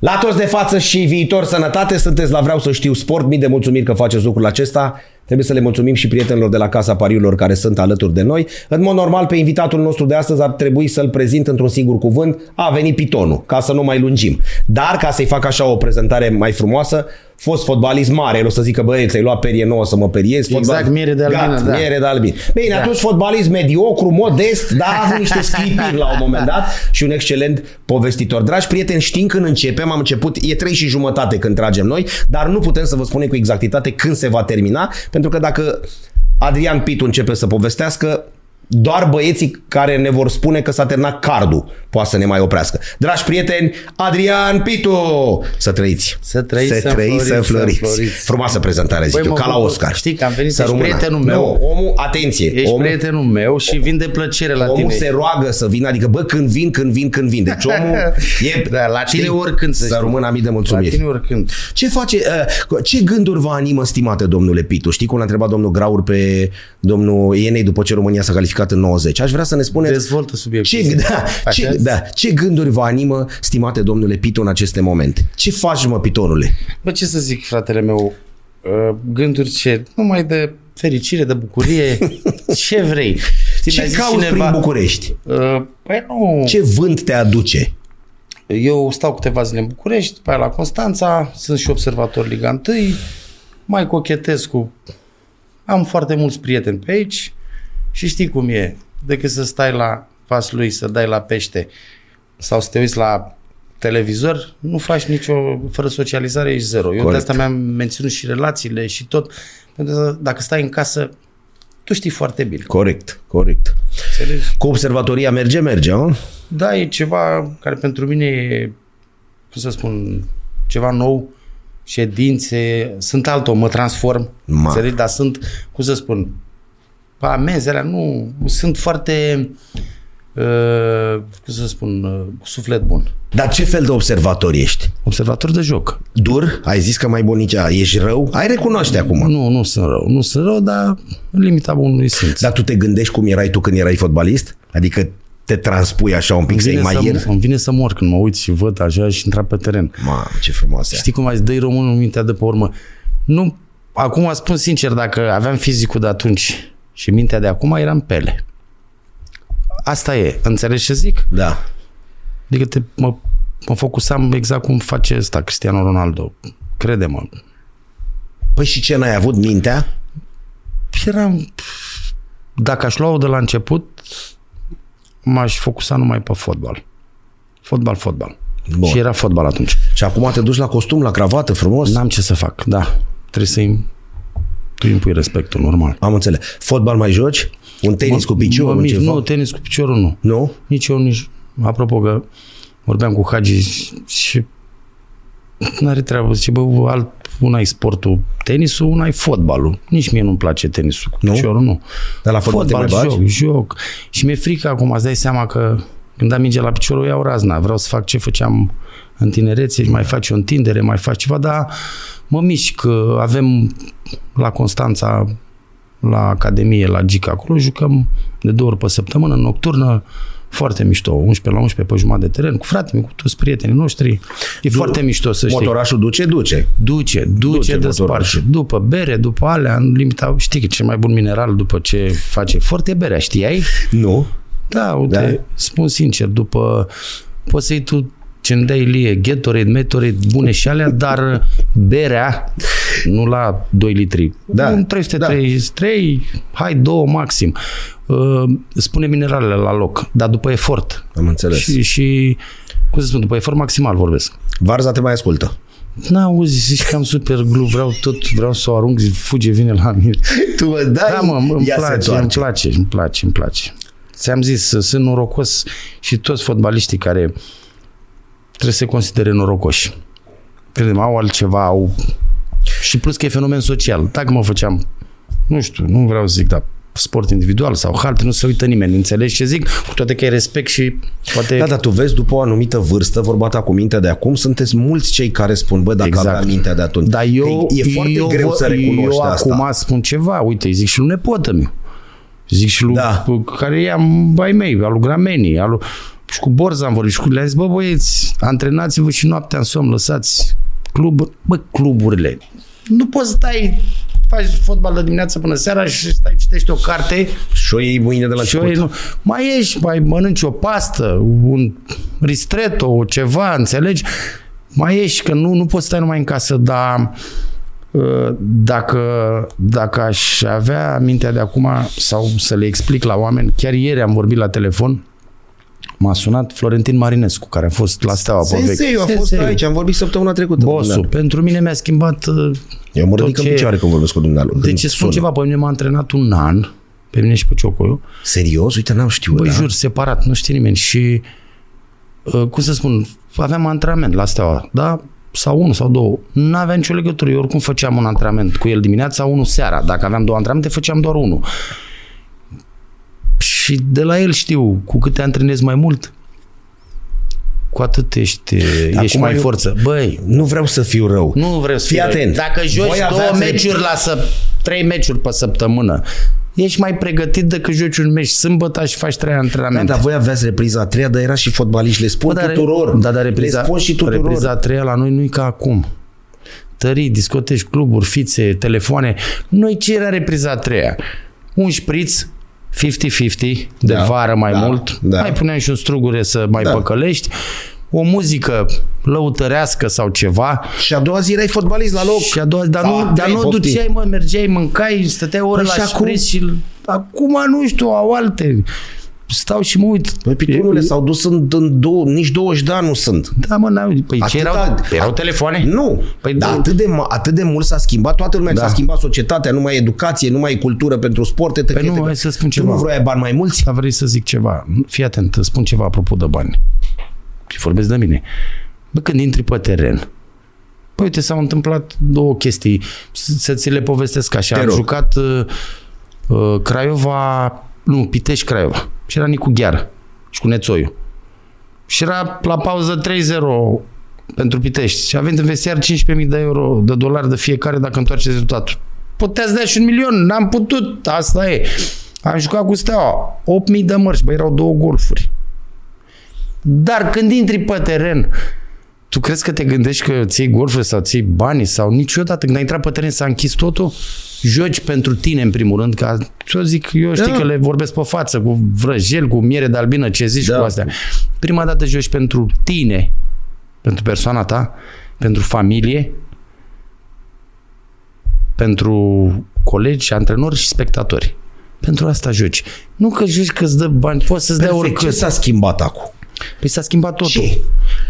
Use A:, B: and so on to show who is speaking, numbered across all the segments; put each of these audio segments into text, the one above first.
A: La toți de față și viitor sănătate, sunteți la Vreau să știu sport. Mii de mulțumiri că faceți lucrul acesta. Trebuie să le mulțumim și prietenilor de la Casa Pariurilor care sunt alături de noi. În mod normal, pe invitatul nostru de astăzi ar trebui să-l prezint într-un singur cuvânt. A venit pitonul, ca să nu mai lungim. Dar, ca să-i fac așa o prezentare mai frumoasă, fost fotbalist mare, el o să zică, băi, ți-ai luat perie nouă să mă periezi.
B: Exact, miere de albină,
A: Gat,
B: da.
A: miere de albin. Bine, da. atunci fotbalist mediocru, modest, dar a avut niște sclipiri la un moment dat și un excelent povestitor. Dragi prieteni, știm când începem, am început, e 3 și jumătate când tragem noi, dar nu putem să vă spunem cu exactitate când se va termina, pentru că dacă Adrian Pitu începe să povestească, doar băieții care ne vor spune că s-a terminat cardul poate să ne mai oprească. Dragi prieteni, Adrian Pitu! Să trăiți!
B: Să trăiți,
A: să
B: să
A: trăiți, să
B: înfloriți, să
A: floriți.
B: înfloriți.
A: Frumoasă prezentare, zic
B: Băi,
A: eu,
B: mă
A: ca la
B: bucur.
A: Oscar.
B: Știi că am venit,
A: Să
B: ești
A: rămână.
B: prietenul meu.
A: Nu, omul, atenție,
B: Ești
A: omul,
B: prietenul meu și vin de plăcere la
A: omul
B: tine.
A: se roagă să vină, adică bă, când vin, când vin, când vin. Deci omul e...
B: Da, la tine
A: știi?
B: oricând, să
A: Să
B: știi.
A: rămână mii de
B: La
A: mulțumiri.
B: tine oricând.
A: Ce face, uh, ce gânduri vă animă, stimate domnule Pitu? Știi cum l-a întrebat domnul Graur pe domnul Ienei după ce România s-a calificat în 90? Aș vrea să ne spuneți
B: Dezvoltă subiectul.
A: ce, da,
B: Așa?
A: ce, da, ce gânduri vă animă, stimate domnule Pitu, în aceste momente? Ce faci, mă, Pitonule?
B: Bă, ce să zic, fratele meu, uh, gânduri ce, numai de fericire, de bucurie, ce vrei. Știi, mi-a
A: Ce
B: zis
A: cauți prin București?
B: Uh, Păi nu,
A: Ce vânt te aduce?
B: eu stau câteva zile în București, după aia la Constanța, sunt și observator Liga 1, mai cochetez cu... Am foarte mulți prieteni pe aici și știi cum e. Decât să stai la pas lui, să dai la pește sau să te uiți la televizor, nu faci nicio, fără socializare ești zero. Eu
A: Corect.
B: de asta mi-am menținut și relațiile și tot, pentru că dacă stai în casă, tu știi foarte bine,
A: Corect, corect.
B: înțelegi?
A: Cu observatoria merge, merge, mă?
B: Da, e ceva care pentru mine e, cum să spun, ceva nou, ședințe, sunt altă, mă transform,
A: Ma.
B: înțelegi? Dar sunt, cum să spun, pa, amenzi alea, nu, sunt foarte, uh, cum să spun, uh, cu suflet bun.
A: Dar ce fel de observator ești?
B: Observator de joc.
A: Dur? Ai zis că mai bunicea, ești rău? Ai recunoaște acum.
B: Nu, nu sunt rău, nu sunt rău, dar în limita bunului simț.
A: Dar tu te gândești cum erai tu când erai fotbalist? Adică te transpui așa un pic să-i mai
B: să,
A: ieri?
B: îmi vine să mor când mă uit și văd așa și intra pe teren.
A: Mamă, ce frumoasă e.
B: Știi cum ai dă românul mintea de pe urmă. Nu, acum spun sincer, dacă aveam fizicul de atunci și mintea de acum, eram pele. Asta e, înțelegi ce zic?
A: Da.
B: Adică te, mă, mă focusam exact cum face ăsta Cristiano Ronaldo. Crede-mă.
A: Păi și ce n-ai avut mintea?
B: Eram... Dacă aș lua-o de la început, m-aș focusa numai pe fotbal. Fotbal, fotbal.
A: Bun.
B: Și era fotbal atunci.
A: Și acum te duci la costum, la cravată, frumos?
B: N-am ce să fac, da. Trebuie să-i... Tu îi pui respectul, normal.
A: Am înțeles. Fotbal mai joci? Un tenis cu piciorul?
B: Mă mișc,
A: ceva?
B: nu, tenis cu piciorul nu.
A: Nu?
B: Nici eu, nici... Apropo că vorbeam cu Hagi și n-are treabă. Zice, bă, alt, una e sportul tenisul, una e fotbalul. Nici mie nu-mi place tenisul cu
A: Nu?
B: piciorul, nu.
A: Dar la fotbal, te mai bagi?
B: joc, joc. Și mi-e frică acum, îți dai seama că când am minge la picior, o iau razna. Vreau să fac ce făceam în tinerețe, mai faci o întindere, mai faci ceva, dar mă mișc. că Avem la Constanța, la Academie, la Gica, acolo jucăm de două ori pe săptămână, în nocturnă, foarte mișto, 11 la 11 pe jumătate de teren, cu fratele, cu toți prietenii noștri. E foarte mișto să știi.
A: Motorașul duce, duce.
B: Duce, duce,
A: Duce
B: duce de
A: motorul.
B: sparge. După bere, după alea, în limita, știi că cel mai bun mineral după ce face foarte berea, știai?
A: Nu?
B: Da, uite, da. spun sincer, după poți să iei tu ce îmi dai Ilie, Gatorade, Metorade, bune și alea, dar berea, nu la 2 litri,
A: Da,
B: un 333, da. hai, două maxim. Uh, Spune mineralele la loc, dar după efort.
A: Am înțeles.
B: Și, și, cum să spun, după efort maximal vorbesc.
A: Varza te mai ascultă.
B: N-auzi, zici că am super glu, vreau tot, vreau să o arunc, zic, fuge, vine la mine.
A: Tu mă dai,
B: Da, mă, mă, îmi
A: ea se
B: place, îmi
A: întoarce.
B: place, îmi place, îmi place. Ți-am zis, sunt norocos și toți fotbaliștii care trebuie să se considere norocoși. Credem, au altceva, au... Și plus că e fenomen social. Dacă mă făceam, nu știu, nu vreau să zic, dar sport individual sau halte, nu se uită nimeni, înțelegi ce zic? Cu toate că ai respect și poate...
A: Da, dar tu vezi, după o anumită vârstă, vorba ta cu mintea de acum, sunteți mulți cei care spun, bă, dacă exact.
B: Exact.
A: aveam mintea de atunci. Păi,
B: Dar eu,
A: e, e foarte
B: eu,
A: greu
B: vă-
A: să recunoști
B: eu
A: asta.
B: acum spun ceva, uite, îi zic și lui nepotă meu. Zic și lui
A: Da.
B: da. care i-am bai mei, al lui Gramenii, al lui... și cu Borza am vorbit și cu le-am zis, bă băieți, antrenați-vă și noaptea în somn, lăsați club, bă, cluburile. Nu poți să stai, faci fotbal de dimineață până seara și stai, citești o carte
A: Și o iei mâine de la
B: și
A: început.
B: eu nu. Mai ieși, mai mănânci o pastă, un ristretto, o ceva, înțelegi? Mai ieși, că nu, nu poți sta numai în casă, dar ă, dacă, dacă aș avea mintea de acum sau să le explic la oameni, chiar ieri am vorbit la telefon, m-a sunat Florentin Marinescu, care a fost la Steaua pe vechi.
A: Sensei, a fost
B: Senseiul.
A: aici, am vorbit săptămâna trecută. cu
B: Bossul.
A: dumnealui.
B: Pentru mine mi-a schimbat ă,
A: Eu mă
B: Tot
A: ridic în
B: ce-
A: picioare când vorbesc cu dumnealui.
B: de
A: când
B: ce spun
A: sună.
B: ceva, pe mine m-a antrenat un an, pe mine și pe Ciocoiu,
A: Serios? Uite, n-am știut.
B: Băi,
A: da?
B: Păi jur, separat, nu știe nimeni și uh, cum să spun, aveam antrenament la Steaua, da? Sau unul sau două. Nu avea nicio legătură. Eu oricum făceam un antrenament cu el dimineața, unul seara. Dacă aveam două antrenamente, făceam doar unul. Și de la el știu, cu cât te antrenezi mai mult, cu atât ești, ești
A: Acum
B: mai
A: eu-
B: forță. Băi,
A: Nu vreau să fiu rău.
B: nu vreau să
A: Fii
B: fiu-
A: atent.
B: Dacă joci
A: Voi
B: două
A: aveați-
B: meciuri la să trei meciuri pe săptămână, ești mai pregătit decât joci un meci sâmbătă și faci trei
A: Da,
B: antrenamente.
A: dar voi aveați repriza a treia, dar era și fotbaliști. Le spun
B: Bă, dar,
A: tuturor.
B: Da, dar repriza,
A: Le spun și tuturor.
B: repriza a treia la noi nu e ca acum. Tării, discoteci, cluburi, fițe, telefoane. Noi ce era repriza a treia? Un șpriț, 50-50, de
A: Da,
B: vară mai
A: da,
B: mult.
A: da.
B: Mai puneam și un strugure să mai
A: Da.
B: păcălești. O muzică lăutărească sau ceva.
A: Și a doua zi erai fotbalist la loc.
B: Și a doua, dar
A: Sau a
B: nu, dar
A: trei,
B: nu
A: Da, poftim.
B: duceai, mă, mergeai, mâncai, stăteai o oră
A: Păi
B: la
A: și
B: șpriț și... Acum, nu știu, au alte... Stau și mă uit.
A: Păi, pitunule, s-au dus în, în două, nici 20 de ani nu sunt.
B: Da, mă, n-au... Păi ce
A: Atâta-
B: erau? Erau telefoane?
A: Nu.
B: Păi
A: Păi, dar
B: da.
A: atât de, ma- atât de mult s-a schimbat, toată lumea
B: Da.
A: da. s-a schimbat societatea, nu mai e educație, nu mai e cultură pentru sport, etc.
B: Păi nu, hai să spun
A: Tu
B: ceva.
A: nu vrei bani mai mulți?
B: Dar vrei să zic ceva. Fii atent, îți spun ceva apropo de bani. Și vorbesc de mine. Bă, când intri pe teren, păi uite, s-au întâmplat două chestii. S- Să ți le povestesc așa.
A: Te
B: Am
A: rog.
B: jucat uh, uh, Craiova, nu, Pitești Craiova. Și era Nicu Gheară și cu Nețoiu. Și era la pauză 3-0 pentru Pitești. Și avem în vestiar 15.000 de euro, de dolari de fiecare dacă întoarce rezultatul. Puteți da și un milion, n-am putut, asta e. Am jucat cu Steaua, 8.000 de mărci, bă, erau două golfuri. Dar când intri pe teren, tu crezi că te gândești că ții golful sau ții banii sau niciodată când ai intrat pe teren s-a închis totul? Joci pentru tine în primul rând, că eu zic, eu știi
A: Da.
B: că le vorbesc pe față cu vrăjel, cu miere de albină, ce zici
A: Da.
B: cu astea. Prima dată joci pentru tine, pentru persoana ta, pentru familie, pentru colegi, antrenori și spectatori. Pentru asta joci. Nu că joci că îți dă bani, poți să-ți dea
A: Perfect. Ce
B: oricât.
A: s-a schimbat acum?
B: Păi s-a schimbat totul.
A: Ce?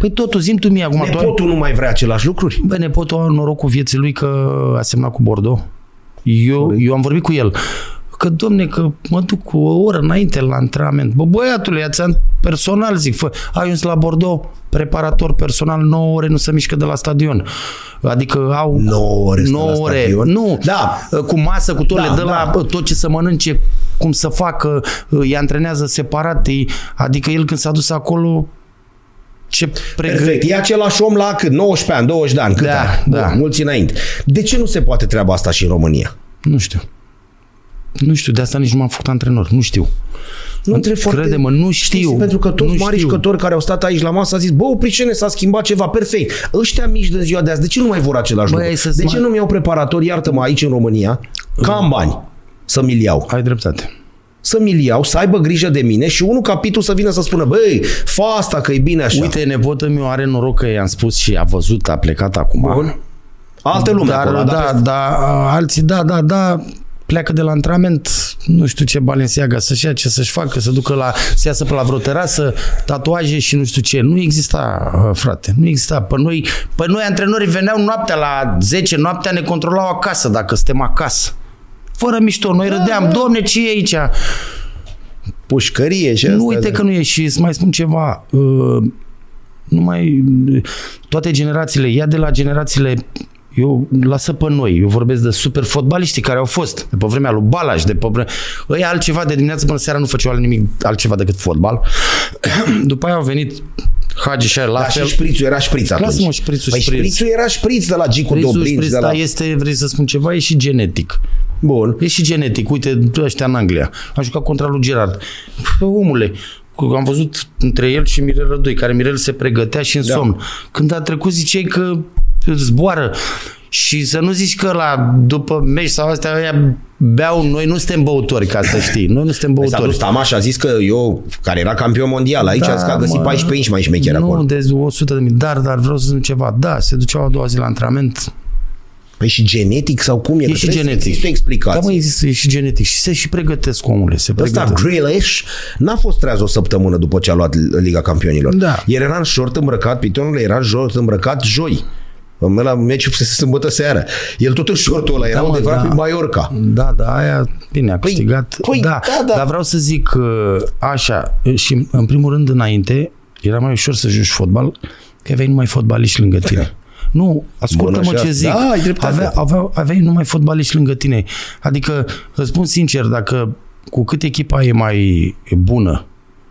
B: Păi totul, zim tu mie acum. tu ai-
A: Nepotul nu mai vrea același lucruri?
B: Bă, nepotul are norocul vieții lui că a semnat cu Bordeaux. Eu, eu am vorbit cu el. Că, domne, că mă duc cu o oră înainte la antrenament. Bă, băiatule, ați an- personal, zic, fă, ajuns la Bordeaux, preparator personal, 9 ore nu se mișcă de la stadion. Adică au
A: 9 ore stă la
B: 9 ore.
A: stadion.
B: Nu, Ă,
A: Da.
B: cu masă, cu tot,
A: Da,
B: le dă
A: da.
B: la bă, tot ce să mănânce, cum să facă, îi antrenează separat, îi, adică el când s-a dus acolo, ce pregătește.
A: Perfect. E același om la cât? 19 ani, 20 de ani, cât
B: Da,
A: are?
B: da.
A: Bun, mulți înainte. De ce nu se poate treaba asta și în România?
B: Nu știu. Nu știu, de asta nici nu m-am făcut antrenor. Nu știu.
A: Nu între foarte...
B: Crede-mă, nu știu.
A: Știți, pentru că toți
B: Nu
A: mari
B: știu.
A: jucători care au stat aici la masă au zis, bă, oprișene, s-a schimbat ceva, perfect. Ăștia mici de ziua de azi, de ce nu mai vor același
B: Băi,
A: lucru?
B: hai să-ți
A: De ce
B: mai-
A: nu-mi iau preparator, iartă-mă, aici în România, ca am bani să mi-l iau.
B: Ai dreptate.
A: Să mi-l iau, să aibă grijă de mine și unul capitul să vină să spună, băi, fa asta că e bine așa. Uite,
B: Uite, nepotă mi are noroc că i-am spus și a văzut, a plecat acum.
A: Bun. Altă lume
B: Dar,
A: acolo,
B: da,
A: dar,
B: da, alții, da, da, da, pleacă de la antrenament, nu știu ce Balenciaga să-și ia, ce să-și facă, să ducă la, să iasă pe la vreo terasă, tatuaje și nu știu ce. Nu exista, uh, frate, nu exista. Pe noi, pe noi antrenorii veneau noaptea la 10 noaptea, ne controlau acasă, dacă suntem acasă. Fără mișto, noi râdeam, domne, ce e aici?
A: pușcărie și
B: Nu
A: astea,
B: uite
A: da.
B: că nu e și îți mai spun ceva. uh, Nu mai toate generațiile, ia de la generațiile eu lasă pe noi, eu vorbesc de super fotbaliștii care au fost de pe vremea lui Balaj, de pe vremea... Ei altceva de dimineață până seara nu făceau alt nimic altceva decât fotbal. După aia au venit Hagi Da, și aia la
A: Dar
B: fel.
A: și șprițul era șpriț atunci.
B: Lasă-mă șprițul,
A: păi
B: șpriț.
A: șprițul era șpriț de la Gicu
B: Șprițul,
A: Dobrinci.
B: șpriț,
A: de la...
B: dar este, vrei să spun ceva, e și genetic.
A: Bun.
B: E și genetic. Uite, ăștia în Anglia. A jucat contra lui Gerard. Pă, Păi, omule, Am văzut între el și Mirel Rădoi, care Mirel se pregătea și în
A: Da.
B: da. somn. Când a trecut ziceai că zboară. Și să nu zici că la după meci sau astea ăia beau, noi nu suntem băutori, ca să știi. Noi nu suntem
A: Păi S-a dus
B: băutori.
A: Tamaș, a zis că eu, care era campion mondial aici, da, a zis că a găsit
B: mă.
A: 14 inși mai șmecher
B: nu,
A: acolo.
B: de 100 de mii, dar, dar vreau să spun ceva. Da, se duceau a doua zi la antrenament.
A: Păi și genetic sau cum e?
B: E și genetic.
A: Este
B: Da,
A: explicație.
B: mă, există, e și genetic. Și se și pregătesc omule, se
A: Ăsta
B: pregătesc.
A: Grealish n-a fost treaz o săptămână după ce a luat Liga Campionilor.
B: Da.
A: El era în short îmbrăcat, pitonul era în short îmbrăcat joi. În la meciul se sâmbătă seară. El tot în shortul ăla era
B: Da, mă,
A: undeva
B: da.
A: pe Mallorca.
B: Da, da, aia, bine, a câștigat.
A: păi,
B: da,
A: da, da.
B: Dar vreau să zic că, așa, și în primul rând înainte, era mai ușor să joci fotbal, că aveai numai fotbaliști lângă tine. Nu,
A: Bună
B: ascultă-mă
A: și
B: ce
A: asta.
B: zic.
A: Da, ai dreptate.
B: avea, avea, aveai numai fotbaliști lângă tine. Adică, îți spun sincer, dacă cu cât echipa e mai bună,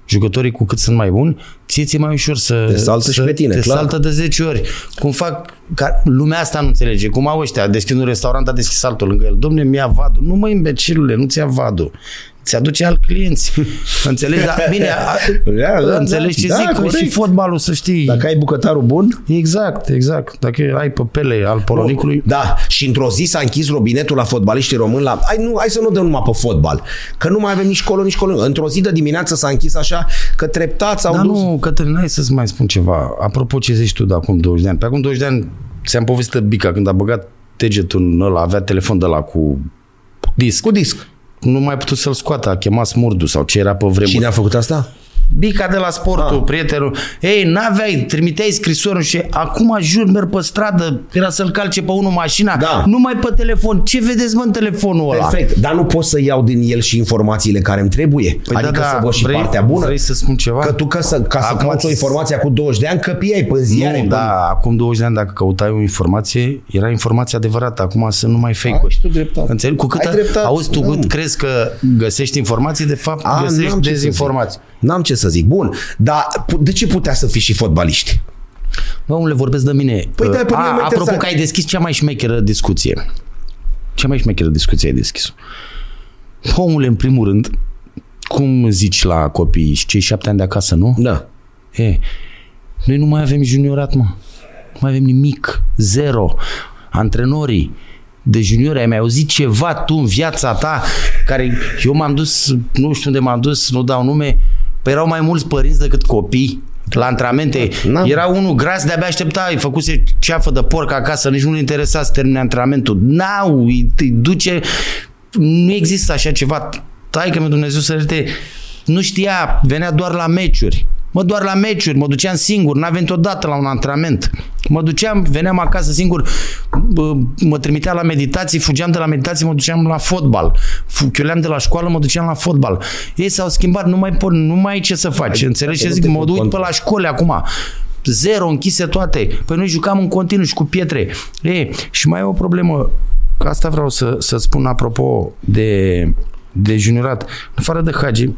B: jucătorii cu cât sunt mai buni, ție ți-e mai ușor să...
A: Te saltă
B: să,
A: și pe tine,
B: te
A: clar.
B: saltă de 10 ori. Cum fac... Ca, lumea asta nu înțelege. Cum au ăștia, deschid un restaurant, a deschis altul lângă el. Domne, mi-a vadul. Nu mă imbecilule, nu ți-a vadul. Ți-aduce alt clienți. înțelegi? Dar, Păi, bine, a,
A: Da, da,
B: înțelegi ce
A: da,
B: zic? Că
A: corect.
B: și fotbalul, să știi.
A: Dacă ai bucătarul bun...
B: Exact, exact. Dacă ai pe pele al polonicului...
A: Da, și într-o zi s-a închis robinetul la fotbaliștii români la... Hai, nu, hai să nu dăm numai pe fotbal, că nu mai avem nici colo, nici colo. Într-o zi de dimineață s-a închis așa că treptat s-au
B: Dar
A: dus...
B: nu, Cătălin, hai să-ți mai spun ceva. Apropo ce zici tu de acum 20 de ani. Pe acum 20 de ani ți-am povestit Bica când a băgat degetul în ăla, avea telefon de la cu disc.
A: Cu disc.
B: nu mai putut să-l scoată, a chemat Smurdu sau ce era pe vremuri.
A: Cine a făcut asta?
B: Bica de la sportul, ah. prietenul. Ei, n-aveai, trimiteai scrisoare și acum jur, merg pe stradă, era să-l calce pe unul mașina,
A: Da.
B: numai pe telefon. Ce vedeți, mă, în telefonul ăla?
A: Perfect, dar nu pot să iau din el și informațiile care îmi trebuie. Păi adică da, să văd și
B: vrei,
A: partea bună.
B: Vrei să spun ceva?
A: Că tu ca să, ca să
B: Acum
A: cauți o
B: ți-
A: informație cu 20 de ani, că piei pe ziare.
B: nu,
A: pe-
B: da, acum 20 de ani dacă căutai o informație, era informația adevărată, acum sunt numai
A: Ai
B: fake-uri.
A: și tu dreptate.
B: Înțelegi? Cu cât
A: Ai dreptate,
B: auzi tu,
A: da,
B: cât
A: mă.
B: crezi că găsești informații, de fapt
A: A, n-am
B: găsești
A: ce să
B: dezinformații.
A: zic. N-am ce să zic. Bun, dar pu- de ce putea să fii și fotbaliști?
B: Bă, omule, vorbesc de mine.
A: Păi, da, pe mine mă
B: A, apropo
A: interesează.
B: că ai deschis cea mai șmecheră discuție. Cea mai șmecheră discuție ai deschis Omule, în primul rând, cum zici la copii și cei șapte ani de acasă, nu?
A: Da.
B: E, noi nu mai avem juniorat, mă. Nu mai avem nimic. Zero. Antrenorii de juniori, ai mai auzit ceva tu în viața ta care eu m-am dus, nu știu unde m-am dus, nu dau nume, pe erau mai mulți părinți decât copii la antrenamente.
A: N-am.
B: Era unul gras, de-abia aștepta, îi făcuse ceafă de porc acasă, nici nu-l interesa să termine antrenamentul. N-au, îi, îi duce... Nu există așa ceva. Tai că Dumnezeu să ierte. Nu știa, venea doar la meciuri. Mă, doar la meciuri, mă duceam singur, n-a venit odată la un antrenament. Mă duceam, veneam acasă singur, bă, mă trimitea la meditații, fugeam de la meditații, mă duceam la fotbal. Fu- Chiuleam de la școală, mă duceam la fotbal. Ei s-au schimbat, nu mai, pot, nu mai ai ce să faci. Înțelegi ce
A: nu
B: zic?
A: te
B: Mă
A: pot
B: duc
A: conta.
B: pe la școli acum. Zero, închise toate. Păi noi jucam în continuu și cu pietre. E, și mai e o problemă. Că Asta vreau să, să spun apropo de, de juniorat. În afară de Hagi,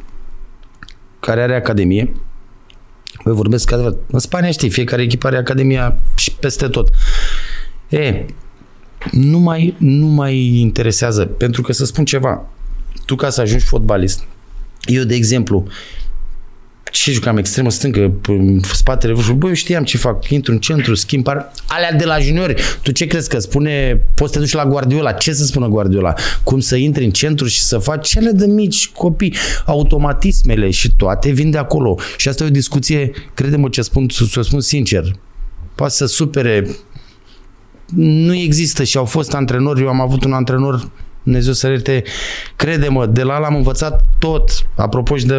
B: care are academie, voi vorbesc cu adevărat. În Spania știi, fiecare echipă are academia și peste tot. E, nu mai, nu mai interesează. Pentru că să spun ceva, tu ca să ajungi fotbalist, eu de exemplu, ce jucam extremă stângă, p- în spatele vârfului, bă, eu știam ce fac, intru în centru, schimb par... Alea de la juniori, tu ce crezi că spune, poți să te duci la Guardiola, ce să spună Guardiola? Cum să intri în centru și să faci cele de mici copii, automatismele și toate vin de acolo. Și asta e o discuție, crede-mă ce spun, să spun sincer, poate să supere nu există și au fost antrenori, eu am avut un antrenor, Dumnezeu să ierte, crede-mă, de la el am învățat tot, apropo și de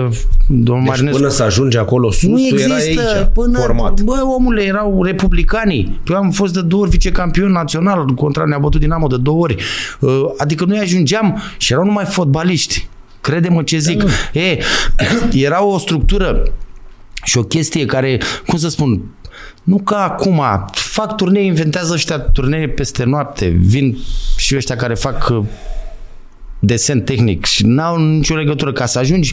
B: domnul
A: Deci
B: Marinescu.
A: până să ajungi acolo sus,
B: Nu
A: tu
B: există
A: erai aici,
B: până...
A: format.
B: Bă, omule, erau republicanii. Eu am fost de două ori vicecampion național, contra ne-a bătut Dinamo de două ori. Uh, Adică noi ajungeam și erau numai fotbaliști. Crede-mă ce zic.
A: Da,
B: E, era o structură și o chestie care, cum să spun, nu ca acum, fac turnee, inventează ăștia turnee peste noapte, vin și ăștia care fac uh, desen tehnic și n-au nicio legătură ca să ajungi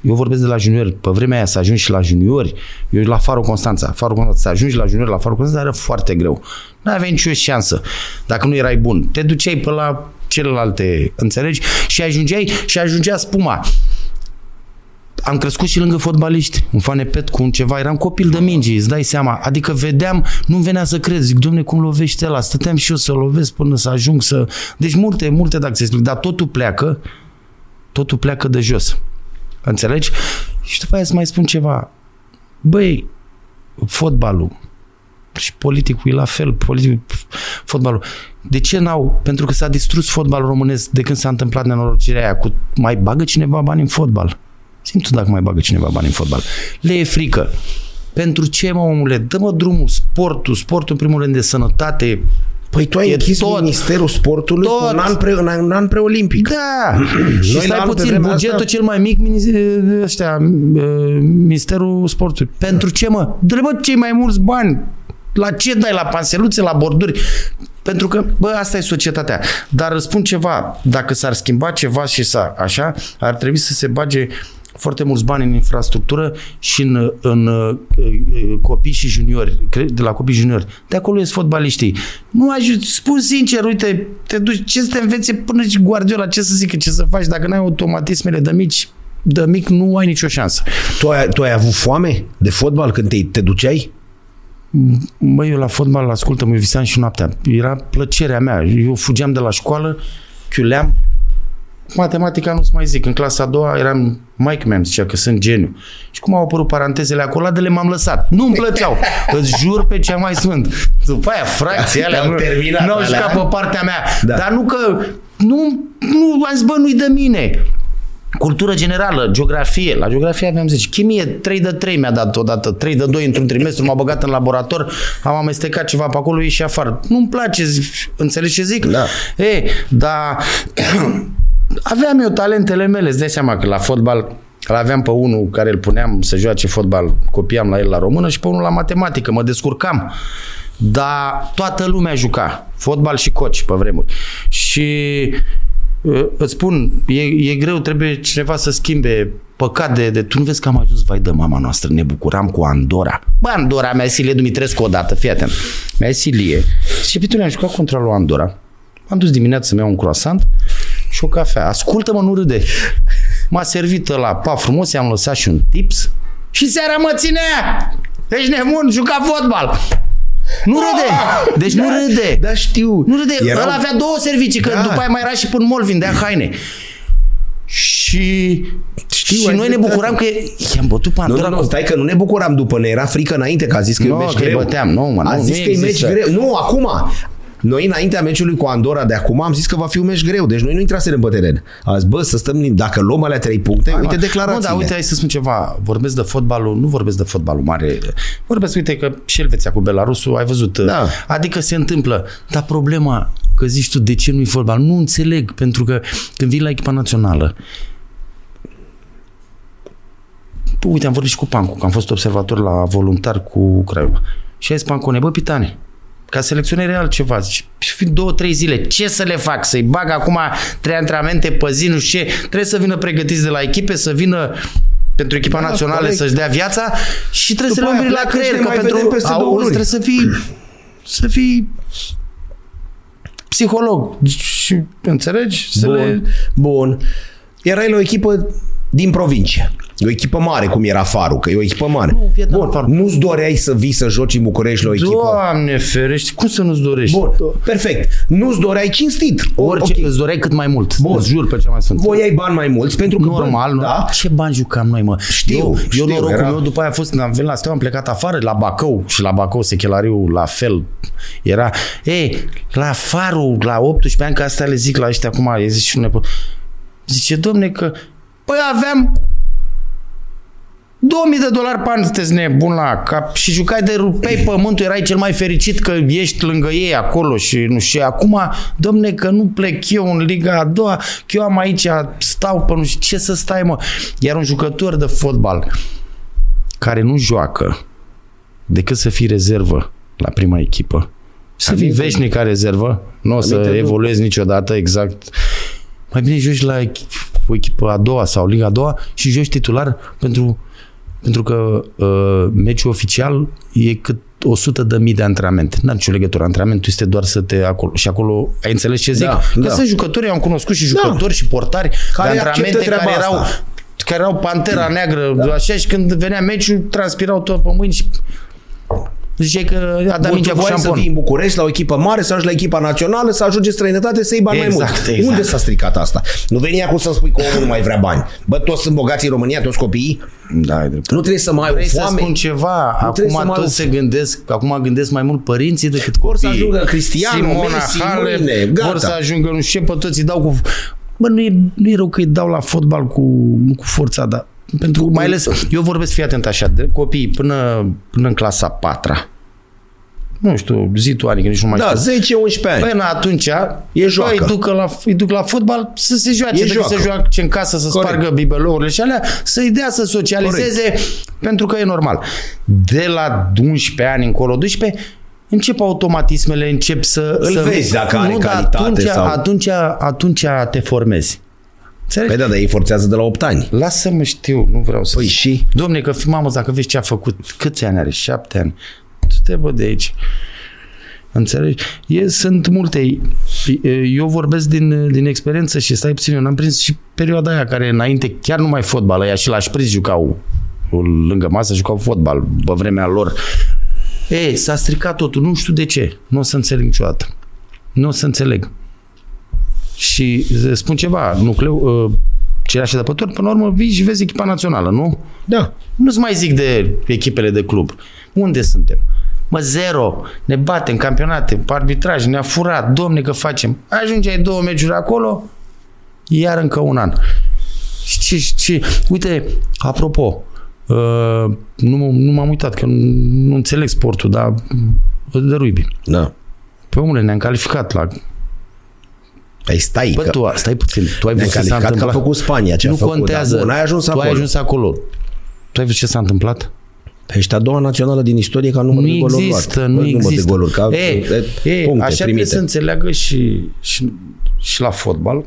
B: eu vorbesc de la juniori, pe vremea aia să ajungi și la juniori, eu la Faro Constanța, Faro Constanța, să ajungi la juniori la Faro Constanța era foarte greu. Nu aveai nicio șansă dacă nu erai bun. Te duceai pe la celelalte, înțelegi? Și ajungeai și ajungea spuma am crescut și lângă fotbaliști, un fanepet cu un ceva, eram copil de mingi, îți dai seama. Adică vedeam, nu venea să crezi, zic, domne, cum lovește ăla? Stăteam și eu să lovesc până să ajung să... Deci multe, multe dacă se explic, dar totul pleacă, totul pleacă de jos. Înțelegi? Și după aia îți mai spun ceva. Băi, fotbalul și politicul e la fel, politic, fotbalul. De ce n-au? Pentru că s-a distrus fotbalul românesc de când s-a întâmplat nenorocirea aia cu mai bagă cineva bani în fotbal. Simt tu dacă mai bagă cineva bani în fotbal. Le e frică. Pentru ce, mă, omule? Dă-mă drumul, sportul, sportul în primul rând de sănătate,
A: Păi tu ai
B: E
A: închis
B: tot.
A: Ministerul Sportului cu
B: Tot.
A: un an, pre, un an, un an preolimpic.
B: Da! și
A: Noi la
B: stai
A: anul pe
B: puțin,
A: vremea
B: bugetul
A: asta-
B: cel mai mic, mini- ăștia, uh, Ministerul Sportului. Pentru ce, mă? Dă-le, bă, cei mai mulți bani. La ce dai? La panseluțe, la borduri? Pentru că, bă, asta e societatea. Dar răspund ceva, dacă s-ar schimba ceva și s-ar, așa, ar trebui să se bage foarte mulți bani în infrastructură și în, în uh, uh, copii și juniori, cre- de la copii juniori. De acolo ies fotbaliștii. Nu ajut, spun sincer, uite, te duci, ce să te învețe până și Guardiola, ce să zică, ce să faci, dacă n-ai automatismele de mici, de mic nu ai nicio șansă.
A: Tu ai, tu ai avut foame de fotbal când te, te duceai?
B: Băi, eu la fotbal ascultă, mă visam și noaptea. Era plăcerea mea. Eu fugeam de la școală, chiuleam. Matematica nu-ți mai zic. În clasa a doua eram, Mike mi-am zicea că sunt geniu. Și cum au apărut parantezele acolo, de le m-am lăsat. Nu-mi plăceau. Îți jur pe cea mai sfânt. După aia, fracții alea,
A: Te-am
B: nu-
A: terminat
B: n-au
A: alea,
B: jucat
A: a?
B: pe partea mea.
A: Da.
B: Dar nu că, nu, nu, am zis, bă, nu-i de mine. Cultură generală, geografie. La geografie aveam 10. Chimie 3 de 3 mi-a dat odată. 3 de 2 într-un trimestru, m-a băgat în laborator, am amestecat ceva pe acolo, ieși afară. Nu-mi place, zic, înțelegi ce zic?
A: Da.
B: E, dar aveam eu talentele mele, îți dai seama că la fotbal îl aveam pe unul care îl puneam să joace fotbal, copiam la el la română și pe unul la matematică, mă descurcam. Dar toată lumea juca, fotbal și coci pe vremuri. Și uh, îți spun, e, e greu, trebuie cineva să schimbe păcat de, de... Tu nu vezi că am ajuns, vai de mama noastră, ne bucuram cu Andora. Bă, Andora, mi-a zis Ilie Dumitrescu odată, fii atent. Mi-a zis Ilie. Și pe tine am jucat contra lui Andora. M-am dus dimineața să-mi iau un croissant și o cafea. Ascultă-mă, nu râde. M-a servit la pa frumos, i-am lăsat și un tips și seara mă ținea. Ești nebun, juca fotbal. Nu râde. Deci nu râde.
A: Da, știu.
B: Nu râde,
A: Erau-
B: Erau... ăla avea două servicii, că
A: Da.
B: da. după aia mai era și până mol, vindea haine. Și,
A: Știu,
B: și
A: ai
B: noi ne
A: dreptate.
B: bucuram că i-am bătut
A: Nu,
B: Pandora
A: nu, nu,
B: cu...
A: stai că nu ne bucuram după, ne era frică înainte că a zis că e
B: Nu,
A: un meci
B: că îi
A: greu.
B: băteam, nu, mă,
A: a
B: nu,
A: zis
B: nu
A: că e meci
B: există.
A: greu. Nu, acum. Noi înaintea meciului cu Andorra de acum am zis că va fi un meci greu, deci noi nu intraserăm pe teren. A zis, bă, să stăm, dacă luăm alea trei puncte, Hai, uite declarațiile.
B: Nu, dar da, uite, hai să spun ceva. Vorbesc de fotbalul, nu vorbesc de fotbalul mare. Vorbesc, uite, că și Elveția cu Belarusul, ai văzut.
A: Da.
B: Adică se întâmplă. Dar problema, că zici tu, de ce nu-i fotbal? Nu înțeleg, pentru că când vii la echipa națională, Bă, uite, am vorbit și cu Pancu, că am fost observator la voluntar cu Craiova. Și a zis Pancone, bă, Pitane, ca selecționer e altceva. Zici, fi două, trei zile, ce să le fac? Să-i bag acum trei antrenamente pe zi, nu știu ce. Trebuie să vină pregătiți de la echipe, să vină pentru echipa da, națională
A: corect.
B: să-și dea viața și trebuie
A: După
B: să le
A: aia
B: umbri la
A: pleacă și
B: creier,
A: ne
B: că
A: mai
B: pentru
A: vedem peste două
B: auzi,
A: luni.
B: trebuie să fii să fii psiholog și înțelegi? Să
A: Bun.
B: le...
A: Bun. Erai la o echipă din provincie. E O echipă mare, cum era Farul, că e o echipă mare.
B: Nu, Vietnam,
A: Bun,
B: Farul.
A: nu-ți doreai să vii să joci în București la o echipă?
B: Doamne ferești, cum să nu-ți dorești?
A: Bun, perfect. Nu-ți doreai cinstit. O-
B: Orice,
A: ok.
B: îți doreai cât mai mult.
A: Bun.
B: Bun. Îți jur pe cea mai sunt.
A: Voi ai bani mai mulți pentru că...
B: Normal,
A: bă,
B: nu?
A: da?
B: Ce bani jucam noi, mă?
A: Știu,
B: eu,
A: știu,
B: eu norocul
A: era-
B: meu după aia a fost, am venit la Steaua, am plecat afară, la Bacău și la Bacău, Sechelariu, la fel era. Ei, la Farul, la 18 ani, că asta le zic la ăștia acum, e zis și un nepot. Zice, domne, că păi aveam 2000 de dolari pe an, sunteți nebun la cap și jucai de rupei pământul, erai cel mai fericit că ești lângă ei acolo și nu știu. Acum, domne, că nu plec eu în Liga a doua, că eu am aici, stau pe nu știu ce să stai, mă. Iar un jucător de fotbal care nu joacă decât să fii rezervă la prima echipă, să fii
A: Aminte.
B: veșnic ca rezervă, nu o
A: Aminte,
B: să
A: nu.
B: evoluezi niciodată exact mai bine joci la ech- o echipă a doua sau liga a doua și joci titular pentru, pentru că uh, meciul oficial e cât 100 de mii de antrenamente. N-are nicio legătură. Antrenamentul este doar să te acolo. Și acolo, ai înțeles ce zic?
A: Da,
B: că
A: da.
B: sunt jucători, eu am cunoscut și jucători și portari
A: Care
B: de
A: acceptă
B: antrenamente
A: treaba
B: care erau
A: asta.
B: care erau pantera neagră, da. așa, și când venea meciul, transpirau tot pe mâini și ziceai că a dat
A: Bun,
B: mingea
A: tu
B: cu
A: voiai să
B: șampon.
A: fii în București la o echipă mare, să ajungi la echipa națională, să ajungi în străinătate, să iei bani mai
B: Exact,
A: mult.
B: exact.
A: Unde s-a stricat asta? Nu veni acum să-mi spui că omul nu mai vrea bani. Bă, toți sunt bogați în România, toți copiii.
B: Da, ai dreptate.
A: Nu trebuie să mai
B: Vrei
A: ai
B: să
A: foame.
B: spun ceva,
A: trebuie să
B: acum
A: mă
B: toți
A: arunc.
B: se gândesc, acum gândesc mai mult părinții decât
A: Vor să
B: copiii.
A: ajungă Cristiano, Messi, mâine, gata.
B: vor să ajungă nu știu ce, pe toți îi dau cu... Bă, nu e, nu e rău că îi dau la fotbal cu, cu forța, dar pentru, mai ales, eu vorbesc, fii atent așa, de copii până, până în clasa patra. Nu știu, zi tu, Ani, că nici nu mai
A: Da,
B: știu.
A: 10-11 ani.
B: Până Păi, atunci,
A: E joacă.
B: Îi duc, la, îi duc la fotbal să se joace,
A: E
B: decât
A: joacă.
B: să joace în casă, să
A: Corect.
B: spargă bibelourile și alea, să-i dea să socializeze, pentru că e normal. De la 11 ani încolo, 12, încep automatismele, încep să...
A: Îl
B: să
A: vezi dacă are
B: nu, dar
A: calitate
B: atunci,
A: sau-
B: atunci, atunci te formezi. Înțelegi?
A: Păi da, dar ei forțează de la 8 ani.
B: Lasă-mă, știu, nu vreau să...
A: Păi și?
B: Domne, că fi- mamă, dacă vezi ce a făcut, câți ani are? Șapte ani. Tu te bă de aici. Înțelegi? E, sunt multe. Eu vorbesc din, din experiență și stai puțin, eu n-am prins și perioada aia care înainte chiar nu mai fotbal, ăia și la șpriț jucau lângă masă, jucau fotbal pe vremea lor. Ei, s-a stricat totul, nu știu de ce. Nu o să înțeleg niciodată. Nu o să înțeleg. Și îți spun ceva, nucleu, uh, cereașa de pături, până la urmă vii și vezi echipa națională, nu?
A: Da.
B: Nu-ți mai zic de echipele de club. Unde suntem? Mă, zero. Ne batem campionate, pe arbitraj, ne-a furat, domne că facem. Ajungeai două meciuri acolo, iar încă un an. Și, ce- și, și uite, apropo, uh, nu, m- nu m-am uitat, că nu, nu înțeleg sportul, dar uh, de rugby.
A: Da.
B: Pe omule, ne-am calificat la...
A: Păi stai
B: Bă,
A: că
B: tu, stai puțin, tu ai
A: ne-ai
B: văzut ce s-a
A: calificat că a
B: întâmplat?
A: făcut Spania ce
B: nu
A: a făcut.
B: contează.
A: Dar, bun, ai ajuns
B: tu
A: acolo.
B: ai ajuns acolo. Tu ai văzut ce s-a întâmplat?
A: Ești a doua națională din istorie ca număr
B: nu
A: de goluri
B: există,
A: luate.
B: nu
A: Bă, număr
B: există.
A: de goluri, ca
B: e,
A: e,
B: e,
A: puncte
B: așa trebuie
A: primite.
B: să înțeleagă și, și, și la fotbal.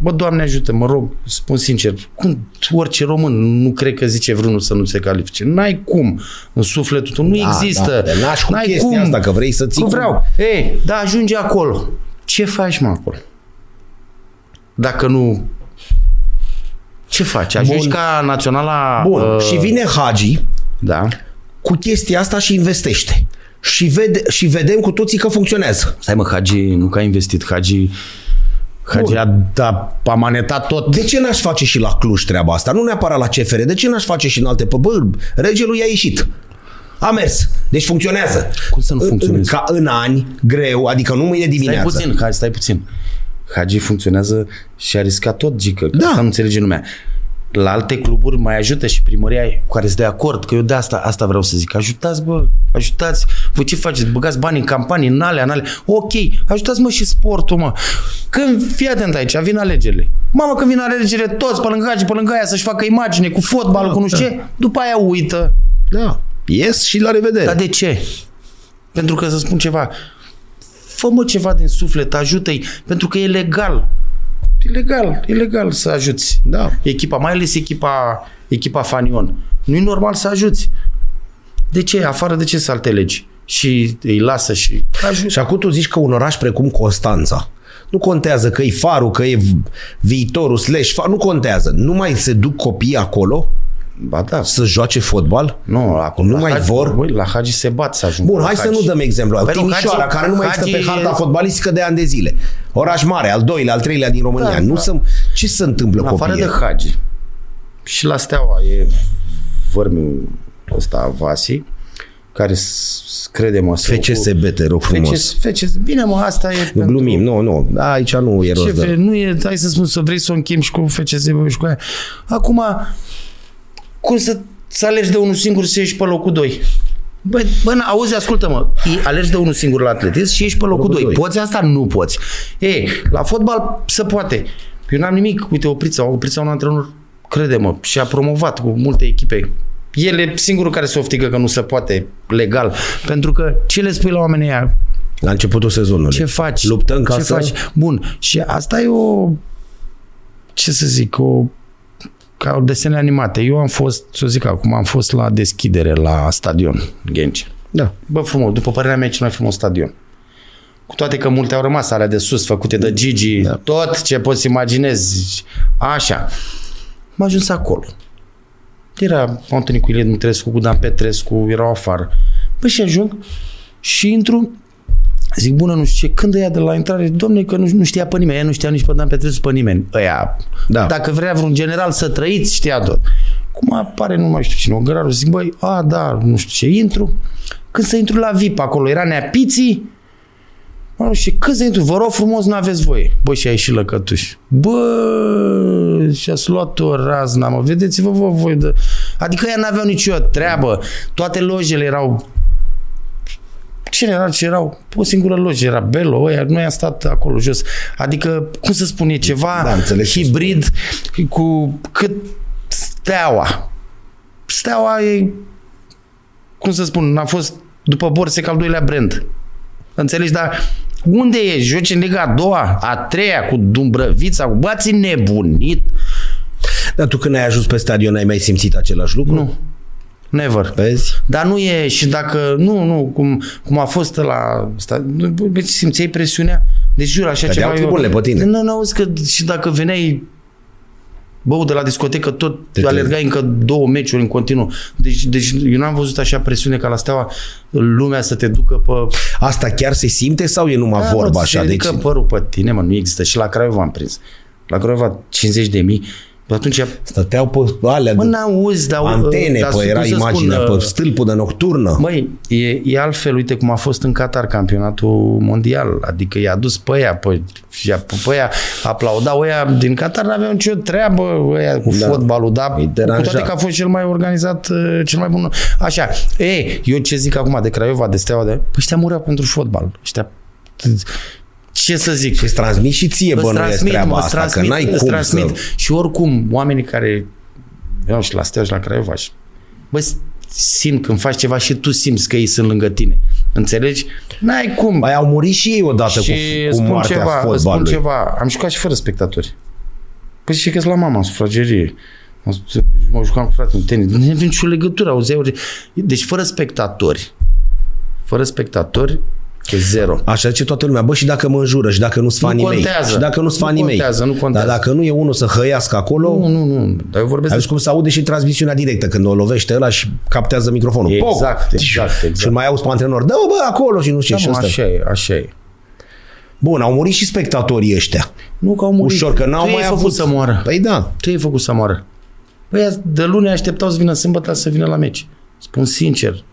B: Bă, Doamne ajută, mă rog, spun sincer, cum orice român nu cred că zice vreunul să nu se califice. N-ai cum. În sufletul tău nu
A: Da,
B: există.
A: Da, te lași cu
B: N-ai
A: chestia
B: cum.
A: asta, că vrei să ții
B: Că
A: cu-
B: vreau. Ei, dar ajunge acolo. Ce faci, mă, acolo? Dacă nu... Ce faci? Ajungi
A: Bun.
B: ca naționala...
A: Bun,
B: uh,
A: și vine Hagi
B: Da.
A: cu chestia asta și investește. Și, vede, și vedem cu toții că funcționează.
B: Stai mă, Hagi nu că a investit, Hagi, Hagi a, da, a, a manetat tot.
A: De ce n-aș face și la Cluj treaba asta? Nu neapărat la CFR. De ce n-aș face și în alte? Pă, bă, regelui a ieșit. A mers. Deci funcționează.
B: Cum să nu
A: În-
B: funcționeze?
A: În, ca în ani, greu, adică nu mâine
B: Stai
A: dimineață.
B: puțin, Hagi, stai puțin. Hagi funcționează și a riscat tot, gică, că
A: Da.
B: da. asta nu înțelege lumea. La alte cluburi mai ajută și primăria cu care sunt de acord, că eu de asta, asta vreau să zic. Ajutați, bă, ajutați. Voi ce faceți? Băgați bani în campanii, în alea, în alea. Ok, ajutați, mă, și sportul, mă. Când, fii atent aici, vin alegerile. Mamă, când vin alegerile toți, pe lângă Hagi, pe lângă aia, să-și facă imagine cu fotbalul,
A: Da,
B: cu nu știu
A: da.
B: ce, după aia uită.
A: Da. Ies și la revedere.
B: Dar de ce? Pentru că să spun ceva, fă-mă ceva din suflet, ajută-i, pentru că e legal. E legal, e legal să ajuți.
A: Da.
B: Echipa, mai ales echipa, echipa Fanion. Nu e normal să ajuți. De ce? Afară de ce să alte legi? Și îi lasă și...
A: Și acum tu zici că un oraș precum Constanța, nu contează că e farul, că e v- viitorul, slash, far, nu contează. Nu mai se duc copiii acolo
B: Ba da.
A: să joace fotbal?
B: Nu, acum
A: Nu
B: la
A: mai
B: Hagi-
A: vor?
B: Băi, la Hagi se bat să ajungă.
A: Bun,
B: la
A: hai să
B: Hagi.
A: nu dăm exemplu.
B: Păi nu,
A: Timișoara,
B: Hagi-
A: care nu mai există pe
B: Hagi-
A: harta fotbalistică de ani de zile. Oraș mare, al doilea, al treilea din România.
B: Da,
A: nu
B: da.
A: Sunt, ce se întâmplă
B: În afară
A: copiii?
B: de Hagi. Și la Steaua e vărmiul ăsta Vasi, care s- s- crede-mă... s-
A: FCSB, te rog frumos.
B: FCS, FCS, bine mă, asta e...
A: Nu
B: pentru-
A: glumim, nu, nu. Aici nu e rost.
B: Ce
A: de-
B: vrei, nu e, hai să spun, să vrei să o închem și cu FCSB și cu aia. Acum, cum să, să alegi de unul singur să ieși pe locul 2? Bă, bă, na, auzi, ascultă-mă, e- alegi de unul singur la atletism și ești pe locul
A: Locul
B: 2.
A: doi.
B: Poți asta? Nu poți. Ei, la fotbal se poate. Eu n-am nimic. Uite, Oprița, Oprița un antrenor, crede-mă, și a promovat cu multe echipe. El e singurul care se oftică că nu se poate legal. Pentru că ce le spui la oamenii aia?
A: La începutul sezonului.
B: Ce faci?
A: Luptăm ca
B: ce
A: să...
B: faci? Bun. Și asta e o... Ce să zic? O ca desene animate. Eu am fost, să zic acum, am fost la deschidere la stadion Ghencea.
A: Da.
B: Bă, frumos. După părerea mea, e cel mai frumos stadion. Cu toate că multe au rămas alea de sus, făcute de Gigi, da. tot ce poți să imaginezi. Așa. am ajuns acolo. Era, m-am întâlnit cu Ilie Dmitrescu, cu Dan Petrescu, erau afară. Păi și ajung și intru, zic, bună, nu știu ce, când ea de la intrare, domne, că nu, nu știa pe nimeni, ea nu știa nici pe Dan Petrescu, pe nimeni. Ăia,
A: Da.
B: dacă vrea vreun general să trăiți, știa tot. Cum apare, nu mai știu cine, Ogăraru, zic, băi, a, da, nu știu ce, intru. Când să intru la VIP acolo, era neapiții, Mă rog, și cât să intru, vă rog frumos, nu aveți voie. Bă, și a ieșit lăcătuș. Bă, și-ați luat o razna, mă, vedeți-vă vă voi. De... Adică ea n-aveau nicio treabă. Toate lojele erau cine era ce erau? O singură lojă era Belo, ăia, noi am stat acolo jos. Adică, cum să spun, e ceva
A: Da, înțeleg ce
B: hibrid cu cât steaua. Steaua e, cum să spun, a fost după Borsec al doilea brand. Înțelegi? Dar unde e? Joci în Liga a doua, a treia, cu Dumbrăvița, cu bații nebunit.
A: Dar tu când ai ajuns pe stadion ai mai simțit același lucru?
B: Nu. Never.
A: Vezi?
B: Dar nu e și dacă, nu, nu, cum, cum a fost la, sta, bă, simțeai presiunea? Deci jur, așa
A: Cădeau
B: ceva.
A: tribunele pe tine.
B: Nu, nu, auzi că și dacă veneai bău de la discotecă, tot
A: Te
B: te alergai încă două meciuri în continuu. Deci, deci eu n-am văzut așa presiune ca la steaua lumea să te ducă pe...
A: Asta chiar se simte sau e numai
B: Da,
A: vorba
B: mă,
A: așa?
B: Se
A: Deci,
B: ridică părul pe tine, mă, nu există. Și la Craiova am prins. La Craiova 50 de mii. Păi Atunci, da.
A: stăteau pe alea,
B: mă,
A: de
B: n-auzi, dar...
A: antene,
B: dar,
A: pe
B: cum
A: era
B: să
A: imaginea,
B: spun, uh,
A: pe stâlpul de nocturnă.
B: Măi, e, e altfel, uite cum a fost în Qatar campionatul mondial, adică i-a dus pe ea, pe, i-a- pe, pe ea aplaudau ăia din Qatar, n-aveau nicio treabă ăia cu
A: Da.
B: da. fotbalul, dar
A: Îi
B: cu
A: deranja.
B: toate că a fost cel mai organizat, uh, cel mai bun. Așa, e, eu ce zic acum de Craiova, de Steaua, de... Păi ăștia mureau pentru fotbal, ăștia... Ce să zic?
A: Îți transmit și ție
B: Îți
A: bănuiesc treaba
B: îți
A: asta, că n-ai
B: îți
A: cum
B: transmit.
A: să...
B: Și oricum, oamenii care erau și la Steaua și la Craiova și, bă, simt când faci ceva și tu simți că ei sunt lângă tine. Înțelegi? N-ai cum.
A: Mai au murit și ei odată
B: și
A: cu, cu
B: spun,
A: moartea
B: ceva, îți spun
A: fotbalului.
B: ceva, am jucat și fără spectatori. Păi și că la mama în sufragerie. Mă s- Mă jucam cu fratele în tenis. Nu avem nicio legătură, auzeau. Deci fără spectatori. Fără spectatori, e zero.
A: Așa zice toată lumea, bă, și dacă mă înjură, și dacă nu-s
B: Nu
A: fanii mei,
B: contează.
A: și dacă nu-s
B: Nu
A: fanii mei,
B: contează, nu contează.
A: dar dacă nu e unul să hăiască acolo,
B: Nu, nu, nu. Dar eu vorbesc
A: ai
B: de
A: văzut cum se aude și transmisiunea directă, când o lovește ăla și captează microfonul.
B: Exact,
A: Poc! Deci,
B: exact, exact.
A: Și îl mai auzi pe antrenor, dă bă, acolo și nu știu
B: Da,
A: ce. și
B: mă,
A: ăsta-
B: așa e, așa e.
A: Bun, au murit și spectatorii ăștia.
B: Nu că au murit.
A: Ușor, că n-au
B: tu
A: mai
B: ai făcut
A: avut.
B: să moară.
A: Păi da.
B: Tu ai făcut să moară. Păi de luni așteptau să vină sâmbătă să vină la meci. Spun sincer.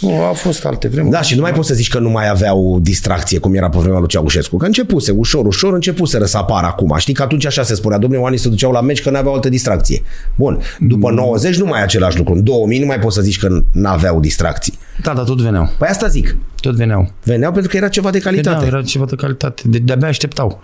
B: Nu, au fost alte vremuri.
A: Da, și nu mai poți să zici că nu mai aveau distracție cum era pe vremea lui Ceaușescu. Că începuse, ușor, ușor, începuseră să apară acum. Știi că atunci așa se spunea, domnule, oamenii se duceau la meci că nu aveau altă distracție. Bun, după
B: Mm.
A: 90 nu mai e același lucru. În 2000 nu mai poți să zici că nu aveau distracții.
B: da, da, tot veneau.
A: Păi asta zic.
B: Tot veneau.
A: Veneau pentru că era ceva de
B: Veneau,
A: calitate.
B: era ceva de calitate. Deci de-abia așteptau.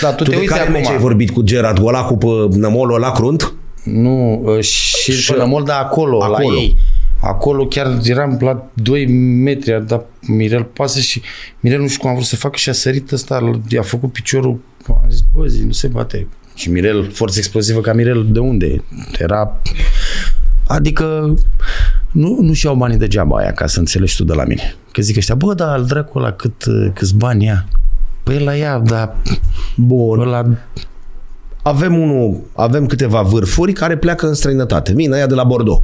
B: Da, tu,
A: Tu
B: te
A: de
B: uiți
A: care
B: acum.
A: meci ai vorbit cu Gerard Golacu pe Nămolul la Crunt?
B: Nu, ă, și, și până mult, dar acolo, acolo,
A: Acolo.
B: la ei. Acolo chiar eram la 2 metri, a dat Mirel pasă și Mirel nu știu cum a vrut să facă și a sărit ăsta, i-a făcut piciorul, a zis, bă, zi, nu se bate. Și Mirel, forță explozivă ca Mirel, de unde? Era... Adică nu, nu și-au banii degeaba aia, ca să înțelegi tu de la mine. Că zic ăștia, bă, dar al dracu ăla cât, câți bani ia? Păi la ea, dar
A: Bun.
B: ăla...
A: Avem, unul, avem câteva vârfuri care pleacă în străinătate. Vin aia de la Bordeaux.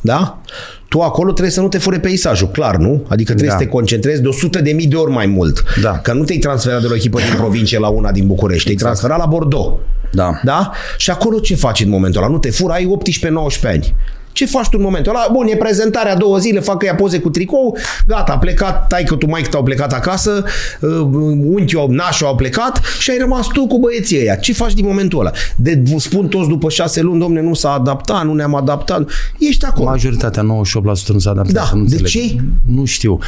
A: Da? Tu acolo trebuie să nu te fure peisajul, clar, nu? Adică trebuie
B: Da.
A: să te concentrezi de 100 de mii de ori mai mult.
B: Da. Exact.
A: Că nu te-ai transferat de la o echipă din provincie la una din București, te-ai transferat la Bordeaux.
B: Da.
A: Da? Și acolo ce faci în momentul ăla? Nu te fură, ai 18-19 ani. Ce faci tu în momentul ăla? Bun, e prezentarea două zile, fac ea poze cu tricou, gata, a plecat, tai că tu mai au plecat acasă, uh, unchiul, nașul au plecat și ai rămas tu cu băieții ăia. Ce faci din momentul ăla? De vă spun toți după șase luni, domne, nu s-a adaptat, nu ne-am adaptat. Ești acolo.
B: Majoritatea, 98% nu s-a adaptat.
A: Da,
B: să nu
A: de
B: înțeleg.
A: ce?
B: Nu știu.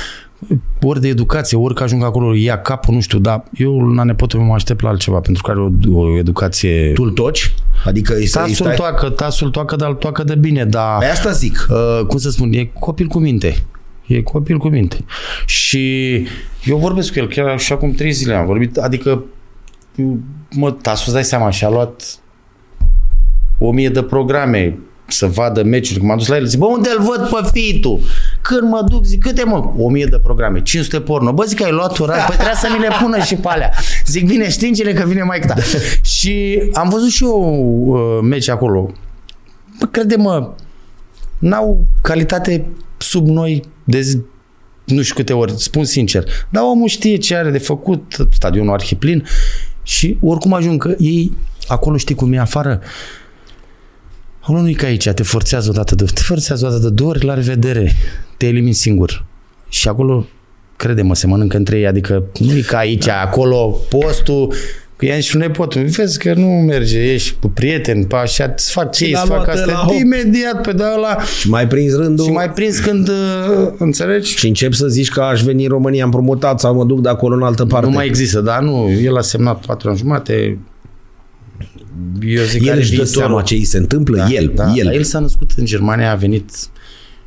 B: Ori de educație, ori că ajung acolo, ia capul, nu știu, dar eu la nepotul meu mă aștept la altceva, pentru că are o, o educație...
A: Tu îl toci? Adică îi stai, îi
B: Tasul
A: stai...
B: toacă, tasul toacă, dar îl toacă de bine, dar...
A: Pe asta zic.
B: Uh, cum să spun, e copil cu minte. E copil cu minte. Și eu vorbesc cu el, chiar și acum trei zile am vorbit, adică mă, tasul, îți dai seama, și-a luat o mie de programe să vadă meciuri. Când m-am dus la el, zic, bă, unde îl văd pe fitul? Când mă duc, zic, câte mă? 1000 de programe, 500 porno. Bă, zic că ai luat urat, păi trebuia să mi le pună și pe alea. Zic, bine, știngele că vine mai ta. și am văzut și eu uh, meci acolo. Bă, crede-mă, n-au calitate sub noi de zi- nu știu câte ori, spun sincer. Dar omul știe ce are de făcut, stadionul arhiplin și oricum ajung că ei acolo știi cum e afară. Acolo nu-i ca aici, te forțează o dată de, te forțează o dată de două ori, la revedere, te elimini singur. Și acolo, crede-mă, se mănâncă între ei, adică nu e ca aici,
A: Da.
B: acolo, postul, că i-am zis lui nepotul, vezi că nu merge, ești cu prieten, pe așa, îți fac ce,
A: l-a
B: îți fac
A: luat ăla,
B: asta,
A: hop.
B: imediat, pe de ăla,
A: Și mai prins rândul
B: și mai prins când, uh, înțelegi?
A: și încep să zici că aș veni în România împrumutat sau mă duc de acolo în altă parte.
B: Nu mai există, dar nu, el a semnat patru ani jumate. Eu zic
A: el
B: are
A: își dă
B: viitorul.
A: seama ce îi se întâmplă,
B: Da,
A: el,
B: da,
A: el.
B: Dar el s-a născut în Germania, a venit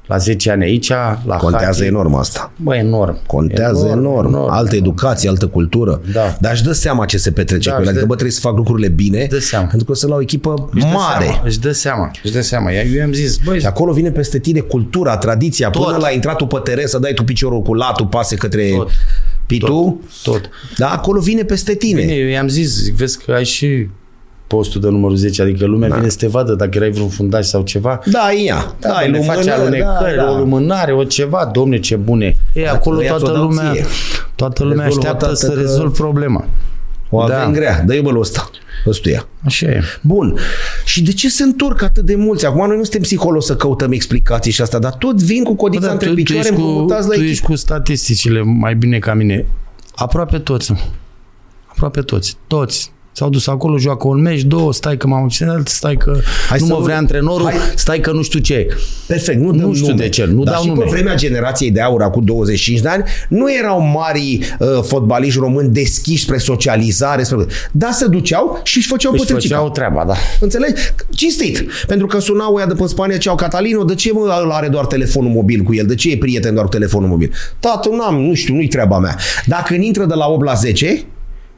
B: la 10 ani aici, la
A: Contează
B: hockey.
A: enorm asta.
B: Bă, enorm.
A: Contează enorm, enorm. enorm. altă educație, altă cultură.
B: Da.
A: Dar își dă seama ce se petrece
B: Da,
A: cu el.
B: își
A: Adică,
B: dă-
A: bă, trebuie să fac lucrurile bine,
B: dă seama.
A: pentru că o să la o echipă
B: Își dă
A: mare.
B: Seama, își dă seama, își dă seama. Ia- Eu i-am zis, băi,
A: Și acolo vine peste tine cultura, tradiția, Tot. până
B: Tot.
A: la intratul pe teren, să dai tu piciorul cu latul, pase către Tot.
B: Tot.
A: pitu.
B: tot.
A: Da, acolo vine peste tine.
B: Bine, eu i-am zis, zic, vezi că ai și postul de numărul 10, adică lumea da. vine să te vadă dacă erai vreun fundaș sau ceva.
A: Da, e ea. Da,
B: Da,
A: e
B: ne face alunecări, da, da. o lumânare, o ceva, domne ce bune. E, acolo
A: ia, ți-o
B: toată
A: dau
B: lumea,
A: ție.
B: toată lumea
A: Rezolvă,
B: așteaptă
A: tată,
B: să
A: că-
B: rezolv problema.
A: O avem
B: Da.
A: grea. Dă-i bă lui ăsta. Ăstuia.
B: Așa e.
A: Bun. Și de ce se întorc atât de mulți? Acum noi nu suntem psihologi să căutăm explicații și asta, dar tot vin cu codița
B: Bă,
A: da,
B: dar
A: între
B: tu, tu,
A: picioare,
B: ești cu,
A: împrumutați la
B: tu
A: echipă.
B: ești cu statisticile mai bine ca mine. Aproape toți. Aproape toți. Toți. S-au dus acolo, joacă un meci, două, stai că m-am accidentat, stai că
A: Hai
B: Hai nu
A: să
B: mă
A: nu-
B: vrea antrenorul,
A: Hai.
B: stai că nu știu ce.
A: Perfect, nu, dăm
B: Nu știu
A: nume.
B: de ce, nu
A: Dar
B: dau
A: și
B: nume.
A: pe vremea generației de aur, cu 25 de ani, nu erau mari uh, fotbaliști români deschiși spre socializare, spre... dar se duceau și își făceau
B: Își
A: potrivit.
B: Deci făceau treaba, da.
A: Înțelegi? Cinstit. Pentru că sunau ăia de pe Spania, ceau Catalino, de ce mă ăla are doar telefonul mobil cu el? De ce e prieten doar cu telefonul mobil? Tată, nu am, nu știu, nu-i treaba mea. Dacă îmi intră de la 8 la 10,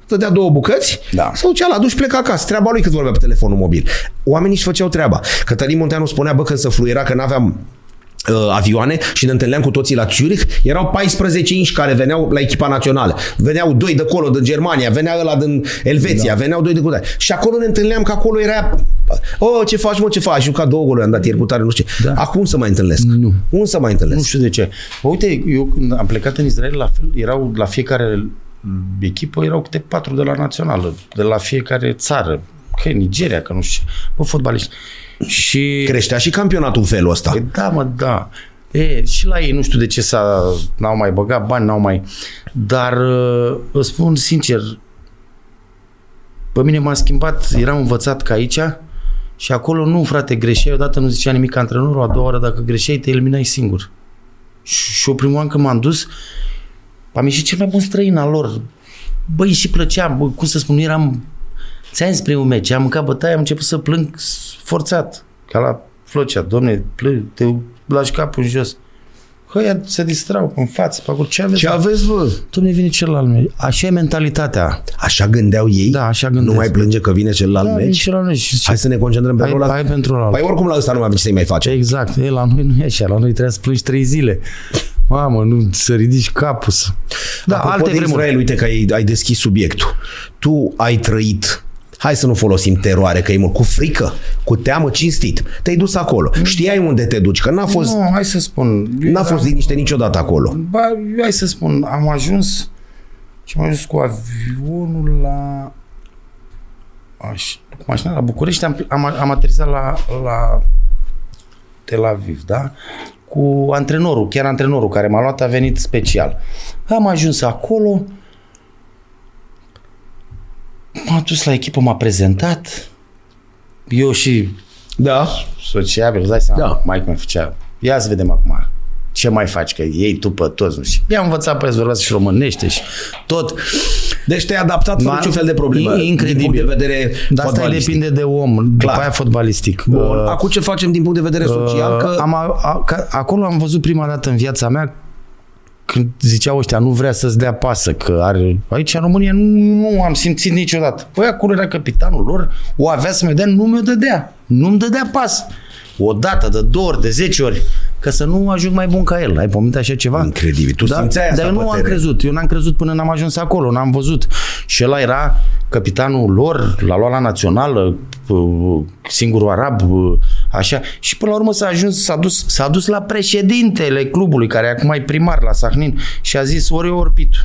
A: dădea două bucăți,
B: Da.
A: se ducea la duș, pleca acasă. Treaba lui cât vorbea pe telefonul mobil. Oamenii își făceau treaba. Cătălin Munteanu spunea, bă, când se fluiera că n-aveam uh, avioane și ne întâlneam cu toții la Zurich, erau 14 inși care veneau la echipa națională. Veneau doi de acolo, din Germania, venea ăla din Elveția, da. veneau doi de cutai. Și acolo ne întâlneam că acolo era Oh, ce faci, mă, ce faci? Ai jucat două goluri, am dat ieri cu tare, nu știu ce. Da.
B: Da.
A: Acum să mai întâlnesc. Nu. Un să mai întâlnesc.
B: Nu știu de ce. Bă, uite, eu când am plecat în Israel, la fel, erau la fiecare echipă, erau câte patru de la națională, de la fiecare țară, că e Nigeria, că nu știu ce, bă, fotbaliști. Și...
A: Creștea și campionatul în felul ăsta.
B: Păi da, mă, da. E, și la ei nu știu de ce s-a, n-au mai băgat bani, n-au mai... Dar uh, vă spun sincer, pe mine m-a schimbat, eram învățat ca aici și acolo nu, frate, greșeai, odată nu zicea nimic antrenorul, a doua oară dacă greșeai te eliminai singur. Și, și eu primul an când m-am dus, Păi, am ieșit cel mai bun străin al lor. Băi, și plăcea, bă, cum să spun, nu eram Ți-am zis primul meci, am mâncat bătaie, am început să plâng forțat, ca la Flocea, domne, plâng, te lași capul în jos. Hăia se distrau în față, pe acolo, ce aveți?
A: Ce aveți, bă?
B: Domne, vine celălalt meci. Așa e mentalitatea.
A: Așa gândeau ei?
B: Da, așa gândesc.
A: Nu mai plânge că vine celălalt
B: Da, vine
A: meci?
B: celălalt meci. Și zice,
A: Hai să ne concentrăm pe
B: Hai-
A: rolul ăla.
B: hai pentru ăla.
A: Păi oricum la ăsta nu mai avem ce să-i mai facem.
B: Exact, e, la noi nu e așa, la noi trebuie să plângi trei zile. Mamă, nu, să ridici capul. Să... Da,
A: Apropo
B: alte
A: de
B: vremuri.
A: Israel, uite că ai, ai deschis subiectul. Tu ai trăit Hai să nu folosim teroare, că e mult cu frică, cu teamă, cinstit. Te-ai dus acolo. Știai unde te duci, că n-a fost,
B: Mm. Nu, hai să spun. eu
A: n-a
B: eram-
A: fost liniște niciodată acolo.
B: Ba, eu hai să spun, am ajuns și am ajuns cu avionul la aș, cu mașina la București, am, pl- am, am aterizat la, la Tel Aviv, da? Cu antrenorul, chiar antrenorul care m-a luat a venit special. Am ajuns acolo, m-a dus la echipă, m-a prezentat, eu și
A: Da.
B: sociabil, îți dai seama,
A: Da.
B: da. Mike mai făcea, ia să vedem acum, ce mai faci, că ei tu pe toți, nu știu. I-am învățat pe ei și românește și tot.
A: Deci te-ai adaptat fără
B: Ma-
A: niciun fel de problemă.
B: E incredibil.
A: Din punct de vedere
B: Dar asta
A: fotbalistic.
B: depinde de om,
A: Clar.
B: după aia fotbalistic.
A: Bun.
B: Uh,
A: Acum ce facem din punct de vedere social? Că...
B: uh, am, a, a, ca, acolo am văzut prima dată în viața mea când ziceau ăștia, nu vrea să-ți dea pasă, că are... Aici, în România, nu, nu am simțit niciodată. Păi acolo era capitanul lor, o avea să mi dea, nu mi-o dădea. Nu-mi dădea pas. O dată, de două ori, de zece ori. ca să nu ajung mai bun ca el. Ai pomenit așa ceva?
A: Incredibil. Tu
B: da?
A: simțeai asta
B: Dar eu nu am
A: putere.
B: crezut. Eu n-am crezut până n-am ajuns acolo. N-am văzut. Și ăla era capitanul lor, l-a luat la națională, uh, singurul arab, uh, așa. Și până la urmă s-a ajuns, s-a dus, s-a dus la președintele clubului, care acum e primar la Sahnin, și a zis, ori eu, ori Pitu.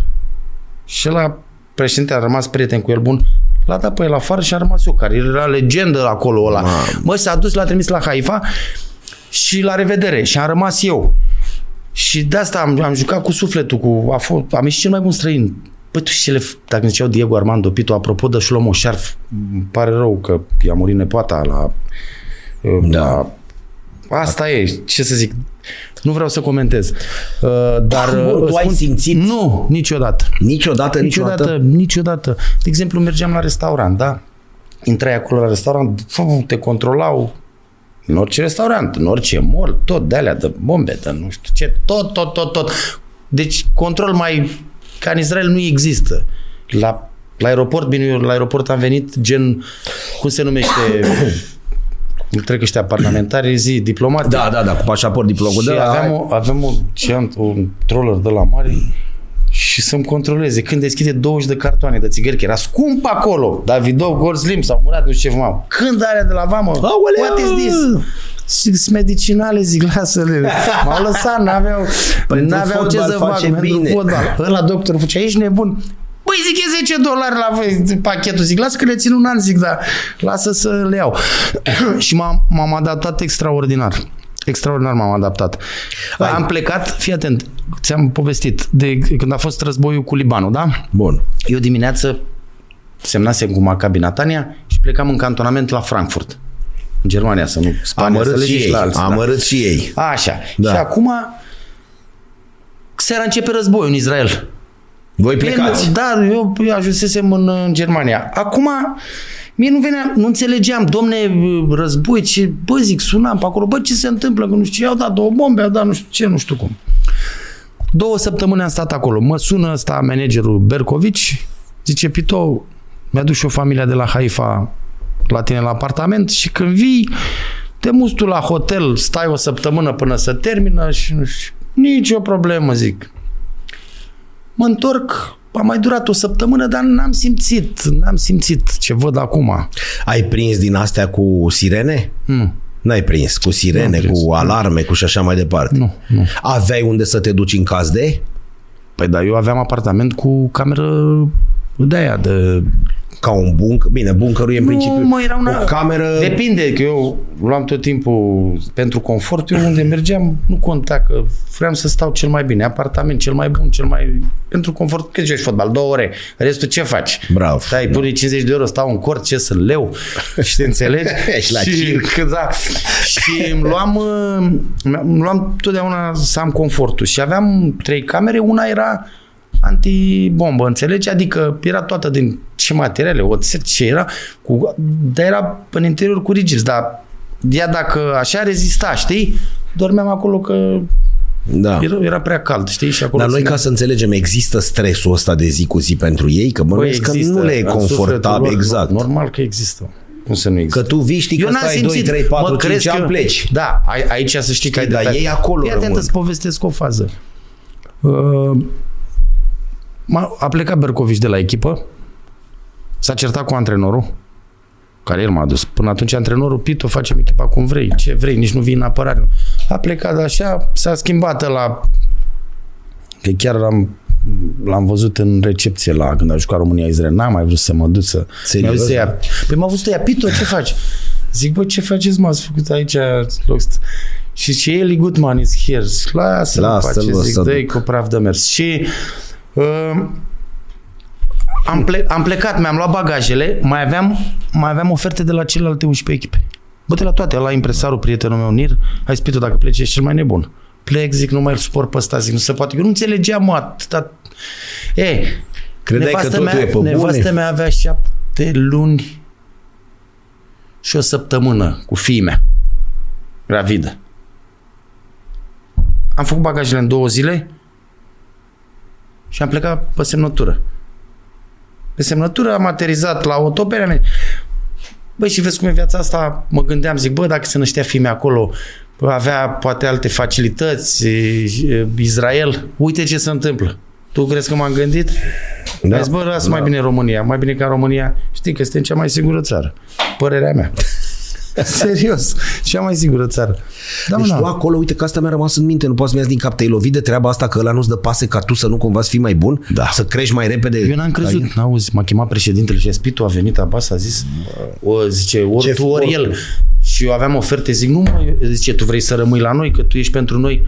B: Și la președinte a rămas prieten cu el bun, l-a dat pe el afară și a rămas eu, care era legendă acolo ăla.
A: Mamă.
B: Mă, s-a dus, l-a trimis la Haifa și la revedere și am rămas eu. Și de asta am, am jucat cu sufletul, cu, a fost, am ieșit cel mai bun străin. Păi tu și cele, dacă ziceau Diego Armando Pitu, apropo de Shlomo Șarf, îmi pare rău că i-a murit nepoata la... uh,
A: Da.
B: la Asta e, ce să zic, nu vreau să comentez. Uh, Dar
A: Bă,
B: uh,
A: Da, tu ai
B: spun-
A: simțit?
B: Nu, niciodată.
A: Niciodată, niciodată.
B: Niciodată, niciodată. De exemplu, mergeam la restaurant, da? Intrai acolo la restaurant, fum, te controlau în orice restaurant, în orice mall, tot de alea, de bombe, de nu știu ce, tot, tot, tot, tot. Deci control mai ca în Israel nu există. La, la aeroport, bine, eu la aeroport am venit gen, cum se numește, cred că ăștia parlamentari, zi, diplomat.
A: Da, da, da, cu pașaport diplomul
B: Și
A: de la...
B: aveam, o, aveam o, geant, un troller de la mare și să-mi controleze. Când deschide 20 de cartoane de țigări, că era scump acolo, Davidov, Gord Slim sau Murat, nu știu ce fumau. Când are de la vamă?
A: Aoleu!
B: What is this? Și sunt medicinale, zic, lasă-le. M-au lăsat, n-aveau,
A: Pentru
B: n-aveau ce
A: Păi fotbal
B: să fac.
A: face
B: Pentru
A: bine.
B: fotbal. Ăla doctor făcea, ești nebun. Păi zic, e 10 dolari la voi pachetul. Zic, lasă că le țin un an, zic, da, lasă să le iau. și m-am, m-am adaptat extraordinar. Extraordinar m-am adaptat.
A: Hai.
B: Am plecat, fii atent, ți-am povestit, de când a fost războiul cu Libanul, da?
A: Bun.
B: Eu dimineață semnasem cu Maccabi Natania și plecam în cantonament la Frankfurt. În Germania, să nu Spania, să
A: Amărât
B: le
A: și
B: zici
A: ei.
B: la alții. da.
A: Amărât și ei.
B: Așa.
A: Da.
B: Și acum seara începe războiul în Israel.
A: Voi plecați.
B: Bine, Da, eu, eu ajunsesem în, în Germania. Acum, mie nu venea, nu înțelegeam, domne, război, ce, bă, zic, sunam pe acolo, bă, ce se întâmplă, că nu știu, ce, i-au dat două bombe, au dat nu știu ce, nu știu cum. Două săptămâni am stat acolo. Mă sună ăsta managerul Bercovici, zice, Pito, mi-aduc și o familia de la Haifa la tine la apartament și când vii, te muți tu la hotel, stai o săptămână până să termină și nu știu. Nici o problemă, zic. Mă întorc, a mai durat o săptămână, dar n-am simțit, n-am simțit ce văd acum.
A: Ai prins din astea cu sirene?
B: Mm.
A: N-ai prins. Cu sirene,
B: N-am prins.
A: cu alarme, cu și așa mai departe.
B: Nu, nu.
A: Aveai unde să te duci în caz de?
B: Păi da, eu aveam apartament cu cameră de aia, de...
A: Ca un bunker? Bine, bunkerul e în principiu
B: mă, era una-
A: o cameră...
B: Depinde, că eu luam tot timpul pentru confort, eu unde mergeam nu conta că vreau să stau cel mai bine, apartament cel mai bun, cel mai... Pentru confort, cât joci fotbal? Două ore. Restul ce faci?
A: Bravo.
B: Stai, pune 50 de euro, stau în cort, ce să leu. Și te înțelegi?
A: Ești la
B: și,
A: circ.
B: că, da. și îmi luam, uh, îmi luam totdeauna să am confortul. Și aveam trei camere, una era antibombă, înțelegi? Adică era toată din ce materiale, oțet, ce era, cu, dar era în interior cu rigips, dar ea dacă așa rezista, știi? Dormeam acolo că
A: Da.
B: era, era prea cald, știi? Și acolo
A: Dar noi,
B: țineam-
A: ca să înțelegem, există stresul ăsta de zi cu zi pentru ei? Că
B: Băi,
A: bănuiesc că nu le e
B: în Păi sufletul
A: confortabil.
B: lor,
A: Exact.
B: Normal că există. Cum să nu există?
A: Că tu vii, știi că stai 2, 3, 4, 5 ani, pleci.
B: Da, ai- aici să știi că ai
A: Știi, dar
B: dreptate.
A: ei acolo
B: Fii atent,
A: rămân.
B: îți povestesc o fază. Uh, m-a- a plecat Bercovici de la echipă, s-a certat cu antrenorul, care el m-a dus. Până atunci antrenorul, Pito, facem echipa cum vrei, ce vrei, nici nu vii în apărare. A plecat așa, s-a schimbat la Că chiar l-am, l-am văzut în recepție la când a jucat România-Israel. N-am mai vrut să mă duc să...
A: Serios?
B: Mi-au zis ea, păi m-a văzut ea, Pito, ce faci? Zic, bă, ce faceți, m-ați făcut aici loc să-" Și ce Eli Goodman is here. Zic, Lasă-l,
A: Lasă-l,
B: pace,
A: o
B: zic,
A: să
B: dă-i cu praf de mers. Și uh, am, ple- am plecat, mi-am luat bagajele, mai aveam, mai aveam oferte de la celelalte 11 echipe. Bă, de la toate, la impresarul, prietenul meu, Nir, hai spitu, dacă pleci, ești cel mai nebun. Plec, zic, nu mai îl suport pe ăsta, zic, nu se poate. Eu nu înțelegeam mă, atâta. E,
A: Credeai că
B: nevastă
A: totul
B: mea,
A: e pe bune?
B: nevastă mea avea șapte luni și o săptămână cu fiii mea, gravidă. Am făcut bagajele în două zile și am plecat pe semnătură. Pe semnătură am aterizat la autopere. am- Băi, și vezi cum e viața asta, mă gândeam, zic, bă, dacă se năștea filmea acolo, avea poate alte facilități, e- e- Israel, uite ce se întâmplă. Tu crezi că m-am gândit? Da. Vezi, bă, las da. mai bine România, mai bine ca România. Știi că suntem cea mai sigură țară. Părerea mea. Serios, cea mai sigură țară. Da,
A: Deci
B: mă,
A: tu
B: da.
A: acolo, uite că asta mi-a rămas în minte, nu poți să-mi iasă din cap, te-ai lovit de treaba asta că ăla nu-ți dă pase ca tu să nu cumva să fii mai bun, da. să crești mai repede.
B: Eu n-am crezut, da, auzi, m-a chemat președintele și a spus, tu a venit Abbas, a zis, o, zice, ori
A: Ce
B: tu, ori
A: fort.
B: el. Și eu aveam oferte, zic, nu mă, zice, tu vrei să rămâi la noi, că tu ești pentru noi.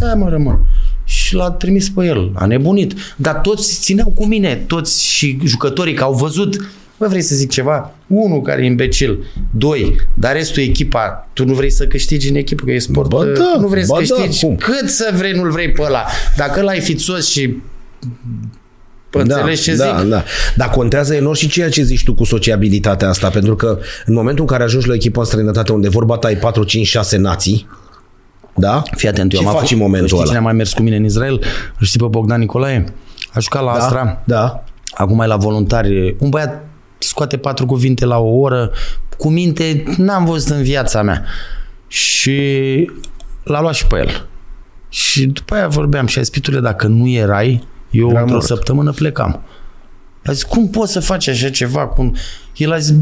B: Da, mă, rămân. Și l-a trimis pe el, a nebunit. Dar toți țineau cu mine, toți și jucătorii, că au văzut, Bă, vrei să zic ceva? Unul care e imbecil, doi, dar restul e echipa, tu nu vrei să câștigi în echipă, că e sport,
A: Bă,
B: uh,
A: da,
B: nu vrei
A: bă,
B: să
A: da,
B: câștigi,
A: cum?
B: cât să vrei, nu-l vrei pe ăla. Dacă ăla e fițos și Pă, înțelegi ce
A: da,
B: zic?
A: Da. Dar contează enorm și ceea ce zici tu cu sociabilitatea asta, pentru că în momentul în care ajungi la echipa în străinătate unde vorba ta e 4, 5, 6 nații, da?
B: Fii atent, eu
A: ce
B: am
A: faci
B: avut,
A: în momentul
B: știi
A: ăla?
B: cine a mai mers cu mine în Israel? Îl știi pe Bogdan Nicolae? A jucat la da. Astra.
A: Da, da.
B: Acum e la voluntari. Un băiat scoate patru cuvinte la o oră, cu minte, n-am văzut în viața mea. Și l-a luat și pe el. Și după aia vorbeam și a zis, "Pitule, dacă nu erai, eu
A: Era
B: într-o
A: mort."
B: săptămână plecam. A zis, cum poți să faci așa ceva? Cum... El a zis,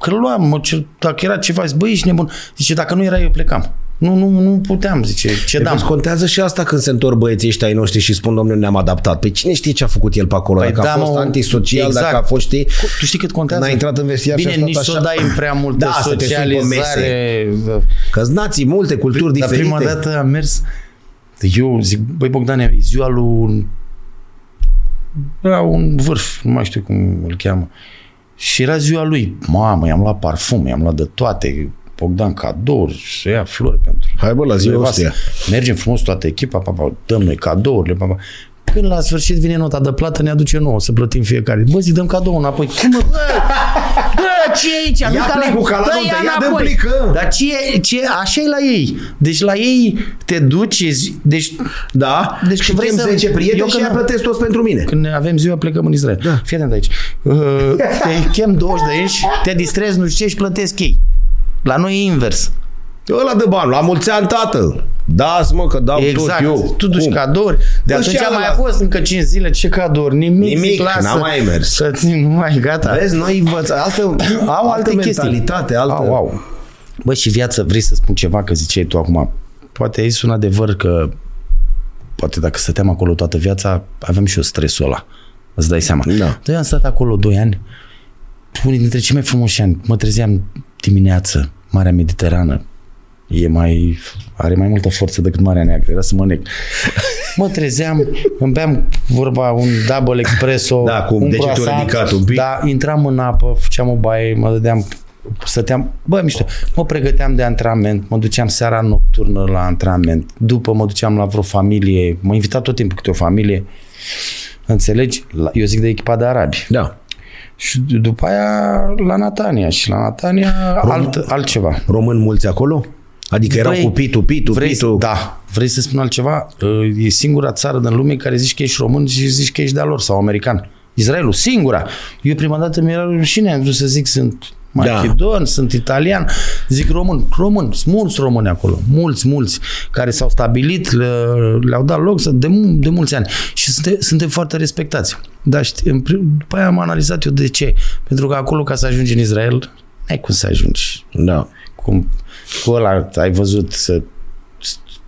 B: că îl luam, mă, ce, dacă era ceva, zice, băi, ești nebun. Zice, dacă nu erai, eu plecam. Nu, nu, nu puteam, zice,
A: Da.
B: cedam.
A: contează și asta când se întorc băieții ăștia ai noștri și spun, domnule, ne-am adaptat. Păi cine știe ce a făcut el pe acolo?
B: Păi
A: dacă
B: da,
A: a fost
B: mă,
A: antisocial,
B: exact.
A: dacă a fost, știi?
B: Cu- Tu știi cât contează?
A: N-a intrat în vestiar și a
B: Bine,
A: stat
B: nici
A: așa.
B: să dai în prea multă
A: Da, să te suni pe
B: socializare.
A: Că nații multe, culturi
B: Dar
A: diferite.
B: prima dată am mers, eu zic, băi Bogdan, e ziua lui era un vârf, nu mai știu cum îl cheamă. Și era ziua lui. Mamă, i-am luat parfum, i-am luat de toate. Bogdan cadouri, să ia flori pentru
A: Hai bă, la ziua
B: nevastă.
A: asta.
B: Mergem frumos toată echipa, pa, pa, dăm noi cadourile, pa, pa. Când la sfârșit vine nota de plată, ne aduce nouă să plătim fiecare. Bă, zic, dăm cadou înapoi. Cum mă, bă, bă, ce e aici? Ia
A: plicul, Calamânta, ia dă plică.
B: Dar ce, e- ce, e- așa e la ei. Deci la ei te duci, e zi- deci
A: Da?
B: Deci
A: și
B: când vrei
A: vrei
B: să-
A: 10
B: Eu
A: prieteni și
B: când
A: ea
B: am-
A: plătesc toți pentru mine.
B: când ne avem ziua, plecăm în Israel. Da. Fii atent aici. Uh, Te chem 20 de inși, te distrezi, nu știu ce, și plătesc ei. La noi e invers.
A: Ăla de bani, la mulți ani, tată. Da, mă, că dau
B: Exact.
A: tot eu.
B: Tu duci
A: Cum?
B: cadouri. De
A: Păi
B: atunci
A: și
B: a
A: ala-
B: mai fost încă 5 zile. Ce cadouri? Nimic.
A: Nimic,
B: zic, lasă.
A: n-am mai mers.
B: Să țin, nu mai gata.
A: Vezi, noi învățăm. Altă,
B: Au alte chestii.
A: mentalitate, altă...
B: Au, au. Ah, Bă, și viață, vrei să spun ceva că ziceai tu acum. Poate ai un adevăr că poate dacă stăteam acolo toată viața, aveam și eu stresul ăla. Îți dai seama.
A: Da.
B: Dar eu am stat acolo 2 ani. Unii dintre cei mai frumoși ani. Mă trezeam dimineață, Marea Mediterană. E mai, are mai multă forță decât Marea Neagră. Era să mă nec. Mă trezeam, îmi beam vorba un double espresso,
A: Da, cu
B: un
A: degetul
B: croissant,
A: ridicat un pic.
B: Da, a, intram în apă, făceam o baie, mă dădeam, stăteam, bă, mișto, mă pregăteam de antrenament, mă duceam seara nocturnă la antrenament, după mă duceam la vreo familie, mă invita tot timpul câte o familie, înțelegi? La- Eu zic de echipa de arabi.
A: Da.
B: Și d- după aia la Natania și la Natania alt, altceva.
A: Români mulți acolo? Adică erau
B: Băi,
A: cu pitu, pitu,
B: Vrei,
A: pitu.
B: da, vrei să spun altceva? E singura țară din lume care zici că ești român și zici că ești de-a lor sau american. Israelul, singura. Eu prima dată mi-era rușine, am vrut să zic sunt
A: Da.
B: macedon, da. sunt italian, zic român, român, sunt mulți români acolo, mulți, mulți, care s-au stabilit, le, le-au dat loc să- de, mu- de mulți ani și suntem, suntem foarte respectați. Dar știi, în prim, după aia am analizat eu de ce. Pentru că acolo, ca să ajungi în Israel, n-ai cum să ajungi
A: da.
B: cum cu ăla ai văzut să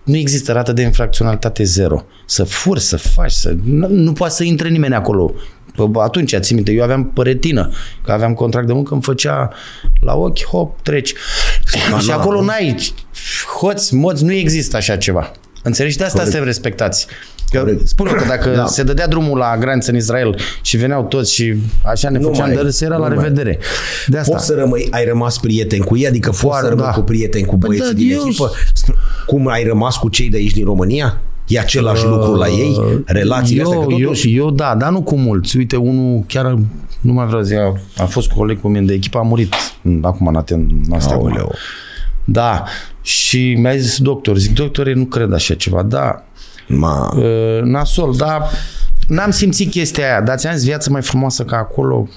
B: nu există rată de infracționalitate zero. Să furi, să faci, să... Nu, nu poate să intre nimeni acolo. Bă, bă, Atunci, ții minte, eu aveam păretină, că aveam contract de muncă, îmi făcea la ochi, hop, treci. și acolo n-ai hoți, moți, nu există așa ceva. Înțelegi? De asta Corect. suntem respectați. Că,
A: Corect.
B: spun eu că dacă da. se dădea drumul la graniță în Israel și veneau toți și așa ne
A: Nu
B: făceam
A: mai
B: de
A: e.
B: râs, era
A: Nu
B: la
A: mai e.
B: revedere. De asta.
A: Poți să rămâi, ai rămas prieten cu ei, adică poți să
B: Foarte,
A: rămâi
B: da.
A: cu prieteni cu
B: Păi
A: băieții
B: da,
A: din
B: eu-
A: echipă. Sp- Cum ai rămas cu cei de aici din România? E același lucru la ei? Relațiile
B: Ă, eu,
A: astea? Că
B: eu,
A: totuși...
B: eu da, dar nu cu mulți. Uite, unul chiar, nu mai vreau să zic, a, a fost coleg cu mine de echipă, a murit m, acum în Aten, în asta acum.
A: Aoleu.
B: Da, și mi-a zis doctor, zic, doctore, nu cred așa ceva, da,
A: Ma,
B: uh, nasol, da, n-am simțit chestia aia, dar ți-am zis, viața mai frumoasă ca acolo,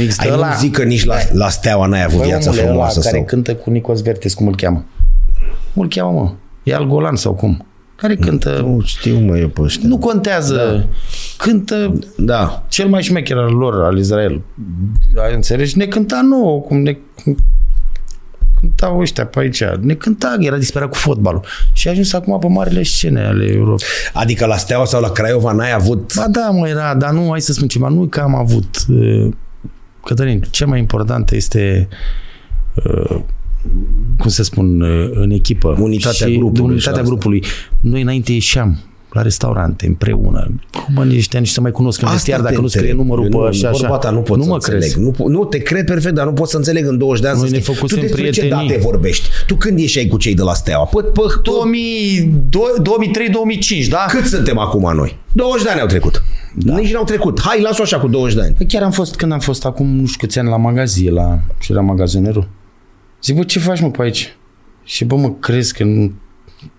B: Există
A: Ai
B: ăla-
A: nu zic că nici la, la steaua n-ai avut
B: Băi,
A: viața
B: omule, ăla
A: frumoasă
B: care
A: sau...
B: cântă cu Nicos Vertes, cum îl cheamă? Cum îl cheamă, mă? E al Golan sau cum? Care cântă...
A: Nu știu, mă, eu pe ăștia.
B: Nu contează. Da. Cântă
A: Da.
B: cel mai șmecher al lor, al Israel. Ai înțeles? Ne cânta nouă, cum ne cântau ăștia pe aici. Ne cânta, era disperat cu fotbalul. Și a ajuns acum pe marile scene ale Europei.
A: Adică la Steaua sau la Craiova n-ai avut...
B: Ba da, mă, era, dar nu, hai să spun ceva, nu că am avut. uh, Cătălin, cel mai important este uh, cum să spun, uh, în echipă.
A: Unitatea
B: și
A: grupului și
B: Unitatea
A: asta.
B: grupului. Noi înainte ieșeam la restaurante împreună. Cum bani ăștia nici să mai cunosc în vestiar
A: te
B: dacă nu scrie
A: întreb.
B: numărul
A: Eu
B: pe
A: nu,
B: așa,
A: vorba
B: așa.
A: Ta, nu pot
B: nu
A: să
B: mă
A: înțeleg.
B: crezi.
A: Nu, po- nu, te cred perfect, dar nu pot să înțeleg în 20 de ani
B: Noi
A: să
B: ne
A: schimbi. Tu
B: făcusem
A: despre ce
B: prietenii.
A: date vorbești? Tu când ieșeai cu cei de la Steaua? Pă, pă, tu,
B: 2003-2005, da?
A: cât suntem acum noi? 20 de ani au trecut. Da. Nici n-au trecut. Hai, las-o așa cu 20 de ani.
B: Păi chiar am fost, când am fost acum nu știu câți ani la magazin, la, și era magazinerul. Zic, bă, ce faci mă pe aici? Și bă, mă, crezi că nu,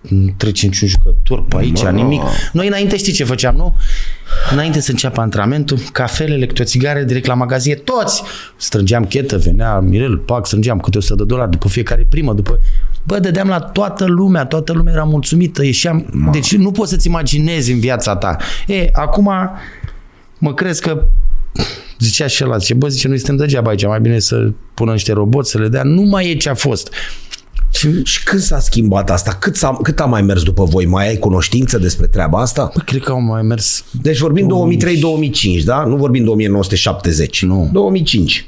B: nu trece niciun jucător pe aici,
A: Mă.
B: nimic. Noi înainte știi ce făceam, nu? Înainte să înceapă antrenamentul, cafelele, câte o țigară, direct la magazie, toți! Strângeam chetă, venea Mirel, pac, strângeam câte 100 de dolari după fiecare primă, după... Bă, dădeam la toată lumea, toată lumea era mulțumită, ieșeam... Deci nu poți să-ți imaginezi în viața ta. E, acum mă crezi că zicea și ăla, zice, bă, zice, noi suntem degeaba aici, mai bine să pună niște roboți, să le dea, nu mai e ce a fost. Și,
A: Și când s-a schimbat asta? Cât, s-a, cât a mai mers după voi? Mai ai cunoștință despre treaba asta?
B: bă, cred că au mai mers,
A: Deci vorbim 2003-2005, da? Nu vorbim 1970.
B: Nu.
A: 2005.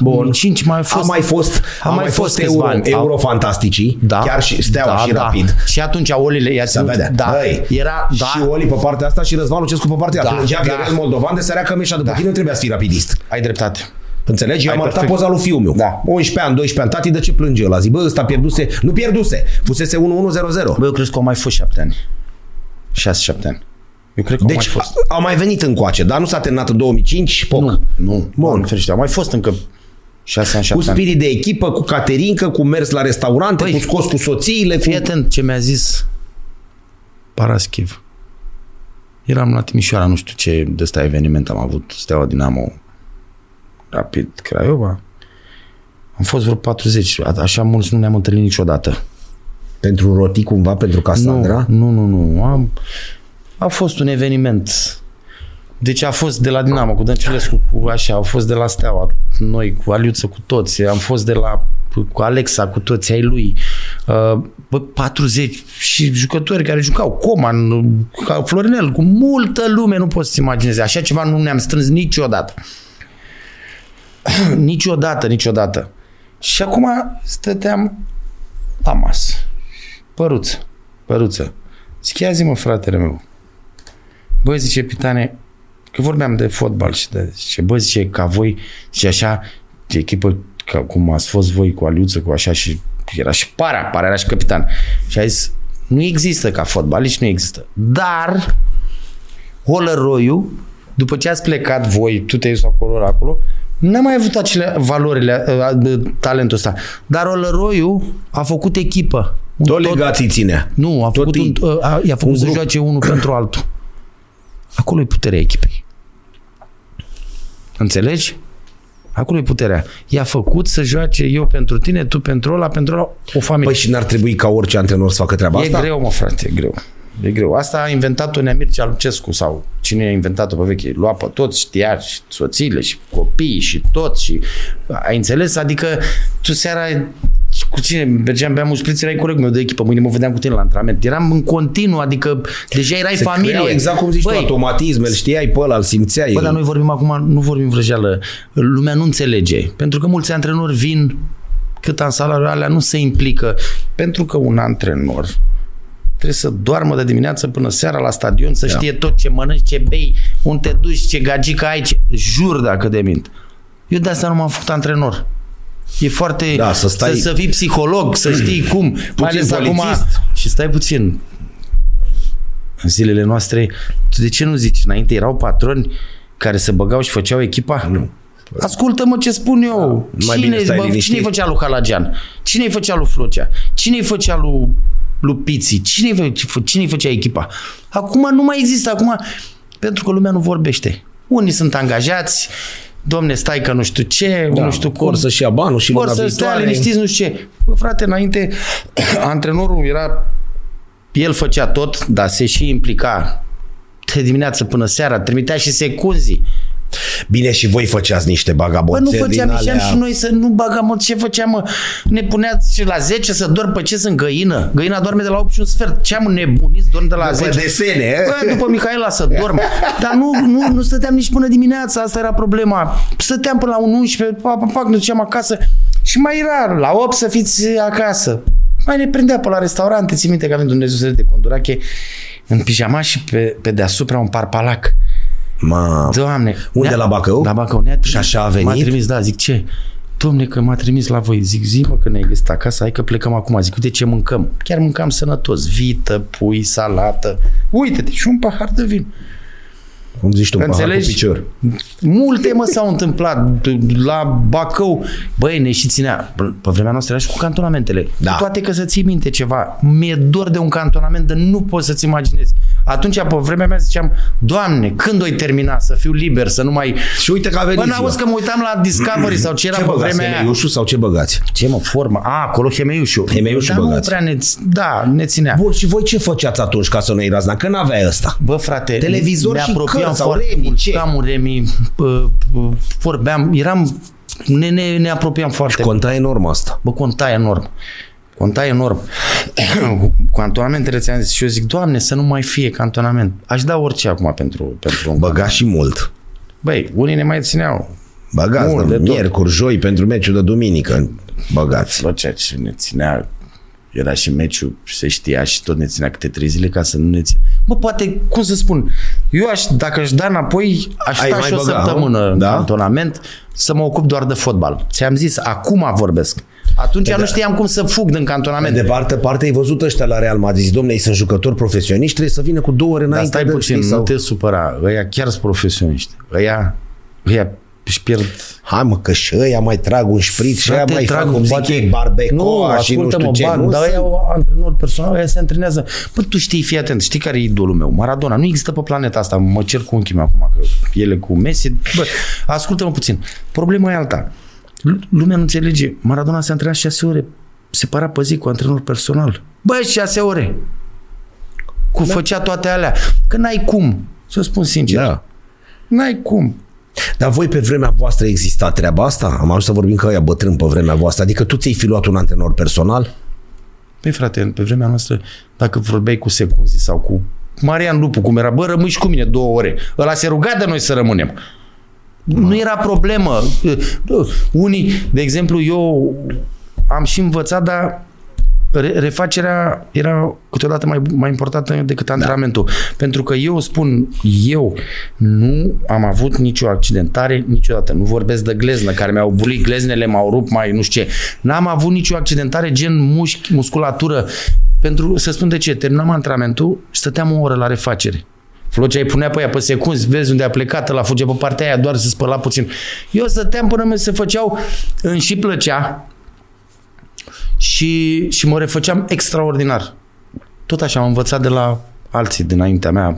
A: Bun.
B: 2005 mai a fost-
A: A mai fost, a, mai fost,
B: câțiva
A: euro,
B: ani. Au-
A: eurofantasticii,
B: da,
A: chiar și steaua
B: da,
A: și
B: da.
A: rapid.
B: Și atunci Olile, ia
A: Da,
B: să
A: vedea.
B: da,
A: Băi,
B: era, da,
A: Și Oli pe partea asta și Răzvan Lucescu pe partea
B: Da,
A: asta. Plângea
B: da.
A: Viorel Moldovan de seara că mișa după tine, nu trebuia să fii rapidist.
B: ai dreptate.
A: Înțelegi? Eu am arătat
B: perfect.
A: poza lui fiul meu.
B: Da.
A: 11 ani, 12 ani, tati de ce plânge ăla? Zic, bă, ăsta pierduse, nu pierduse, fusese 1100.
B: Bă, eu cred că au mai fost șapte ani. Șase, șapte ani. Eu cred că au
A: Deci
B: mai fost.
A: a- au mai venit încoace, dar nu s-a terminat în 2005, poc.
B: Nu, nu.
A: Bun.
B: Doamne ferește, au mai fost încă șase ani,
A: Cu
B: șapte ani.
A: spirit de echipă, cu caterincă, cu mers la restaurante,
B: Băi,
A: cu scos cu soțiile. Cu...
B: Păi, Fii atent ce mi-a zis Paraschiv. Eram la Timișoara, nu știu ce de ăsta eveniment am avut, Steaua Dinamo Rapid Craiova. Am fost vreo 40, a- așa mulți nu ne-am întâlnit niciodată.
A: Pentru roti cumva, pentru Casandra.
B: Nu, nu, nu, nu. Am, a fost un eveniment. Deci a fost de la Dinamo cu Dăncilescu, cu așa, au fost de la Steaua, noi cu Aliuță, cu toți, am fost de la cu Alexa, cu toți ai lui. Uh, Bă, 40 și jucători care jucau, Coman, ca Florinel, cu multă lume, nu poți să-ți imaginezi. Așa ceva nu ne-am strâns niciodată. niciodată, niciodată. Și acum stăteam la masă. Păruță. Păruță. Zic, ia zi mă, fratele meu. Bă, zice, Pitane, că vorbeam de fotbal și de... Zice, bă, zice, ca voi, și așa, de echipă, ca cum ați fost voi cu Aliuță, cu așa și era și para, para era și capitan. Și a zis, nu există ca fotbalist, nu există. Dar, Holăroiu, după ce ați plecat voi, tu te-ai dus acolo, ăla acolo, n-a mai avut acele valorile, a, a, talentul ăsta. Dar Olăroiu a făcut echipă. Un
A: Tot legații ținea.
B: nu, a făcut un,
A: ei-
B: a, a, i-a făcut
A: un
B: să
A: grup.
B: joace unul pentru altul. Acolo e puterea echipei. Înțelegi? Acolo e puterea. I-a făcut să joace eu pentru tine, tu pentru ăla, pentru ăla, o familie.
A: Păi și n-ar trebui ca orice antrenor să facă treaba
B: E
A: asta?
B: greu, mă, frate, e greu. E greu. Asta a inventat-o Neamircea Lucescu sau cine a inventat-o pe veche. Lua pe toți, știa și soțiile și copiii și toți. Și... Ai înțeles? Adică tu seara cu cine mergeam, beam un șpriț, erai colegul meu de echipă, mâine mă vedeam cu tine la antrenament. Eram în continuu, adică deja erai
A: Se
B: familie.
A: creau exact cum zici tu, automatismele, știai pe ăla, îl simțeai.
B: Bă, dar noi vorbim acum, nu vorbim vrăjeală. Lumea nu înțelege. Pentru că mulți antrenori vin cât am salariul alea, nu se implică. Pentru că un antrenor trebuie să doarmă de dimineață până seara la stadion,
A: Da.
B: să știe tot ce mănânci, ce bei, unde te duci, ce gagică ai, ce... jur dacă de mint. Eu de asta nu m-am făcut antrenor. E foarte...
A: Da, să stai-
B: să, să fii psiholog, să știi cum. Puțin mai ales acum...
A: polițist.
B: Și stai puțin, în zilele noastre, tu de ce nu zici? Înainte erau patroni care se băgau și făceau echipa? Nu. Ascultă-mă ce spun eu.
A: Da. Mai
B: Cine,
A: bine stai
B: bă,
A: liniștit.
B: cine-i făcea lui Halagian? Cine-i făcea lui Flocea? Cine-i făcea lui, lui Piții? Cine-i, fă, cine-i făcea echipa? Acum nu mai există. Acum, pentru că lumea nu vorbește. Unii sunt angajați, domne, stai că nu știu ce, da, nu știu cum.
A: Vor să-și ia banul și
B: Vor
A: luna
B: să stea
A: viitoare.
B: liniștiți, nu știu ce. Bă, frate, înainte, antrenorul era, el făcea tot, dar se și implica de dimineață până seara, trimitea și secunzii.
A: Bine, și voi făceați niște
B: Bă,
A: bagabonțe
B: nu făceam,
A: din
B: ieșeam
A: alea.
B: și noi să nu bagam, mă, ce făceam, mă? Ne puneați și la 10 să dorm pe ce sunt găină? Găina doarme de la 8 și un sfert. Ce am nebunit să dorm de la
A: După
B: 10?
A: desene, eh?
B: Bă, după Mihaela să dorm. Dar nu, nu, nu stăteam nici până dimineața, asta era problema. Stăteam până la 1, 11, pa, pa, pac, ne duceam acasă. Și mai era, la 8 să fiți acasă. Mai ne prindea pe la restaurante, ții minte că avem Dumnezeu să de condurache în pijama și pe, pe deasupra un parpalac.
A: Mamă.
B: Doamne.
A: Unde,
B: ne-a-
A: la Bacău?
B: La Bacău. Ne-a trimis,
A: Și așa a venit?
B: M-a trimis, da, zic ce? Domne, că m-a trimis la voi. Zic, zi mă, că ne-ai găsit acasă, hai că plecăm acum. Zic, uite ce mâncăm. Chiar mâncam sănătos. Vită, pui, salată. Uite-te, și un pahar de vin.
A: Cum zici tu, un pahar cu
B: Înțelegi?
A: picior.
B: Multe mă s-au întâmplat la Bacău. Băi, ne și ținea. Pe vremea noastră era și cu cantonamentele.
A: Da.
B: Cu toate că să ții minte ceva. Mi-e dor de un cantonament de nu poți să-ți imaginezi. Atunci, pe vremea mea, ziceam, Doamne, când o termina? Să fiu liber, să nu mai...
A: Și uite că a venit
B: Bă,
A: ziua.
B: n-auzi că mă uitam la Discovery sau ce era
A: ce
B: pe
A: băgați,
B: vremea aia.
A: Hemeiușul sau ce băgați?
B: Ce mă, formă? A, acolo Hemeiușul.
A: Hemeiușul
B: Dar nu
A: băgați.
B: prea ne, da, ne ținea.
A: Bun, și voi ce făceați atunci ca să nu-i razna? Că n-aveai ăsta.
B: Bă, frate,
A: Televizor
B: ne
A: și
B: apropiam
A: cărți sau
B: foarte
A: Remi,
B: mult.
A: ce?
B: Cam un Remi, uh, uh, vorbeam, eram, ne, ne, ne apropiam foarte mult.
A: Conta enorm asta.
B: Bă, conta enorm. Conta enorm. Cu antonamentele ți-am zis și eu zic, Doamne, să nu mai fie cantonament. Aș da orice acum pentru, pentru un
A: Băga și mult.
B: Băi, unii ne mai țineau.
A: Băgați,
B: Mult,
A: domnule,
B: de tot.
A: miercuri, joi, pentru meciul de duminică. Băgați.
B: Bă, ceea ce ne ținea era și meciul, se știa și tot ne ținea câte trei zile ca să nu ne țină. Bă, poate, cum să spun, eu aș, dacă aș da înapoi, aș
A: Ai
B: sta
A: mai
B: și o
A: băga,
B: săptămână
A: nu?
B: în
A: Da?
B: cantonament să mă ocup doar de fotbal. Ți-am zis, acum vorbesc. Atunci nu știam cum să fug din cantonament.
A: De parte, parte ai văzut ăștia la Real Madrid. Zici, Domne, ei sunt jucători profesioniști, trebuie să vină cu două ore
B: Dar
A: înainte.
B: stai
A: de-
B: puțin,
A: știi,
B: nu
A: sau-
B: te supăra. Ăia chiar sunt profesioniști. Ăia, ăia își pierd
A: Hai mă, că și ăia mai trag un șpriț și ăia
B: Frate,
A: mai fac,
B: trag,
A: cum zic
B: poate-
A: ei, barbecoa și nu știu
B: ascultă-mă,
A: ce.
B: bag,
A: nu
B: dar
A: sunt.
B: ăia au antrenor personal, ăia se antrenează. Bă, tu știi, fii atent, știi care e idolul meu? Maradona. Nu există pe planeta asta. Mă cer cu unchiul meu acum, că ele cu Messi. Bă, ascultă-mă puțin. Problema e alta. L- Lumea nu înțelege. Maradona se antrenea 6 ore separat pe zi cu antrenor personal. Bă, 6 ore. Cu făcea toate alea. Că n-ai cum. Să spun sincer.
A: Da.
B: N-ai cum.
A: Dar voi pe vremea voastră exista treaba asta? Am ajuns să vorbim că ăia bătrân pe vremea voastră. Adică tu ți-ai fi luat un antrenor personal?
B: Păi frate, pe vremea noastră, dacă vorbeai cu secunzii sau cu Marian Lupu, cum era, bă, rămâi și cu mine două ore. Ăla se ruga de noi să rămânem. Nu era problemă. Unii, de exemplu, eu am și învățat, dar re- refacerea era câteodată mai, mai importantă decât antrenamentul. Pentru că eu spun, eu nu am avut nicio accidentare niciodată. Nu vorbesc de gleznă, care mi-au bulit gleznele, m-au rupt, mai nu știu ce. N-am avut nicio accidentare gen mușchi, musculatură. Pentru, să spun de ce, terminam antrenamentul și stăteam o oră la refacere. Flocea îi punea pe ea pe secunzi, vezi unde a plecat, la fuge pe partea aia, doar se spăla puțin. Eu stăteam până mi se făceau, îmi și plăcea, și, și mă refăceam extraordinar. Tot așa am învățat de la alții dinaintea mea.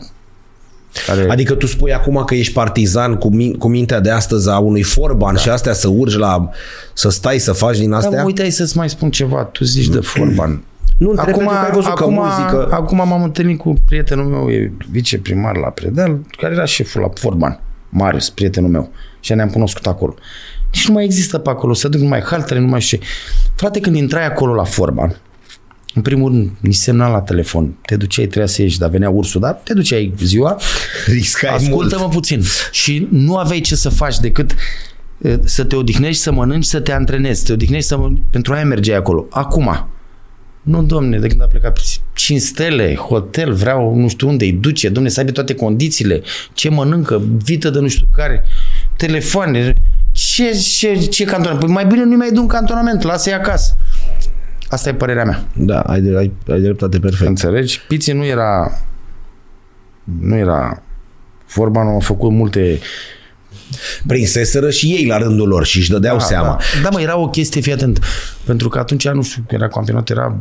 B: Care... Adică,
A: Adică tu spui acum că ești partizan cu, min- cu mintea de astăzi a unui forban da. și astea să urci la... să stai, să faci din astea?
B: Dar mă uiteai să-ți mai spun ceva, tu zici de Forban.
A: Nu, întreb pentru că ai văzut
B: acum,
A: că muzică...
B: acum m-am întâlnit cu prietenul meu, e viceprimar la Predal, care era șeful la Forban, Marius, prietenul meu. Și ne-am cunoscut acolo. Nici nu mai există pe acolo, să duc numai haltere, nu mai știu ce. Frate, când intrai acolo la Forban, În primul rând, ni semna la telefon. Te duceai, trebuia să ieși, dar venea ursul, dar te duceai ziua.
A: Riscai
B: Ascultă-mă puțin. Și nu aveai ce să faci decât e, să te odihnești, să mănânci, să te antrenezi, să te odihnești, să mănânci. pentru aia mergeai acolo. Acum, nu, domne, de când a plecat 5 stele, hotel, vreau nu știu unde îi duce, domne, să aibă toate condițiile, ce mănâncă, vită de nu știu care, telefoane, ce, ce, ce cantonament? Păi mai bine nu-i mai dă un cantonament, lasă-i acasă. Asta e părerea mea.
A: Da, ai, de- ai, ai dreptate perfect.
B: Înțelegi? Piții nu era nu era vorba, nu a făcut multe
A: Prinseseră și ei la rândul lor și își dădeau da, seama. Da.
B: Da, da mă, era o chestie, fii atent. Pentru că atunci, nu știu, era campionat, era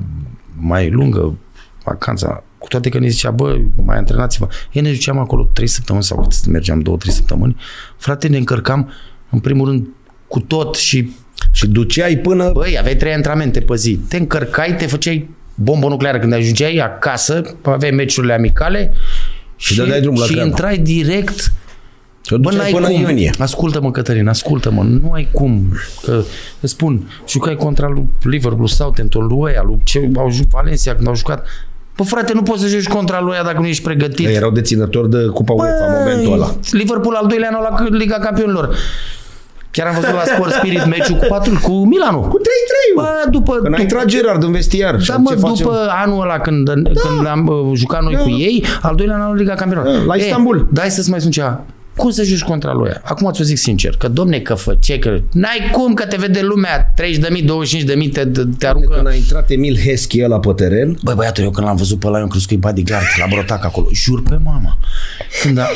B: mai lungă vacanța. Cu toate că ne zicea, bă, mai antrenați-vă. Ei ne duceam acolo trei săptămâni sau cât mergeam, două, trei săptămâni. Frate, ne încărcam În primul rând, cu tot și
A: Și duceai până...
B: Băi, Păi, aveai trei antrenamente pe zi. Te încărcai, te făceai bombă nucleară când ajungeai acasă, aveai meciurile amicale și,
A: dădeai drumul la
B: și
A: treabă.
B: intrai direct
A: Te
B: Bă,
A: duceai
B: n-ai
A: până
B: cum.
A: în iunie.
B: Ascultă-mă, Cătălin, ascultă-mă. Nu ai cum. Că, îți spun, jucai contra lui Liverpool, lui Southampton, lui ăia, lui ce au jucat Valencia când au jucat. Bă, frate, nu poți să joci contra lui ăia dacă nu ești pregătit.
A: Ei Erau deținători de Cupa UEFA în momentul ăla.
B: Liverpool al doilea an al la Liga Campionilor. Chiar am văzut la Sport Spirit meciul cu patru, cu Milanul.
A: Cu 3-3 Bă,
B: Bă, după,
A: Când a
B: după,
A: intrat Gerard în vestiar. și
B: da, mă,
A: ce facem?
B: după anul ăla când, da. când am uh, jucat noi da. cu ei, al doilea an al Liga Campionilor.
A: Da, la Istanbul.
B: Da, hai să-ți mai spun ceva. Cum să joci contra lui? ăia? Acum ți-o zic sincer, că domne că fă, ce că... N-ai cum că te vede lumea, 30.000, 25.000, te, te aruncă...
A: Când a intrat Emil Heschi ăla pe teren,
B: Băi, băiatul, eu când l-am văzut pe ăla, eu am crezut că e bodyguard la brotac acolo. Jur pe mama. Când a...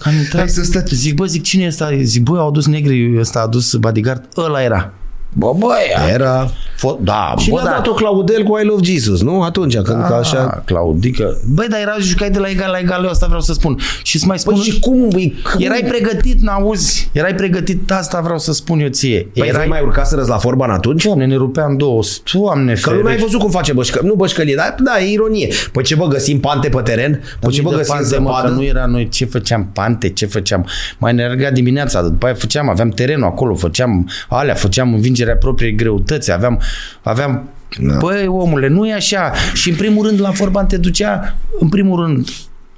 B: Am intrat,
A: Hai să stăci.
B: zic, bă, zic, cine e ăsta? Zic, bă, au adus negri, ăsta a adus bodyguard, ăla era. Bă, bă, ea.
A: era...
B: Fo- da,
A: Și
B: bă,
A: ne-a
B: da.
A: dat-o Claudel cu I Love Jesus, nu? Atunci, când ca așa...
B: Ah, Claudică. Băi, dar era jucai de la egal la egal, eu asta vreau să spun. Și să mai spun,
A: Păi și cum... e- cum-
B: erai pregătit, n-auzi, erai pregătit, asta vreau să spun eu ție.
A: Păi
B: erai,
A: erai... mai urcat să răzi la Forban atunci?
B: Doamne, ne rupeam două, doamne,
A: Că lumea ai
B: ferește.
A: văzut cum face bășcă... Nu bășcălie, dar da, e ironie. Păi ce bă, găsim pante pe teren? Păi ce
B: Nu-i
A: bă,
B: de
A: găsim
B: pantă, mă, că nu
A: zăpadă?
B: era noi ce făceam, pante, ce făceam. Mai ne alerga dimineața, după aia făceam, aveam terenul acolo, făceam alea, făceam învingerea propriei greutăți, aveam, aveam da. Băi, omule, nu e așa. Și în primul rând, la Forban te ducea, în primul rând,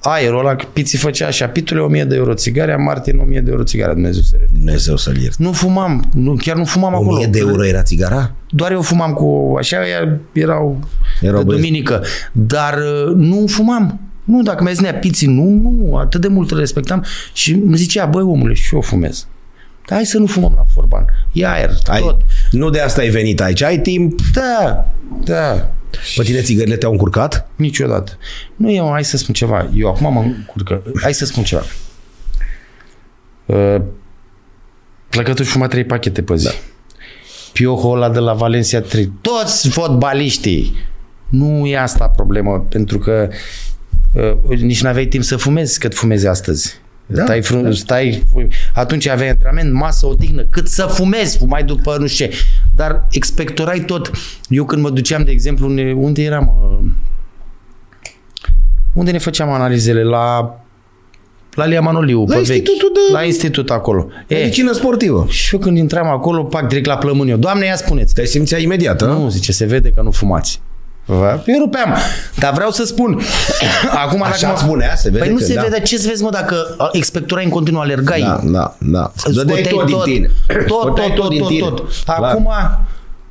B: aerul ăla, piții făcea așa, pitule 1000 de euro țigarea, Martin 1000 de euro țigarea, Dumnezeu să ierte.
A: Dumnezeu să-l iert.
B: Nu fumam, nu, chiar nu fumam acolo.
A: 1000 de euro era țigara?
B: Doar eu fumam cu așa, ea- erau,
A: Erau
B: erau de
A: băieți.
B: duminică. Dar uh, nu fumam. Nu, dacă mi-a zis nea piții, nu, nu, atât de mult îl respectam. Și îmi zicea, băi omule, și eu fumez. Dar hai să nu fumăm la Forban. E aer, Ai.
A: Ai,
B: tot.
A: nu de asta ai venit aici, ai timp.
B: Da, da,
A: Pe tine țigările te-au încurcat?
B: niciodată. Nu, eu, hai să spun ceva. Eu acum mă încurcă. Hai să spun ceva. Uh, Plăcătuș fuma trei pachete pe zi. Da. Pioho ăla de la Valencia 3. Toți fotbaliștii. Nu e asta problemă, pentru că uh, nici nu aveai timp să fumezi cât fumezi astăzi. Da, stai, frum, da. stai, atunci aveai antrenament, masă, odihnă, cât să fumezi, fumai după nu știu ce. Dar expectorai tot. Eu când mă duceam, de exemplu, ne, unde eram? uh, Unde ne făceam analizele? La la Lia Manoliu,
A: La
B: pe vechi.
A: institutul de-
B: La institut acolo. E,
A: Medicină sportivă.
B: și eu când intram acolo, pac, direct la plămân eu. Doamne, ia spuneți.
A: Te simțeai imediat, a?
B: Nu, zice, se vede că nu fumați. Vă- Eu rupeam. Dar vreau să spun. Acum,
A: Așa
B: dacă
A: îți
B: mă-
A: spunea, se vede
B: Păi nu
A: că
B: se
A: da.
B: vede. Ce să vezi, mă, dacă a, expectorai în continuu, alergai.
A: Da, da, da.
B: îți
A: Dădeai
B: scoteai
A: tot din tine.
B: Tot, tot,
A: Scoteai
B: tot, tot,
A: din
B: tot,
A: tine. Clar.
B: Acum,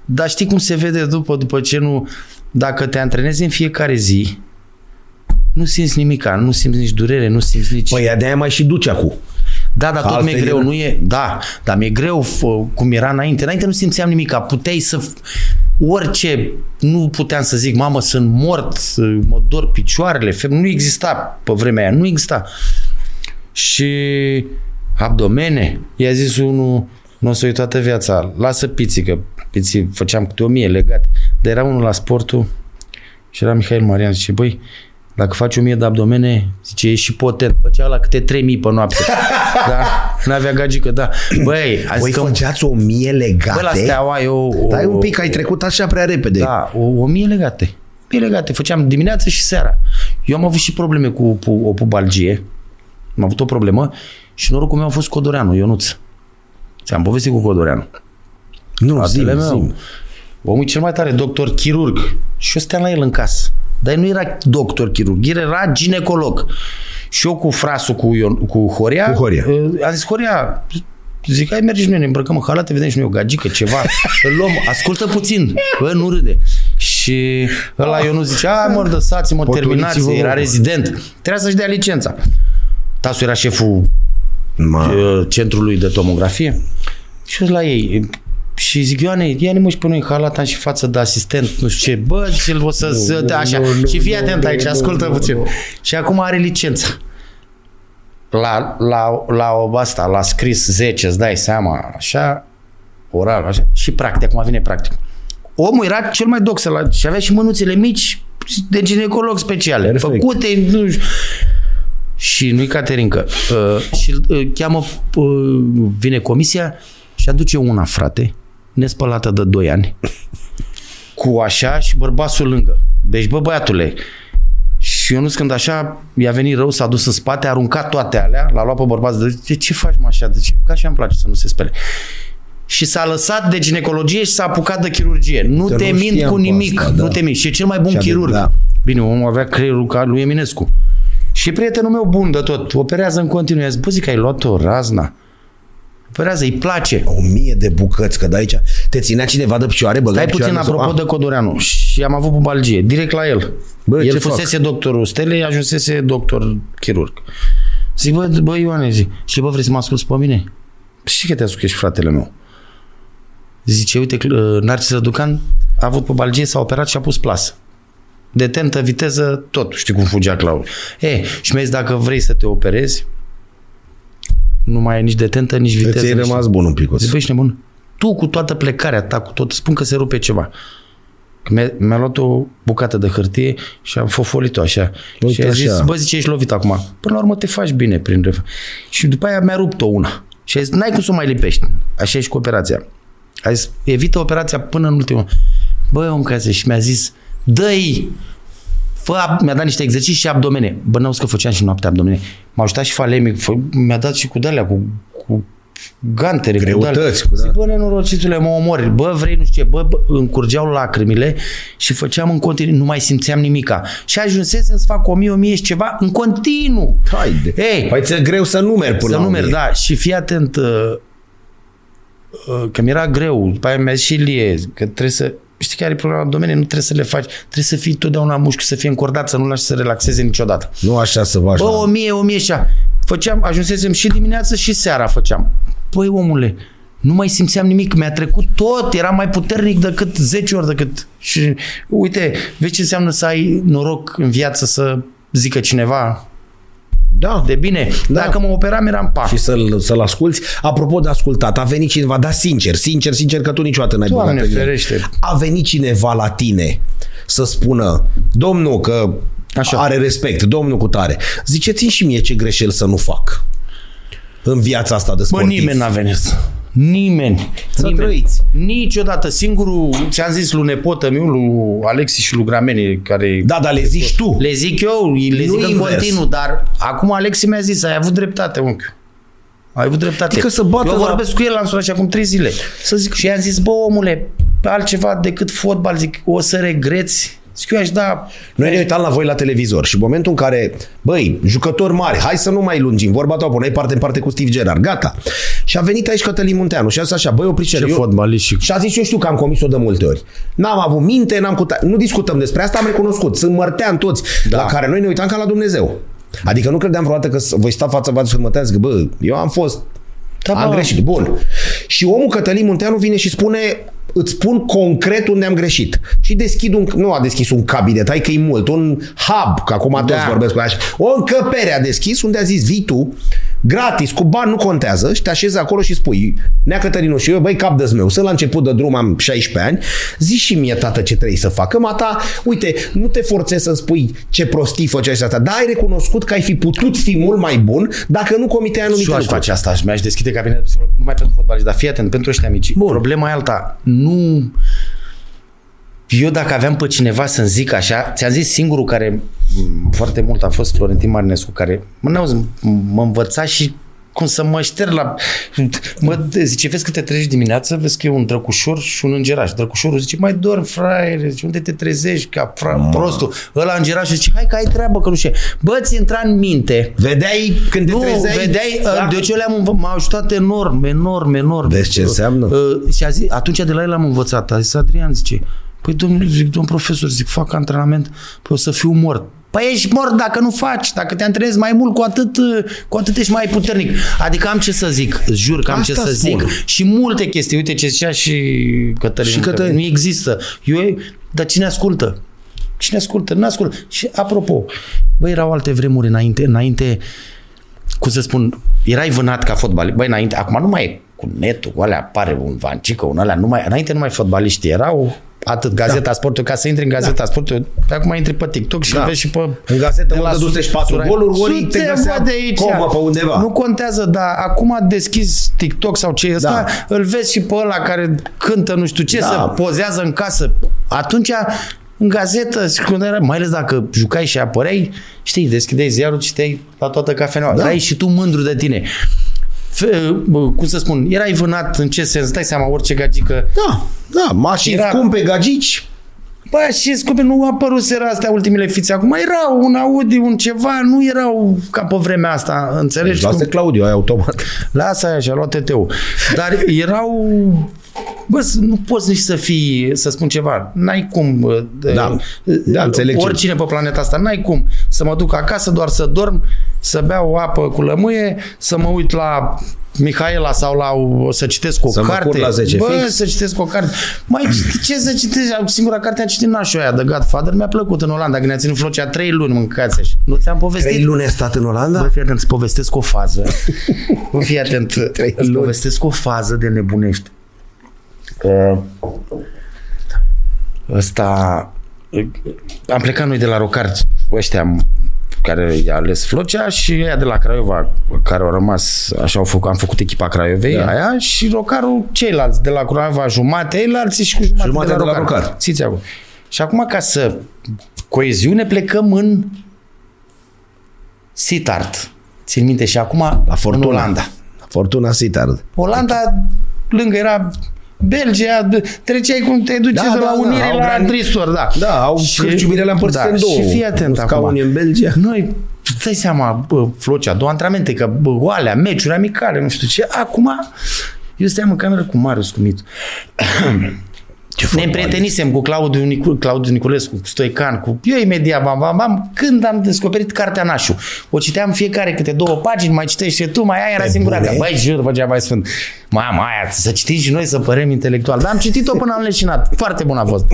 B: dar știi cum se vede după, după ce nu... Dacă te antrenezi în fiecare zi, nu simți nimica, nu simți nici durere, nu simți nici...
A: Păi ea de-aia mai și duce acum.
B: Da, dar tot mi-e
A: Altfel
B: greu,
A: era.
B: nu e... Da, dar mi-e greu fă, cum era înainte. Înainte nu simțeam nimic, puteai să... f- Orice, nu puteam să zic, mamă, sunt mort, să- mă dor picioarele, feb... nu exista pe vremea aia, nu exista. Și abdomene, i-a zis unul, nu o să uit toată viața, lasă piții, că piții făceam câte o mie legate. Dar era unul la sportul și era Mihail Marian și băi, dacă faci o mie de abdomene, zice, ești și potent. Făcea la câte 3000 pe noapte. da? N-avea gagică, da. Băi, a
A: Voi
B: zis că...
A: Păi, făceați o mie legate?
B: Băi, la steaua eu...
A: Dai un pic, ai trecut așa prea repede.
B: Da, o, o mie legate. Mie legate. Făceam dimineața și seara. Eu am avut și probleme cu pu- o pubalgie. Am avut o problemă și norocul meu a fost Codoreanu, Ionuț. Ți-am povestit cu Codoreanu.
A: Nu,
B: Fratele
A: zi,
B: meu.
A: zi.
B: Omul e cel mai tare, doctor chirurg. Și eu stăteam la el în casă. Dar el nu era doctor chirurg, el era ginecolog. Și eu cu frasul, cu, Ion, cu Horia,
A: Cu Horia.
B: eh, am zis, Horia, zic, hai mergi și noi, ne îmbrăcăm în halate, vedem și noi o gagică, ceva. Îl luăm, ascultă puțin, bă, nu râde. Și ăla eu nu zice, a, mă, lăsați-mă,
A: Potoliți-vă,
B: terminați,
A: vă.
B: era rezident. Trebuia să-și dea licența. Tasu era șeful
A: Ma.
B: uh, centrului de tomografie și eu la ei și zic, Ioane, ia-ne mă și pe noi halat, am și față de asistent, nu știu ce, bă, și o să, să
A: nu,
B: așa.
A: nu,
B: și fii
A: nu,
B: atent
A: nu,
B: aici,
A: nu,
B: ascultă
A: nu,
B: puțin.
A: nu.
B: Și acum are licența. La, la, la o- asta, la scris 10, îți dai seama, așa, oral, așa, și practic, acum vine practic. Omul era cel mai dox la, și avea și mânuțele mici de ginecolog speciale,
A: Perfect.
B: făcute, nu știu. și lui Caterinca. Uh, și uh, cheamă, uh, vine comisia și aduce una, frate, nespălată de 2 ani, cu așa și bărbatul lângă. Deci, bă, băiatule, și eu nu când așa, i-a venit rău, s-a dus în spate, a aruncat toate alea, l-a luat pe bărbat, de de ce faci mă așa, de ce? Ca și îmi place să nu se spele. Și s-a lăsat de ginecologie și s-a apucat de chirurgie. Nu
A: Că
B: te
A: nu
B: mint
A: știam
B: cu
A: pe
B: nimic,
A: asta, da.
B: nu te mint. Și e cel mai bun
A: Și a de-
B: chirurg.
A: da.
B: Bine, omul avea creierul ca lui Eminescu. Și e prietenul meu bun de tot, operează în continuu. I-a zis, bă, zic, ai luat-o razna. Operează, îi place.
A: O mie de bucăți, că de aici te ținea cineva de picioare, bă,
B: Stai
A: la picioare
B: puțin
A: sau-
B: apropo
A: Ah,
B: de Codoreanu și am avut bubalgie, direct la el.
A: Bă,
B: Bă,
A: ce
B: el
A: fac?
B: fusese doctorul stelei, ajunsese doctor chirurg. Zic, bă, bă Ioane, zic, și bă, vrei să mă asculți pe mine? Și că te ascult, ești fratele meu. Zice, uite, cl- uh, Narcis Răducan a avut bubalgie, s-a operat și a pus plasă. Detentă, viteză, tot. Știi cum fugea Claul. E, și mi-a zis, dacă vrei să te operezi, nu mai ai nici detentă, nici viteză.
A: Ți-ai
B: nici
A: rămas bun un picuț.
B: Zic, băi, ești nebun. Tu cu toată plecarea ta, cu tot, spun că se rupe ceva. Că Mi-a, mi-a luat o bucată de hârtie și am fofolit-o așa.
A: Uite
B: și a zis,
A: așa.
B: bă, zice, ești lovit acum. Până la urmă te faci bine prin ref. Și după aia mi-a rupt-o una. Și a zis, n-ai cum să o mai lipești. Așa e și cu operația. A zis, evită operația până în ultimul. Băi, om, ca și mi-a zis, dă-i Fă, ab- mi-a dat niște exerciții și abdomene. Bă, n-auzi că făceam și noaptea abdomene. M-a ajutat și falemic, fă, mi-a dat și cu dalea, cu, cu gantere,
A: Greutăți,
B: cu dalea.
A: cu da.
B: Zic, bă, nenorocitule, mă omori. Bă, vrei nu știu ce. Bă, bă, îmi curgeau lacrimile și făceam în continuu, nu mai simțeam nimica. Și ajunsesem să fac o mie, o mie și ceva în continuu.
A: Haide.
B: Ei,
A: Păi ți-e greu să numeri până
B: să
A: la
B: nu merg,
A: mie.
B: da. Și fii atent, uh, uh, că mi-era greu, după aia mi-a zis și Ilie, că trebuie să... Știi care e problema în domeniu? Nu trebuie să le faci. Trebuie să fii totdeauna mușchi, să fie încordat, să nu lași să relaxeze niciodată.
A: Nu așa să vă
B: Bă, o
A: așa.
B: mie, o mie și a- Făceam, ajunsesem și dimineață și seara făceam. Păi, omule, nu mai simțeam nimic, mi-a trecut tot, era mai puternic decât 10 ori decât. Și uite, vezi ce înseamnă să ai noroc în viață să zică cineva
A: Da.
B: de bine.
A: Da.
B: Dacă mă operam, eram pa.
A: și să-l, să-l asculți. Apropo de ascultat, a venit cineva, dar sincer, sincer, sincer că tu niciodată n-ai
B: Doamne
A: băgat în el.
B: ferește.
A: A venit cineva la tine să spună, domnul că Așa.
B: Așa.
A: are respect, domnul cu tare. Ziceți-mi și mie ce greșeli să nu fac în viața asta de
B: Bă,
A: sportiv.
B: nimeni n-a venit. Nimeni.
A: Să
B: nimeni.
A: trăiți.
B: Niciodată. Singurul, ți-am zis, lui nepotă meu, lui Alexi și lui Grameni, care...
A: Da, dar le zici tu.
B: Le zic eu, le
A: Nu
B: zic în
A: invers.
B: continuu, dar acum Alexi mi-a zis, ai avut dreptate, unchiu. Ai avut dreptate.
A: Adică să bată
B: eu
A: la-
B: vorbesc cu el, l-am sunat și acum trei zile. Să zic, și i-am zis, bă, omule, altceva decât fotbal, zic, o să regreți. Zic, eu aș da...
A: Noi ne uitam la voi la televizor și în momentul în care, băi, jucători mari, hai să nu mai lungim, vorba ta, o puneai parte în parte cu Steve Gerrard, gata. Și a venit aici Cătălin Munteanu și a zis așa, băi, opriți eu-
B: fotbalist și...
A: Și a zis, eu știu că am comis-o de multe ori. N-am avut minte, n-am cuta... Nu discutăm despre asta, am recunoscut. Sunt mărtean toți, da. la care noi ne uitam ca la Dumnezeu. Adică nu credeam vreodată că s- voi sta față față și mă zic, bă, eu am fost,
B: Da,
A: am
B: bă.
A: greșit, bun. Și omul Cătălin Munteanu vine și spune, îți spun concret unde am greșit. Și deschid un, nu a deschis un cabinet, hai că e mult, un hub, că acum toți
B: Da.
A: vorbesc cu așa. O încăpere a deschis unde a zis, vii tu, gratis, cu bani nu contează și te așezi acolo și spui, Nea Cătălinu și eu, băi, cap de meu, sunt la început de drum, am 16 ani, zi și mie, tată, ce trebuie să fac. Că, Mata, uite, nu te forțezi să-mi spui ce prostii făceai și asta, dar ai recunoscut că ai fi putut fi mult mai bun dacă nu comiteai anumite
B: Și eu aș
A: lucruri.
B: face asta, aș, mi-aș deschide cabinetul de psiholog, numai pentru fotbaliști, dar fii atent, pentru ăștia mici. Bun. Problema e alta. Nu... Eu dacă aveam pe cineva să-mi zic așa, ți-am zis singurul care m, foarte mult a fost Florentin Marinescu, care mă, n-auzi, m- mă învăța și cum să mă șterg la... Mă zice, vezi că te trezești dimineață, vezi că e un drăcușor și un îngeraș. Drăcușorul zice, mai dorm, fraiere, zice, unde te trezești, ca fra... prostul. Ăla îngerașul zice, hai că ai treabă, că nu știu. ce." Bă, ți intra în minte
A: Vedeai când te
B: nu,
A: trezeai?
B: vedeai,
A: Da.
B: da. deci eu le-am învă- m-a ajutat enorm, enorm, enorm.
A: Vezi ce înseamnă?
B: Uh, Și a zis, atunci de la el am învățat, a zis Adrian, zice, păi domnule, zic, domn profesor, zic, fac antrenament, păi o să fiu mort. Păi ești mort dacă nu faci, dacă te antrenezi mai mult, cu atât, uh, cu atât ești mai puternic. Adică am ce să zic, îți jur că am
A: Asta
B: ce să
A: spun.
B: zic. Și multe chestii, uite ce zicea și Cătălin.
A: Și
B: că
A: Cătălin.
B: Nu există. Eu, dar cine ascultă? Cine ascultă? Nu ascultă. Și apropo, băi, erau alte vremuri înainte, înainte cum să spun, erai vânat ca fotbalist. Băi, înainte, acum nu mai e cu netul, cu alea apare un vancică, un alea, nu mai, înainte nu mai fotbaliștii erau Atât, Gazeta da. Sportului, ca să intri în Gazeta da. Sportului, pe acum intri pe TikTok și
A: Da.
B: da. vezi și pe...
A: În gazetă
B: de
A: mă
B: la
A: dăduse și patru
B: Surai-
A: goluri, ori te
B: Suntem,
A: găsea
B: bă, de aici.
A: comă pe undeva.
B: Nu contează, dar acum deschizi TikTok sau ce e ăsta, da. îl vezi și pe ăla care cântă nu știu ce,
A: Da.
B: da. să pozează în casă. Atunci, în gazetă, și când era, mai ales dacă jucai și apăreai, știi, deschideai ziarul, citeai la toată cafeneaua. Da. Erai și tu mândru de tine. F- bă, cum să spun, erai vânat în ce sens, dai seama orice gagică
A: Da, da, mașini
B: Era-
A: scumpe, gagici.
B: Bă, și scumpe, nu apăruseră astea ultimele fițe. Acum erau un Audi, un ceva, nu erau ca pe vremea asta, înțelegi?
A: Deci, lasă
B: Cum-
A: Claudiu, ai automat.
B: Lasă aia și-a luat TTU. Dar erau... Bă, să- nu poți nici să fii, să spun ceva. N-ai cum... bă, de-
A: Da. Da, înțeleg ce-
B: Oricine pe planeta asta, n-ai cum să mă duc acasă doar să dorm, să beau apă cu lămâie, să mă uit la Mihaela sau la o să citesc o
A: Să mă
B: carte.
A: cur la 10
B: Bă,
A: fix.
B: să citesc o carte. Mai ce să citești? Singura carte am citit nașul aia, The Godfather, mi-a plăcut în Olanda, când ne-a ținut Flocea 3 luni, mâncați așa. Nu ți-am povestit?
A: Trei luni ai stat în Olanda?
B: Bă, fii atent, îți Da. povestesc o fază. Bă, fii atent, îți povestesc o fază de nebunești. Că ăsta... Am plecat noi de la Rocard, ăștia am- care i-a ales Flocea și ăia de la Craiova care au rămas, așa au făcut, am făcut echipa Craiovei, da. aia și Rocarul ceilalți, de la Craiova jumate, eilalți și cu jumate,
A: Jumate
B: de la,
A: de la
B: Rocar.
A: Rocar.
B: Țiți acum. Și acum ca să coeziune plecăm în Sitart. Țin minte și acum la
A: Fortuna.
B: în Olanda.
A: Fortuna Sitard.
B: Olanda lângă era Belgia, d- treceai cum te duci
A: Da,
B: da, de
A: da,
B: la
A: da,
B: Unire
A: au
B: la
A: graniț-
B: Trisor, da.
A: Da, au cârciumire le-a împărțit în două.
B: Și fii atent
A: Scaunii
B: acum.
A: în Belgia.
B: Noi, îți dai seama, bă, Flocea, două antrenamente, că bă, oalea, meciuri amicale, nu știu ce. Acum, eu steam în cameră cu Marius, cu Mitu. Ne împrietenisem cu Claudiu, Nicu- Claudiu Niculescu, cu Stoican, cu eu imediat, bam, bam, bam, când am descoperit cartea Nașu. O citeam fiecare câte două pagini, mai citești și tu, mai aia era singura
A: bune?
B: dată. Băi, jur, bă, cea mai sfânt. Mama, aia, să citim și noi, să părem intelectual. Dar am citit-o până am leșinat. Foarte bun a fost.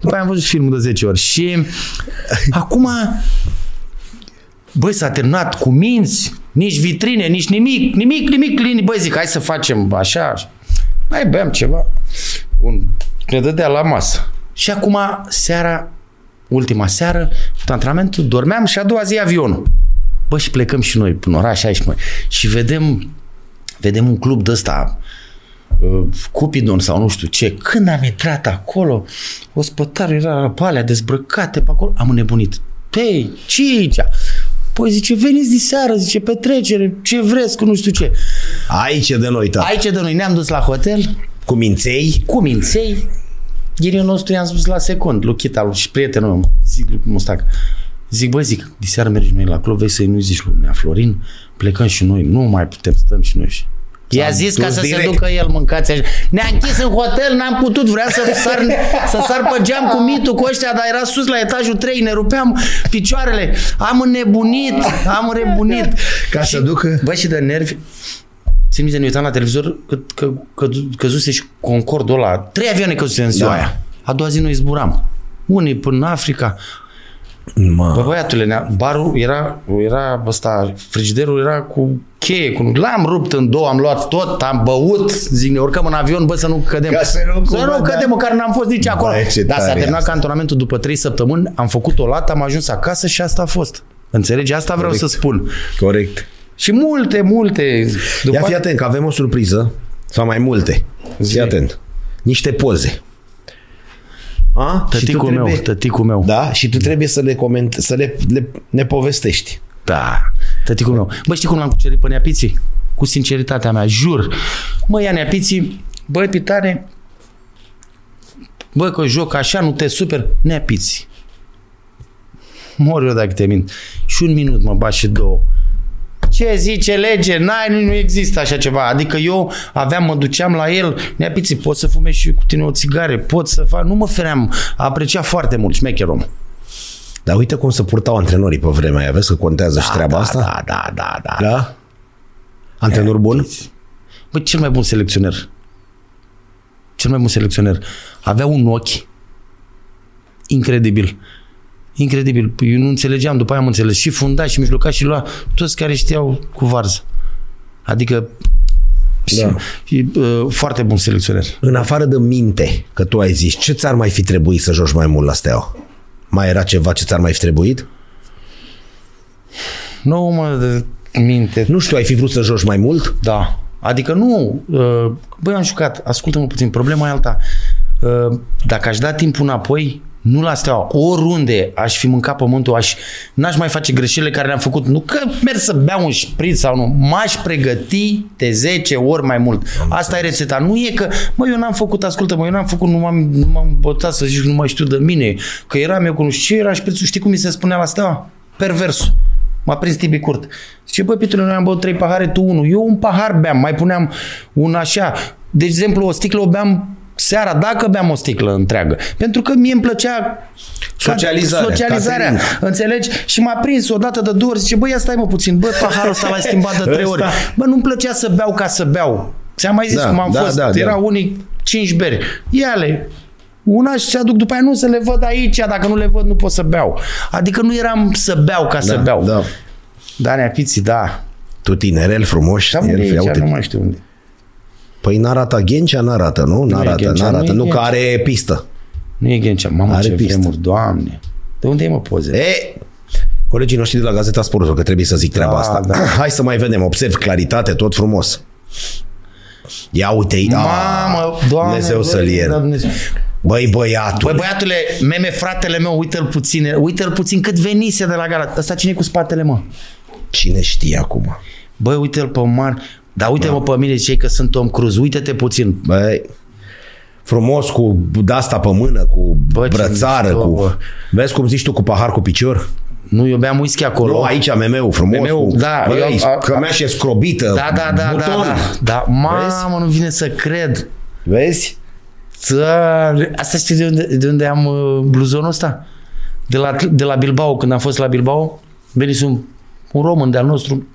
B: După aia am văzut și filmul de 10 ori. Și eh, acum, băi, s-a terminat cu minți, nici vitrine, nici nimic, nimic, nimic, lini. Băi, zic, hai să facem așa. Mai beam ceva. Un, ne dădea la masă. Și acum, seara, ultima seară, tot antrenamentul, dormeam și a doua zi avionul. Bă, și plecăm și noi până oraș aici, mă. Și vedem, vedem un club de ăsta, uh, Cupidon sau nu știu ce. Când am intrat acolo, ospătarul era pe alea dezbrăcate pe acolo, am înnebunit. Pei, cincea. Păi zice, veniți diseară, zice, petrecere, ce vreți cu nu știu ce.
A: Aici e de noi, tata.
B: Aici de noi ne-am dus la hotel,
A: Cu minței.
B: cu minței. Ghirion nostru i-am spus la secund, lui Chita, lui și prietenul meu, zic lui Mustac. Zic, bă, zic, diseară mergem noi la club, vei să-i nu zici lui Nea Florin, plecăm și noi, nu mai putem, stăm și noi. I-a zis ca
A: dus
B: să
A: direct.
B: se ducă el mâncați așa. Ne-a închis în hotel, n-am putut, vrea să sar, să sar pe geam cu mitul cu ăștia, dar era sus la etajul 3, ne rupeam picioarele. Am înnebunit, am înnebunit.
A: Ca să ducă-
B: Bă, și de nervi, Țin minte, ne uitam la televizor că, că, că căzuse și Concordul ăla. Trei avioane căzuse în ziua
A: Da.
B: da. aia. A doua zi noi zburam. Unii până în Africa. Bă,
A: Mă.
B: băiatule, ne-a- barul era, era ăsta, frigiderul era cu cheie. Cu, l-am rupt în două, am luat tot, am băut. Zic, ne urcăm în avion, bă, să nu cădem.
A: Ca să nu
B: să
A: cumva,
B: nu
A: da.
B: cădem, măcar n-am fost nici acolo.
A: Bă, ce
B: Dar s-a
A: tare e
B: terminat
A: asta.
B: cantonamentul după trei săptămâni, am făcut o lată, am ajuns acasă și asta a fost. Înțelegi? Asta vreau
A: Corect.
B: să spun.
A: Corect.
B: Și multe, multe. După
A: Ia fii atent că avem o surpriză sau mai multe. Fii
B: Zi.
A: atent. Niște poze. A? Și tu
B: Tăticul meu,
A: trebuie-
B: tăticul meu.
A: Da? Și tu trebuie să le coment, să le, le, ne povestești.
B: Da, tăticul meu. Bă, știi cum l-am cucerit pe Neapiții? Cu sinceritatea mea, jur. Mă, ia Neapiții, bă, pitare, bă, că joc așa, nu te super, Neapiții. Mor eu dacă te mint. Și un minut mă bat și două. Ce zice lege? N-ai, nu, nu există așa ceva. Adică eu aveam, mă duceam la el, neapiții, pot să fumezi și cu tine o țigare, pot să fac, nu mă feream, aprecia foarte mult, șmecher om.
A: Dar uite cum se purtau antrenorii pe vremea aia. Vezi că contează și treaba
B: da,
A: asta?
B: Da, da, da, deci- da.
A: Da? Antrenor bun?
B: Bă, cel mai bun selecționer. Cel mai bun selecționer. Avea un ochi incredibil. Incredibil. Păi Eu nu înțelegeam, după aia am înțeles. Și funda, și mijloca, și lua toți care știau cu varză. Adică
A: Da.
B: E uh, foarte bun selecționer.
A: În afară de minte, că tu ai zis, ce ți-ar mai fi trebuit să joci mai mult la Steaua? Mai era ceva ce ți-ar mai fi trebuit?
B: Nu mă de minte.
A: Nu știu, ai fi vrut să joci mai mult?
B: Da. Adică nu, uh, băi, am jucat, ascultă-mă puțin, problema e alta. Uh, Dacă aș da timpul înapoi, nu la steaua, oriunde aș fi mâncat pământul, aș, n-aș mai face greșelile care le-am făcut. Nu că merg să beau un șpriț sau nu, m-aș pregăti de 10 ori mai mult. Asta e rețeta. Nu e că, mă, eu n-am făcut, ascultă-mă, eu n-am făcut, nu m-am, nu m-am botat să zic, nu mai știu de mine, că eram eu cu nu știu ce era șprițul, știi cum mi se spunea la steaua? Perversul. M-a prins Tibi Curt. Zice, bă, Pitule, noi am băut trei pahare, tu unul. Eu un pahar beam, mai puneam un așa. De exemplu, o sticlă o beam seara, dacă beam o sticlă întreagă. Pentru că mie îmi plăcea ca-
A: Socializarea,
B: socializarea înțelegi? Și m-a prins odată de două ori, zice, bă, ia stai mă puțin, bă, paharul ăsta l-ai schimbat de trei ori. Bă, nu-mi plăcea să beau ca să beau. Ți-am mai zis
A: Da,
B: cum am
A: da,
B: fost.
A: da, da.
B: Era unii cinci beri. Ia-le, una și se aduc după aia, nu să le văd aici, dacă nu le văd nu pot să beau. Adică nu eram să beau ca să beau.
A: Da.
B: Da, neapiții, da.
A: Tu tinerel frumos,
B: Dar unde
A: el,
B: e aici?
A: uite,
B: Nu mai știu unde.
A: Păi n-arată Ghencea, n-arată, nu? N-arată,
B: Ghencea, nu
A: n-arată.
B: e
A: Nu, că
B: Ghencea.
A: are pistă.
B: Nu e Ghencea. Mamă,
A: Are
B: ce
A: pistă.
B: vremuri, doamne. De unde e, mă, poze?
A: E, colegii noștri de la Gazeta Sportului, că trebuie să zic treaba
B: Da,
A: asta.
B: da.
A: Hai să mai vedem. Observ claritate, tot frumos. Ia uite-i. da.
B: Mamă, doamne.
A: Dumnezeu
B: glorie,
A: să-l ierte.
B: da, Dumnezeu.
A: Băi, băiatul.
B: Băi, băiatule, meme, fratele meu, uite-l puțin, uite-l puțin cât venise de la gara. Ăsta cine cu spatele, mă?
A: Cine știe acum?
B: Băi, uite-l pe Mar. Dar
A: Da.
B: uite-mă pe mine, cei că sunt Tom Cruise. Uite-te puțin.
A: Băi, frumos cu asta pe mână, cu
B: Bă, ce
A: brățară,
B: mișto,
A: cu...
B: bă.
A: Vezi cum zici tu, cu pahar cu picior?
B: Nu, eu beam whisky acolo.
A: Nu, aici meme-ul frumos.
B: Meme-ul,
A: cu,
B: da,
A: băi,
B: eu- a-
A: cămea și scrobită,
B: da, da, da, da,
A: buton.
B: da, da. Mamă, nu vine să cred.
A: Vezi?
B: Țăr- Asta știi de unde, de unde am uh, bluzonul ăsta? De la, de la Bilbao, când am fost la Bilbao, venise un, un român de-al nostru,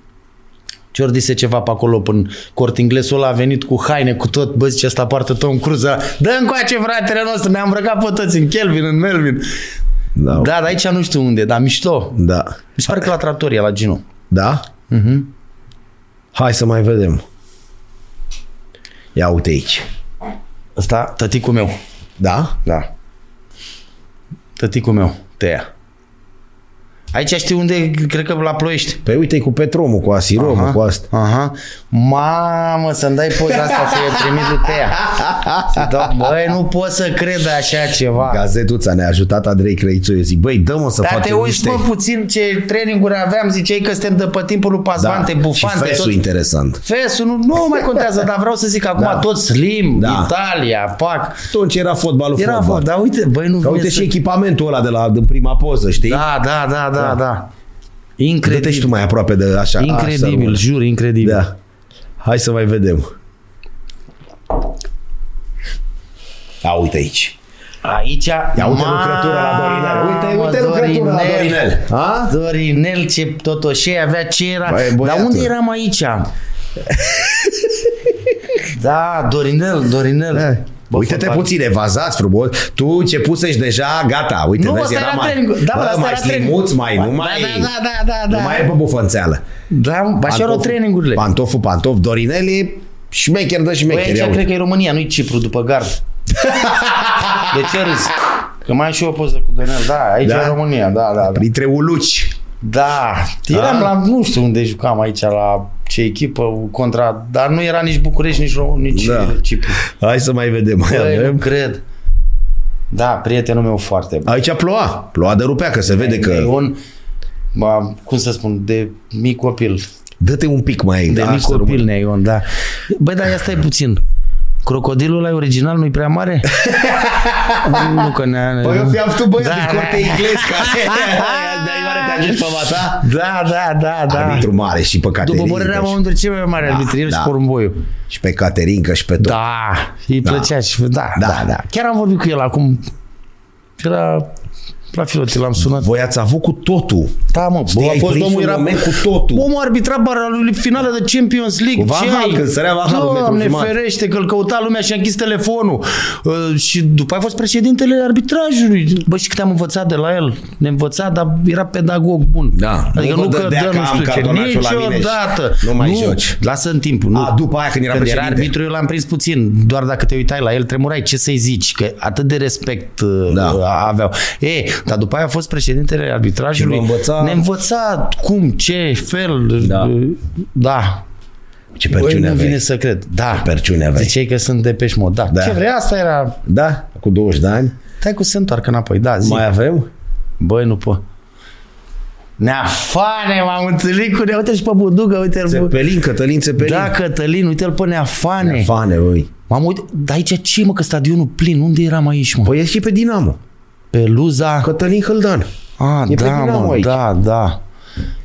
B: ciordise ceva pe acolo până cort inglesul ăla a venit cu haine, cu tot, bă, zice, asta poartă Tom Cruise, ăla. dă încoace fratele nostru, ne-am îmbrăcat pe toți în Kelvin, în Melvin.
A: Da.
B: Da, dar aici nu știu unde, dar mișto. Mi
A: Da.
B: se pare că la Trattoria, la Gino.
A: Da?
B: Mhm.
A: Hai să mai vedem. Ia uite aici.
B: Ăsta, tăticul meu.
A: Da?
B: Da. Tăticul meu, Tea. Aici știi unde, cred că la Ploiești.
A: Păi uite cu Petromul, cu Asiromul,
B: Aha,
A: cu asta.
B: Aha. Mamă, să-mi dai poza asta să-i o trimit lui Tea. Să-i dau- Băi, nu pot să cred așa ceva.
A: Gazetuța ne-a ajutat Andrei Crăițu. Eu zic, băi, dă-mă să
B: Dar Da, te
A: facem
B: uiți,
A: niște...
B: mă, puțin ce training-uri aveam, ziceai că suntem de pe timpul lui Pazvante,
A: Da? și
B: bufante,
A: fesul
B: tot.
A: interesant.
B: Fesul nu, nu mai contează, dar vreau să zic acum
A: Da.
B: tot slim,
A: Da.
B: Italia, pac.
A: Atunci era fotbalul
B: Era, bă, dar uite, băi, nu
A: Că
B: vine
A: uite
B: să-
A: și echipamentul ăla de la din prima poză, știi?
B: Da, da, da, da, da.
A: Dă-te și tu
B: Incredibil.
A: mai aproape de așa. așa,
B: Incredibil,
A: rămâne.
B: jur, incredibil.
A: da. Hai să mai vedem. A, uite aici.
B: Aici,
A: Ia uite lucrătura la Dorinel. Uite, uite lucrătura la Dorinel. A?
B: Dorinel, ce totoșei avea, ce era.
A: Băi,
B: Dar
A: băiatul.
B: unde eram aici? da, Dorinel, Dorinel.
A: Da.
B: Bă,
A: Uite-te
B: fotbal.
A: puțin, evazați frumos. Tu ce pusești deja, gata. Uite,
B: Nu,
A: vezi,
B: asta
A: era,
B: era
A: mai,
B: training. Da, bă,
A: bă,
B: asta
A: mai
B: era
A: slimuț,
B: training.
A: mai, nu
B: Da,
A: mai...
B: da, da, da,
A: Nu
B: da, da.
A: mai e pe bufănțeală.
B: Da, așa erau
A: Pantoful-
B: trainingurile.
A: Pantoful, pantof, Dorinelli, șmecher de
B: Băi,
A: șmecher.
B: aici
A: Ia
B: cred
A: uite.
B: că e România, nu-i Cipru, după gard. De ce râzi? Că mai am și eu o poză cu Dorinel. Da, aici
A: Da?
B: e România, da, da, da.
A: Printre uluci.
B: Da, eram la, nu știu unde jucam aici, la ce echipă contra, dar nu era nici București, nici, Rom- nici
A: Da.
B: da. Cipru.
A: Hai să mai vedem. Mai
B: Băi, nu
A: avem.
B: cred. Da, prietenul meu foarte bun.
A: Aici ploua. Ploua de rupea, că se vede
B: E
A: că...
B: un, ba, cum să spun, de mic copil.
A: Dă-te un pic mai...
B: De
A: da,
B: mic
A: să rămână.
B: copil ne Ion, da. Băi, dar ia stai puțin. Crocodilul ăla e original, nu-i prea mare? nu, nu că ne-a...
A: Păi eu fi tu băiat din corte inglez
B: Da, da, da, da, da.
A: Arbitru mare și pe Caterin.
B: După părerea mea,
A: și,
B: unul dintre cei mai mari
A: Da,
B: arbitri, el
A: da.
B: și Porumboiu.
A: și pe Caterinca și pe tot.
B: Da, îi plăcea și da,
A: Da.
B: da, da, Chiar am vorbit cu el acum. Era Plafilotti, l-am sunat.
A: Voi ați avut cu totul.
B: Da, mă, bă,
A: Te-ai
B: a fost
A: prins
B: domnul
A: un
B: era...
A: moment cu totul.
B: Omul arbitra baralului finală de Champions League.
A: Cu Van
B: Ce
A: Hal,
B: ai?
A: când sărea Van Halul metru
B: Doamne,
A: jumate.
B: ferește, că îl căuta lumea și a închis telefonul. Uh, și după a fost președintele arbitrajului. Bă, și cât am învățat de la el. Ne învăța, dar era pedagog bun.
A: Da.
B: Adică
A: Nu
B: nu,
A: vă
B: că
A: dădea
B: dă,
A: că
B: nu
A: am
B: știu ce.
A: cartonașul la mine și
B: Niciodată.
A: nu mai joci.
B: Lasă în timpul. Nu.
A: A, după aia când era
B: Când era
A: președinte.
B: arbitru, eu l-am prins puțin. Doar dacă te uitai la el, tremurai. Ce să-i zici? Că atât de respect uh,
A: Da.
B: a- aveau. E, dar după aia a fost președintele arbitrajului.
A: Și vă învăța-
B: Ne învăța cum, ce fel.
A: Da.
B: da.
A: Ce
B: Băi,
A: perciune
B: nu
A: aveai.
B: vine să cred. Da.
A: Perciune aveai.
B: Ziceai că sunt de peșmod. Da.
A: Da.
B: Ce vrei? Asta era...
A: Da? Cu 20 de ani.
B: Stai cu se întoarcă înapoi. Da, zi.
A: Mai avem?
B: Băi, nu pot. Neafane, m-am întâlnit cu ne uite și pe Budugă, uite-l. bu-
A: Țepelin, Cătălin Țepelin.
B: Da, Cătălin, uite-l pe Neafane.
A: Fane, băi.
B: M-am uitat, dar aici ce mă, că stadionul plin, unde eram aici, mă?
A: Păi ești și pe Dinamo.
B: Pe Luza?
A: Cătălin Hâldan.
B: A,
A: e pe
B: da,
A: Dinamo
B: mă,
A: aici.
B: da, da.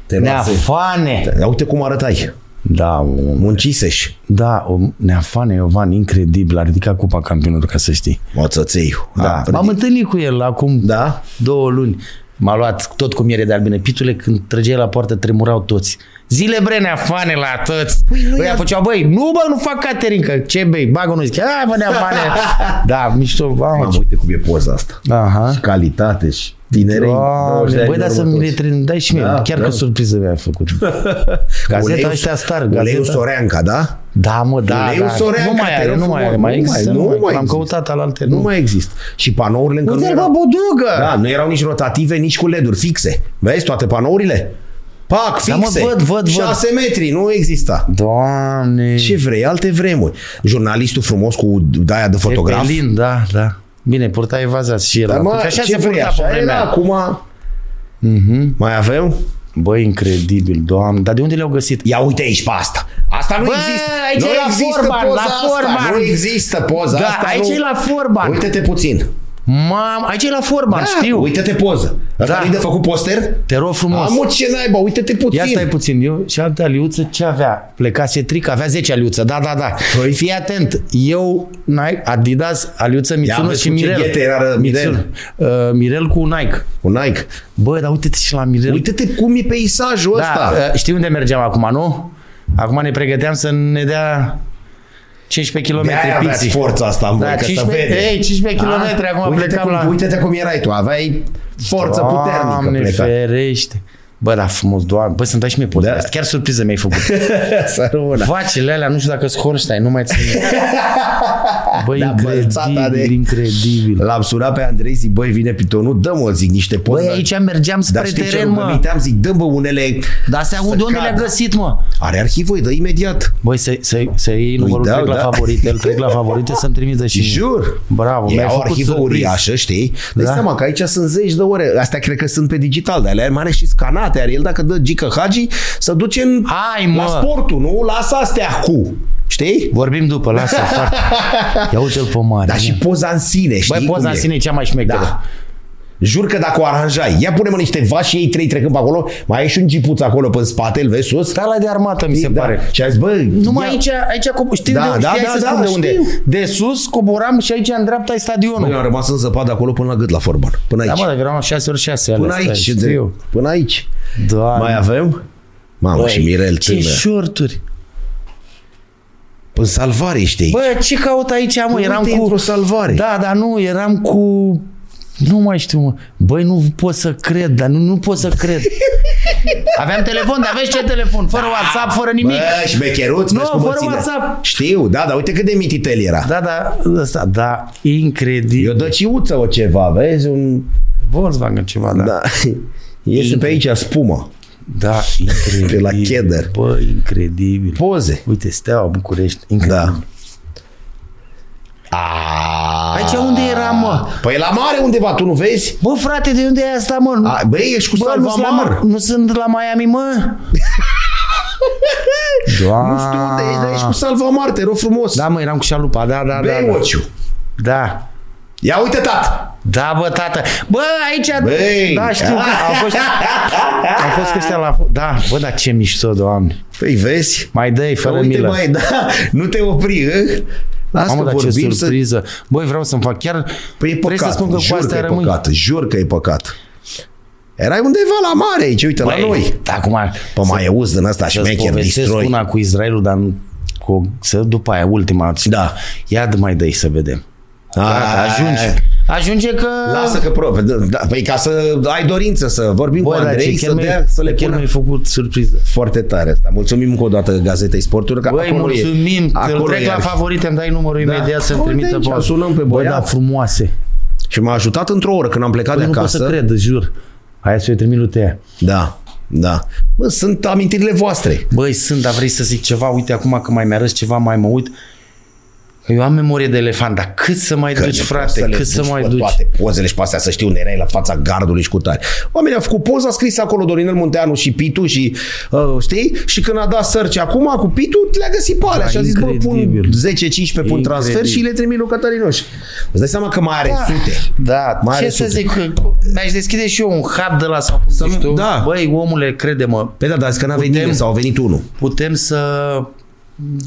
A: Te lasă.
B: Neafane!
A: Ia uite cum arătai.
B: Da, om,
A: Munciseș.
B: da, om, Neafane Iovan, incredibil, a ridicat cupa campionilor, ca să știi.
A: Moțățeiu.
B: Da, m-am întâlnit cu el acum da.
A: Păi- Da?
B: două luni. M-a luat tot cu miere de albine. Pitule, când trăgeai la poartă, tremurau toți. Zile bre, neafane la toți. Păi,
A: nu
B: Ăia
A: e-
B: făceau, băi, nu bă, nu fac catering, că ce bei, bagă nu zic, hai bă, neafane. da, mișto, mamă,
A: Mamă,
B: ce...
A: uite cum e poza asta.
B: Aha.
A: Calitate și tineri.
B: Doamne, băi, da, dar să mi le tre- dai și mie.
A: Da,
B: Da, chiar
A: da.
B: da. că surpriză mi-ai făcut. Gazeta ăștia star,
A: Uleiul
B: gazeta.
A: Soreanca, da?
B: Da, mă, da,
A: Uleiul
B: da.
A: Soreanca,
B: nu mai
A: te
B: are,
A: rog
B: nu mai
A: frumos,
B: are,
A: nu
B: mai există.
A: mai- nu
B: Nu
A: mai
B: mai L-am
A: există.
B: căutat al alte.
A: Nu mai există. Și panourile încă nu
B: Uite-l, bă,
A: erau.
B: budugă!
A: Da, nu erau nici rotative, nici cu leduri fixe. Vezi toate panourile? Pac,
B: Da, mă,
A: fixe.
B: văd, văd, văd.
A: 6 metri, nu exista.
B: Doamne.
A: Ce vrei, alte vremuri. Jurnalistul frumos cu daia de fotograf.
B: Epelin, da, da. Bine, purta evazați și el.
A: Dar, mă,
B: atunci. Așa
A: ce
B: se
A: vrei,
B: purta
A: așa
B: pe
A: era
B: vremea. aia. Mhm.
A: acum. Mai avem?
B: Băi, incredibil, doamne. Dar de unde le-au găsit?
A: Ia uite aici pe asta. Asta nu
B: Bă,
A: există.
B: aici
A: nu
B: e la
A: există
B: Forban,
A: poza
B: la
A: asta.
B: Forban.
A: Nu există poza
B: da,
A: asta.
B: aici
A: nu.
B: e la Forban.
A: Uite-te puțin.
B: Mam, aici e la
A: Da,
B: Forban, Da, știu.
A: Uite-te poză. Asta
B: Da.
A: nu-i de făcut poster?
B: Te rog frumos.
A: Mamă, ce naiba, uite-te puțin.
B: Ia stai puțin, eu și altă aliuță ce avea? Plecase tric, avea 10 aliuță, da, da, da.
A: Păi?
B: Păi? Fii atent, eu, Nike, Adidas, aliuță Mitsuno
A: vezi
B: și
A: cu ce
B: Mirel.
A: ghete era Mirel.
B: Mitsuno. Uh, Mirel cu Nike.
A: Un Nike.
B: Bă, dar uite-te și la Mirel.
A: Uite-te cum e peisajul
B: da,
A: ăsta.
B: uh, știi unde mergeam acum, nu? Acum ne pregăteam să ne dea 15 km
A: De aia aveați
B: pixii.
A: forța asta, mă,
B: Da,
A: că se
B: 15
A: vede.
B: ei, 15 kilometri,
A: Ah,
B: acum
A: uite-te
B: plecam
A: cum,
B: la-
A: Uite-te cum erai tu, aveai forță puternică.
B: Doamne
A: pleca.
B: ferește. Bă, da, frumos, doamne. Bă, să-mi dai și mie poza
A: Da.
B: asta. Chiar surpriză mi-ai făcut.
A: Să rămână.
B: Vacile alea, nu știu dacă sunt Hornstein, nu mai țin. minte. Băi,
A: Da,
B: da,
A: bălțata
B: incredibil,
A: de-
B: de... incredibil.
A: L-am sunat pe Andrei, zic, băi, vine pitonul, dă mă, zic, niște poze.
B: Băi, aici mergeam
A: dar
B: spre
A: știi ce
B: teren,
A: mă
B: mă.
A: gândeam? Zic, dă mă unele...
B: Dar se
A: să
B: aude unde le-a
A: cadă.
B: găsit, mă.
A: Are arhivă, îi dă imediat.
B: Băi, să, să, să iei numărul,
A: dau,
B: trec la
A: da.
B: favorite, îl trec la favorite să-mi trimită și mie.
A: Jur.
B: Bravo,
A: E
B: mi-ai
A: o
B: făcut
A: arhivă
B: surpriz.
A: uriașă, știi? Dai
B: Da.
A: seama că aici sunt zeci de ore. Astea cred că sunt pe digital, dar alea mai are și scanate. Iar el dacă dă Gică Hagi, să duce în,
B: Hai,
A: la
B: mă.
A: sportul, nu? Lasă astea cu. Știi?
B: Vorbim după, lasă, fac. Ia uite-l pe mare.
A: Dar Da, și poza în sine, știi
B: Băi,
A: cum
B: poza în
A: e?
B: sine e cea mai șmecheră.
A: Da. Jur că dacă o aranjai, ia pune-mă niște vași și ei trei trecând pe acolo, mai ai și un gipuț acolo pe spate, îl vezi sus?
B: Dar la de armată, mi se
A: da.
B: pare.
A: Și ai zis, bă,
B: Numai
A: ia-
B: aici, aici cobo- știu
A: Da,
B: de unde,
A: da,
B: știai
A: da,
B: să
A: da,
B: spun de unde.
A: știu.
B: De sus coboram și aici în dreapta e stadionul.
A: Băi, eu am rămas în zăpadă acolo până la gât la Forban. Până
B: Da,
A: aici.
B: mă, dar eram 6 ori 6
A: Până aici, de, până aici.
B: Doamne.
A: Mai avem? Mamă, și Mirel
B: ce
A: tână.
B: șorturi.
A: În salvare, știi?
B: Bă, ce caut aici, mă?
A: Uite,
B: Eram
A: într-o
B: cu...
A: salvare.
B: Da, dar nu, eram cu... Nu mai știu, mă. Băi, nu pot să cred, dar nu, nu pot să cred. Da. Aveam telefon, dar vezi ce telefon? Fără WhatsApp, fără nimic.
A: Bă, șmecheruț,
B: Nu,
A: vezi cum
B: fără
A: mă ține.
B: WhatsApp.
A: Știu, da, dar uite cât de mititel era.
B: Da, da, ăsta, da, incredibil.
A: Eu dă ciuță o ceva, vezi? Un...
B: Volkswagen ceva, da.
A: Da. Iese pe aici spumă.
B: Da, incredibil.
A: Pe la Cheder.
B: Bă, incredibil.
A: Poze.
B: Uite, Steaua București, incredibil.
A: Da. A...
B: Aici unde era, mă?
A: Păi la mare undeva, tu nu vezi?
B: Bă, frate, de unde e asta, mă?
A: A, băi, ești cu
B: Bă, nu sunt, la,
A: salvamar.
B: nu sunt la Miami, mă? Doamne.
A: Nu știu unde ești, dar ești cu salvamar, te rog frumos.
B: Ah. Da, mă, eram cu șalupa, da, da, da, da.
A: Baywatch-ul.
B: Da.
A: Ia uite, tat!
B: Da, bă, tată. Bă, aici...
A: Băi!
B: Da, știu că au fost... Au fost ăștia la... Da, bă, dar ce mișto, doamne.
A: Păi vezi?
B: Mai dă-i
A: Că
B: fără
A: uite,
B: milă.
A: băi, da, nu te opri, hă? Asta
B: Mamă, dar ce
A: vorbim să-
B: surpriză. Băi, vreau să-mi fac chiar...
A: Păi e
B: Trebuie
A: păcat.
B: să spun că cu
A: jur
B: astea
A: că
B: rămâi.
A: e păcat. Jur că e păcat. Erai undeva la mare aici, uite, la noi.
B: Da, acum...
A: Pă, mai e uz din asta,
B: să-ți
A: șmecher,
B: povestesc
A: distroi.
B: una cu Israelul, dar nu- cu, să după aia, ultima.
A: Da.
B: Ia de mai dai să vedem. Gata, ajunge. Ajunge că...
A: Lasă că probe. Da, da, păi ca să ai dorință să vorbim cu
B: Bă, dar
A: Andrei,
B: ce chiar
A: să,
B: mi-ai-
A: dea, să le
B: chiar
A: pună
B: mi-ai făcut surpriză.
A: Foarte tare asta. Mulțumim încă o dată Gazetei Sportului. Că
B: Băi,
A: acolo
B: mulțumim,
A: E,
B: te
A: acolo
B: trec
A: e
B: la
A: ar-
B: favorite, îmi dai numărul
A: Da.
B: imediat să-mi
A: Uite
B: trimită
A: aici,
B: poze.
A: sunăm pe
B: Băi,
A: băiat.
B: da, frumoase.
A: Și m-a ajutat într-o oră când am plecat
B: Băi,
A: de
B: Păi nu pot
A: acasă.
B: să cred, jur. Hai să-i trimit lui Tea.
A: Da, da. Bă, sunt amintirile voastre.
B: Băi, sunt, dar vrei să zic ceva? Uite, acum că mai mi-arăți ceva, mai mă uit. Eu am memorie de elefant, dar cât să mai
A: Că
B: duci,
A: nu
B: frate?
A: poți le
B: cât să
A: duci
B: mai
A: pe
B: duci?
A: deci, Toate pozele și pe astea, să știu unde erai la fața gardului și cu tare. Oamenii au făcut poza, a scris acolo Dorinel Munteanu și Pitu și uh, știi? Și când a dat search acum cu Pitu, le-a găsit pe alea
B: Da,
A: și a zis, bă, pun
B: incredibil.
A: 10-15, pun transfer
B: Incredibil.
A: și le trimit lui Cătălin Oș. Îți dai seama că mai are sute.
B: Da,
A: Mai
B: ce
A: are
B: să
A: sute.
B: zic, mi-aș deschide și eu un hub de la sau cum zici tu.
A: da.
B: Băi, omule, crede-mă,
A: Păi da, dar zic că n-a venit
B: Putem-
A: nimeni sau a venit unul.
B: putem să...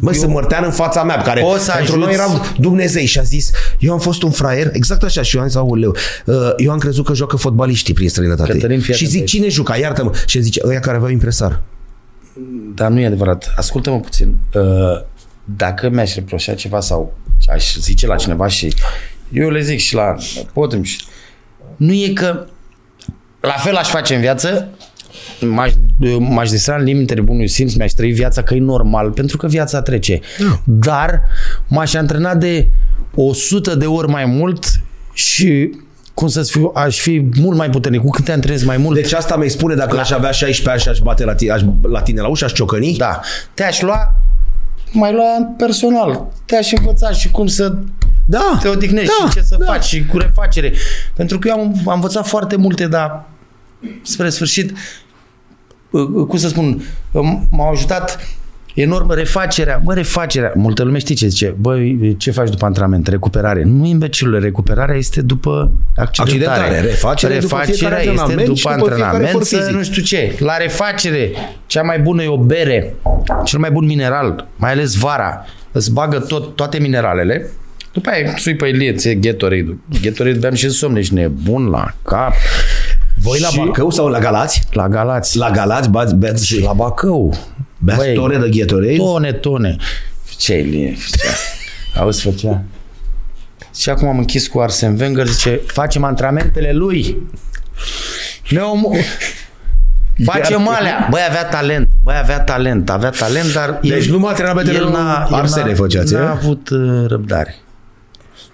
A: Bă, se mărtean în fața mea, pe care
B: O să
A: pentru
B: ajuți.
A: noi erau Dumnezei și a zis, eu am fost un fraier, exact așa, și eu am zis, aoleu, uh, eu am crezut că joacă fotbaliștii prin străinătate.
B: Cătălin, fii
A: și
B: atent
A: zic,
B: aici.
A: cine juca, iartă-mă. Și zice, ăia care aveau impresar.
B: Dar nu e adevărat. Ascultă-mă puțin. Uh, Dacă mi-aș reproșa ceva sau aș zice la cineva și eu le zic și la potrim și... Nu e că la fel aș face în viață, m-aș, m-aș distra în limitele bunului simț, mi-aș trăi viața că e normal, pentru că viața trece. Dar m-aș antrena de 100 de ori mai mult și cum să fiu, aș fi mult mai puternic. Cu cât te antrenezi mai mult,
A: Deci asta mi-ai spune, dacă aș avea 16 ani și aș bate la tine, aș, la tine la ușă, aș ciocăni?
B: Da. Te-aș lua, mai lua personal. Te-aș învăța și cum să
A: Da.
B: te odihnești
A: Da,
B: și ce să
A: da.
B: faci și cu refacere. Pentru că eu am, am învățat foarte multe, dar spre sfârșit, uh, uh, cum să spun, um, m-au ajutat enorm refacerea. Bă, refacerea. Multă lume știe ce zice. Bă, ce faci după antrenament? Recuperare. Nu imbecilule. Recuperarea este după accidentare.
A: Accidentare. Refacere după
B: Refacerea
A: fiecare
B: este
A: antrenament și
B: după
A: după fiecare
B: antrenament
A: efort
B: să
A: fizic.
B: nu știu ce. La refacere, cea mai bună e o bere. Cel mai bun mineral, mai ales vara. Îți bagă tot, toate mineralele. După aia sui pe Ilie, ție Gatorade-ul. Gatorade beam și în somn, ești nebun la cap.
A: Voi la
B: Și-
A: Bacău sau la Galați?
B: La Galați.
A: La Galați bați, beați,
B: la Bacău.
A: beați
B: Băi,
A: tone de Gatorade?
B: Tone, tone. Ce Ilie făcea? Auzi, făcea. Și acum am închis cu Arsene Wenger, zice, facem antrenamentele lui. Ne om... Facem alea. Băi, avea talent. Băi, avea talent. Avea talent, dar...
A: Deci nu mă atrena pe
B: el
A: terenul
B: n-a- el
A: Arsene
B: n-a-
A: făceați,
B: N-a
A: e?
B: avut uh, răbdare.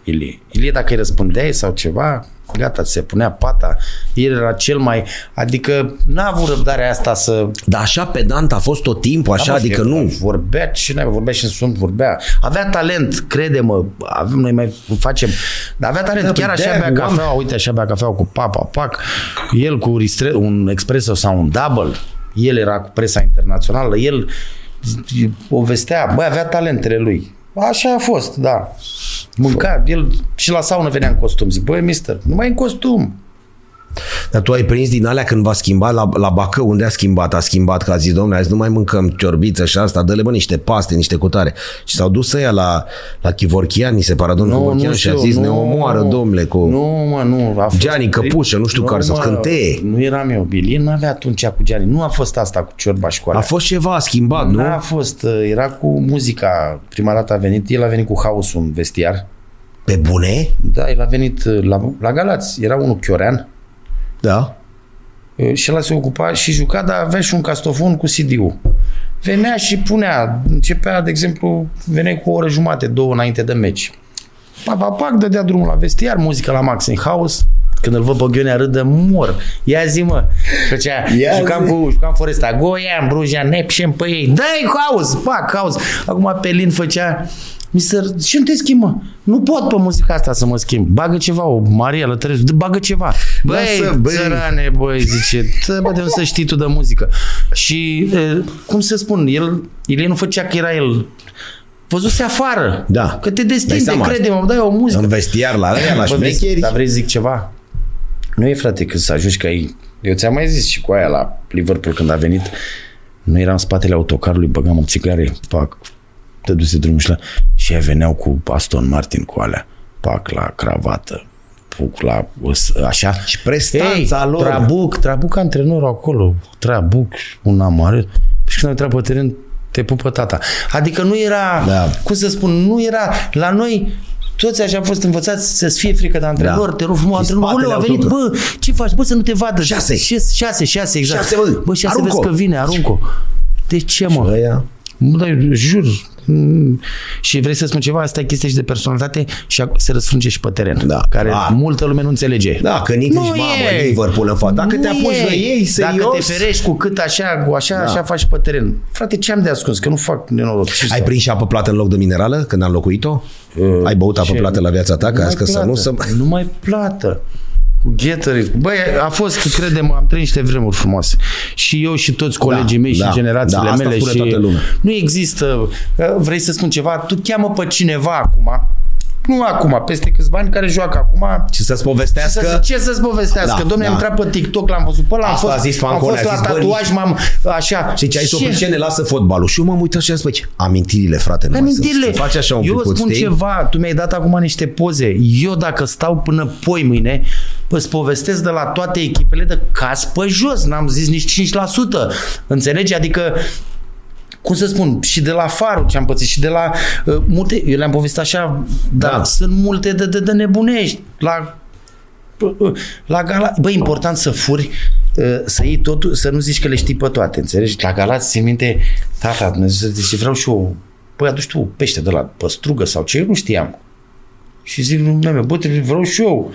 B: Ilie. Ilie, dacă îi răspundeai sau ceva, gata, se punea pata. El era cel mai... Adică n-a avut răbdarea asta să
A: Dar așa pedant a fost tot timpul, așa,
B: da, mă,
A: adică
B: el
A: nu.
B: Vorbea ce n vorbea și în somn vorbea. Avea talent, crede-mă, avem, noi mai facem. Dar avea talent,
A: Da,
B: chiar
A: păi,
B: așa
A: de-aia
B: bea
A: cu
B: cafeaua, uite așa bea cafeaua cu papa, pac. El cu ristre- un espresso sau un double, el era cu presa internațională, el z- povestea, băi, avea talentele lui. Așa a fost, da. Mânca, el și la saună venea în costum. Zic, băi, mister, numai în costum.
A: Dar tu ai prins din alea când v-a schimbat la, la Bacău, unde a schimbat? A schimbat că a zis, domnule, azi nu mai mâncăm ciorbiță și asta, dă-le bă niște paste, niște cutare. Și s-au dus ăia la, la Chivorchian, mi se pare, domnul
B: Nu,
A: Chivorchian
B: nu
A: și a
B: știu,
A: zis,
B: nu,
A: ne omoară,
B: nu.
A: domnule, cu...
B: Nu, mă, nu. A fost
A: Gianni Căpușă, nu știu care, sau
B: mă,
A: Scânteie.
B: Nu eram eu, Bill. El n-avea atunci cu Gianni. Nu a fost asta cu ciorba și cu
A: A
B: alea.
A: fost ceva, a schimbat, nu?
B: N-a fost. uh, Era cu muzica. Prima dată a venit. El a venit cu haosul în vestiar.
A: Pe bune?
B: Da, el a venit la, la Galați. Era unul Chiorean.
A: Da.
B: E, Și el se ocupa și juca, dar avea și un castofon cu CD-ul. Venea și punea, începea, de exemplu, venea cu o oră jumate, două înainte de meci. Pac, pac, pac, dădea drumul la vestiar, muzica la Max in House. Când îl văd pe Gheonea râdă, mor. Ia zi, mă. Făcea,
A: Ia
B: jucam
A: zi.
B: cu, jucam Foresta Goia, Bruja, Nepșen pe ei. Dă-i cu House, pac, House. Acum Pelin făcea, Mister, ce nu te schimbă? Nu pot pe muzica asta să mă schimb. Bagă ceva, o Maria Lătărescu, bagă ceva. Băi,
A: Lasă, băi.
B: țărane, băi, zice, tă, bă, de unde să știi tu de muzică? Și, e, cum să spun, el, el nu făcea că era el văzuse afară.
A: Da.
B: Că te
A: Dai
B: destinde,
A: seama.
B: crede-mă, dai o muzică.
A: În vestiar, la aia, la
B: Bă, vezi, da.
A: șmecheri.
B: dar vrei să zic ceva? Nu e, frate, că să ajungi că ai... Eu ți-am mai zis și cu aia la Liverpool când a venit. Nu eram în spatele autocarului, băgam o țigare, fac...
C: dăduse drumul și la... Și ei veneau cu Aston Martin, cu alea. Pac la cravată, puc la... Așa.
A: Și prestanța lor.
C: Trabuc, Trabuc antrenorul acolo. Trabuc, un amaret. Și când am intrat pe teren, te pupă tata. Adică nu era,
A: Da.
C: da. cum să spun, nu era, la noi toți așa am fost învățați să-ți fie frică de antrenor,
A: Da.
C: da. te rog frumos,
A: Din
C: antrenor,
A: spatele
C: oleu, a venit,
A: autobuzului.
C: bă, ce faci, bă, să nu te vadă.
A: Șase.
C: Șase, șase, șase exact.
A: Șase, bă,
C: bă șase
A: aruncă-o.
C: vezi că vine, aruncă De ce, mă?
A: Ăia.
B: Bă, dar jur.
C: Mm.
B: Și vrei să spun ceva? Asta e chestie și de personalitate și ac- se răsfrânge și pe teren.
A: Da.
B: Care
A: Ah.
B: multă lume nu înțelege.
A: Da, că nici
B: Nu
A: mamă,
B: e.
A: Liverpool în față. Dacă
B: Nu
A: te apuci
B: e.
A: de ei, serios.
B: Dacă te ferești cu cât așa, cu așa, da. așa faci pe teren. Frate, ce am de ascuns? Că nu fac nenoroc. Ce
A: Ai
B: să-
A: prins și apă plată în loc de minerală când am locuit-o? Ai băut apă plată la viața ta? Că ai
B: Uh, mai
A: zis că să
B: plată.
A: nu să...
B: Nu mai plată. Cu Gatorade. Băi, a fost, credem, am trăit niște vremuri frumoase. Și eu și toți colegii
A: Da,
B: mei și
A: da,
B: generațiile
A: da, asta
B: mele.
A: spune
B: și
A: toată lumea.
B: Nu există, ă, vrei să spun ceva, tu cheamă pe cineva acum, nu acum, peste câțiva ani care joacă acum,
A: Și să-ți povestească...
B: să, ce să-ți povestească?
A: Da,
B: Da, Domne,
A: da.
B: am intrat pe TikTok, l-am văzut pe ăla, am
A: Asta
B: fost,
A: a zis
B: am
A: Pancone,
B: fost
A: a
B: la
A: zis, bă,
B: tatuaj, m-am... Așa.
A: Și ce ai să
B: Ce?
A: opri ce ne lasă fotbalul. Și eu m-am uitat și am zis, bă, ce- amintirile, frate, nu mai sunt.
B: Amintirile.
A: Să faci așa un
B: Eu
A: picuț,
B: spun
A: știi?
B: ceva, tu mi-ai dat acum niște poze. Eu dacă stau până poi mâine, îți povestesc de la toate echipele de caz pe jos, n-am zis nici 5%. Înțelegi? Adică cum să spun, și de la Farul ce am pățit, și de la uh, multe, eu le-am povestit așa, dar
A: Da.
B: da. sunt multe de, de, de nebunești. La la Gala, bă, important să furi, uh, să iei totul, să nu zici că le știi pe toate, înțelegi? La Galați ți minte, tata, Dumnezeu, zice, vreau și eu, păi aduci tu pește de la păstrugă sau ce, eu nu știam. Și zic, nu, mea, bă, trebuie- vreau și eu.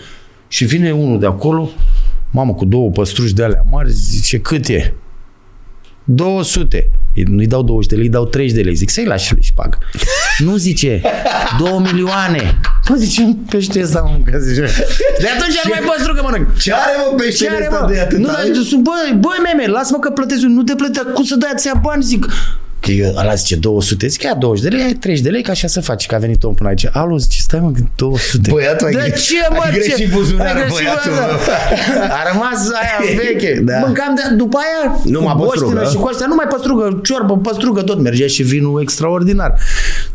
B: Și vine unul de acolo, mamă, cu două păstruși de alea mari, zice, cât e? 200. Ei, Nu-i dau 20 de lei, îi dau 30 de lei. Zic, să-i lași lui și pag. Nu zice, 2 milioane. Mă zice, un pește ăsta, mă, că zice. De atunci nu mai păstrugă mănânc.
A: Ce are, mă,
B: Ce
A: peștele
B: Deci are,
A: ăsta
B: mă?
A: Deci de eh? atât?
B: Nu, dar eu sunt, băi, băi, meme, lasă-mă că plătesc eu. Nu te plătea, cum să dai atâția bani? Zic, că eu, ăla zice 200, zic, ia 20 de lei, ai 30 de lei, că așa se face, că a venit om până aici. Alo, zice, stai mă, 200.
A: Băiatul, ai
B: de
A: gre-
B: ce,
A: ai
B: mă, ce?
A: greșit buzunarul,
B: Ai greșit
A: băiatul,
B: buzunarul. A rămas aia veche.
A: Da.
B: Mâncam de, după aia,
A: Nu
B: cu
A: mai
B: boștină
A: păstrugă.
B: Și cu astea nu mai păstrugă, ciorbă, păstrugă, tot mergea și vinul extraordinar.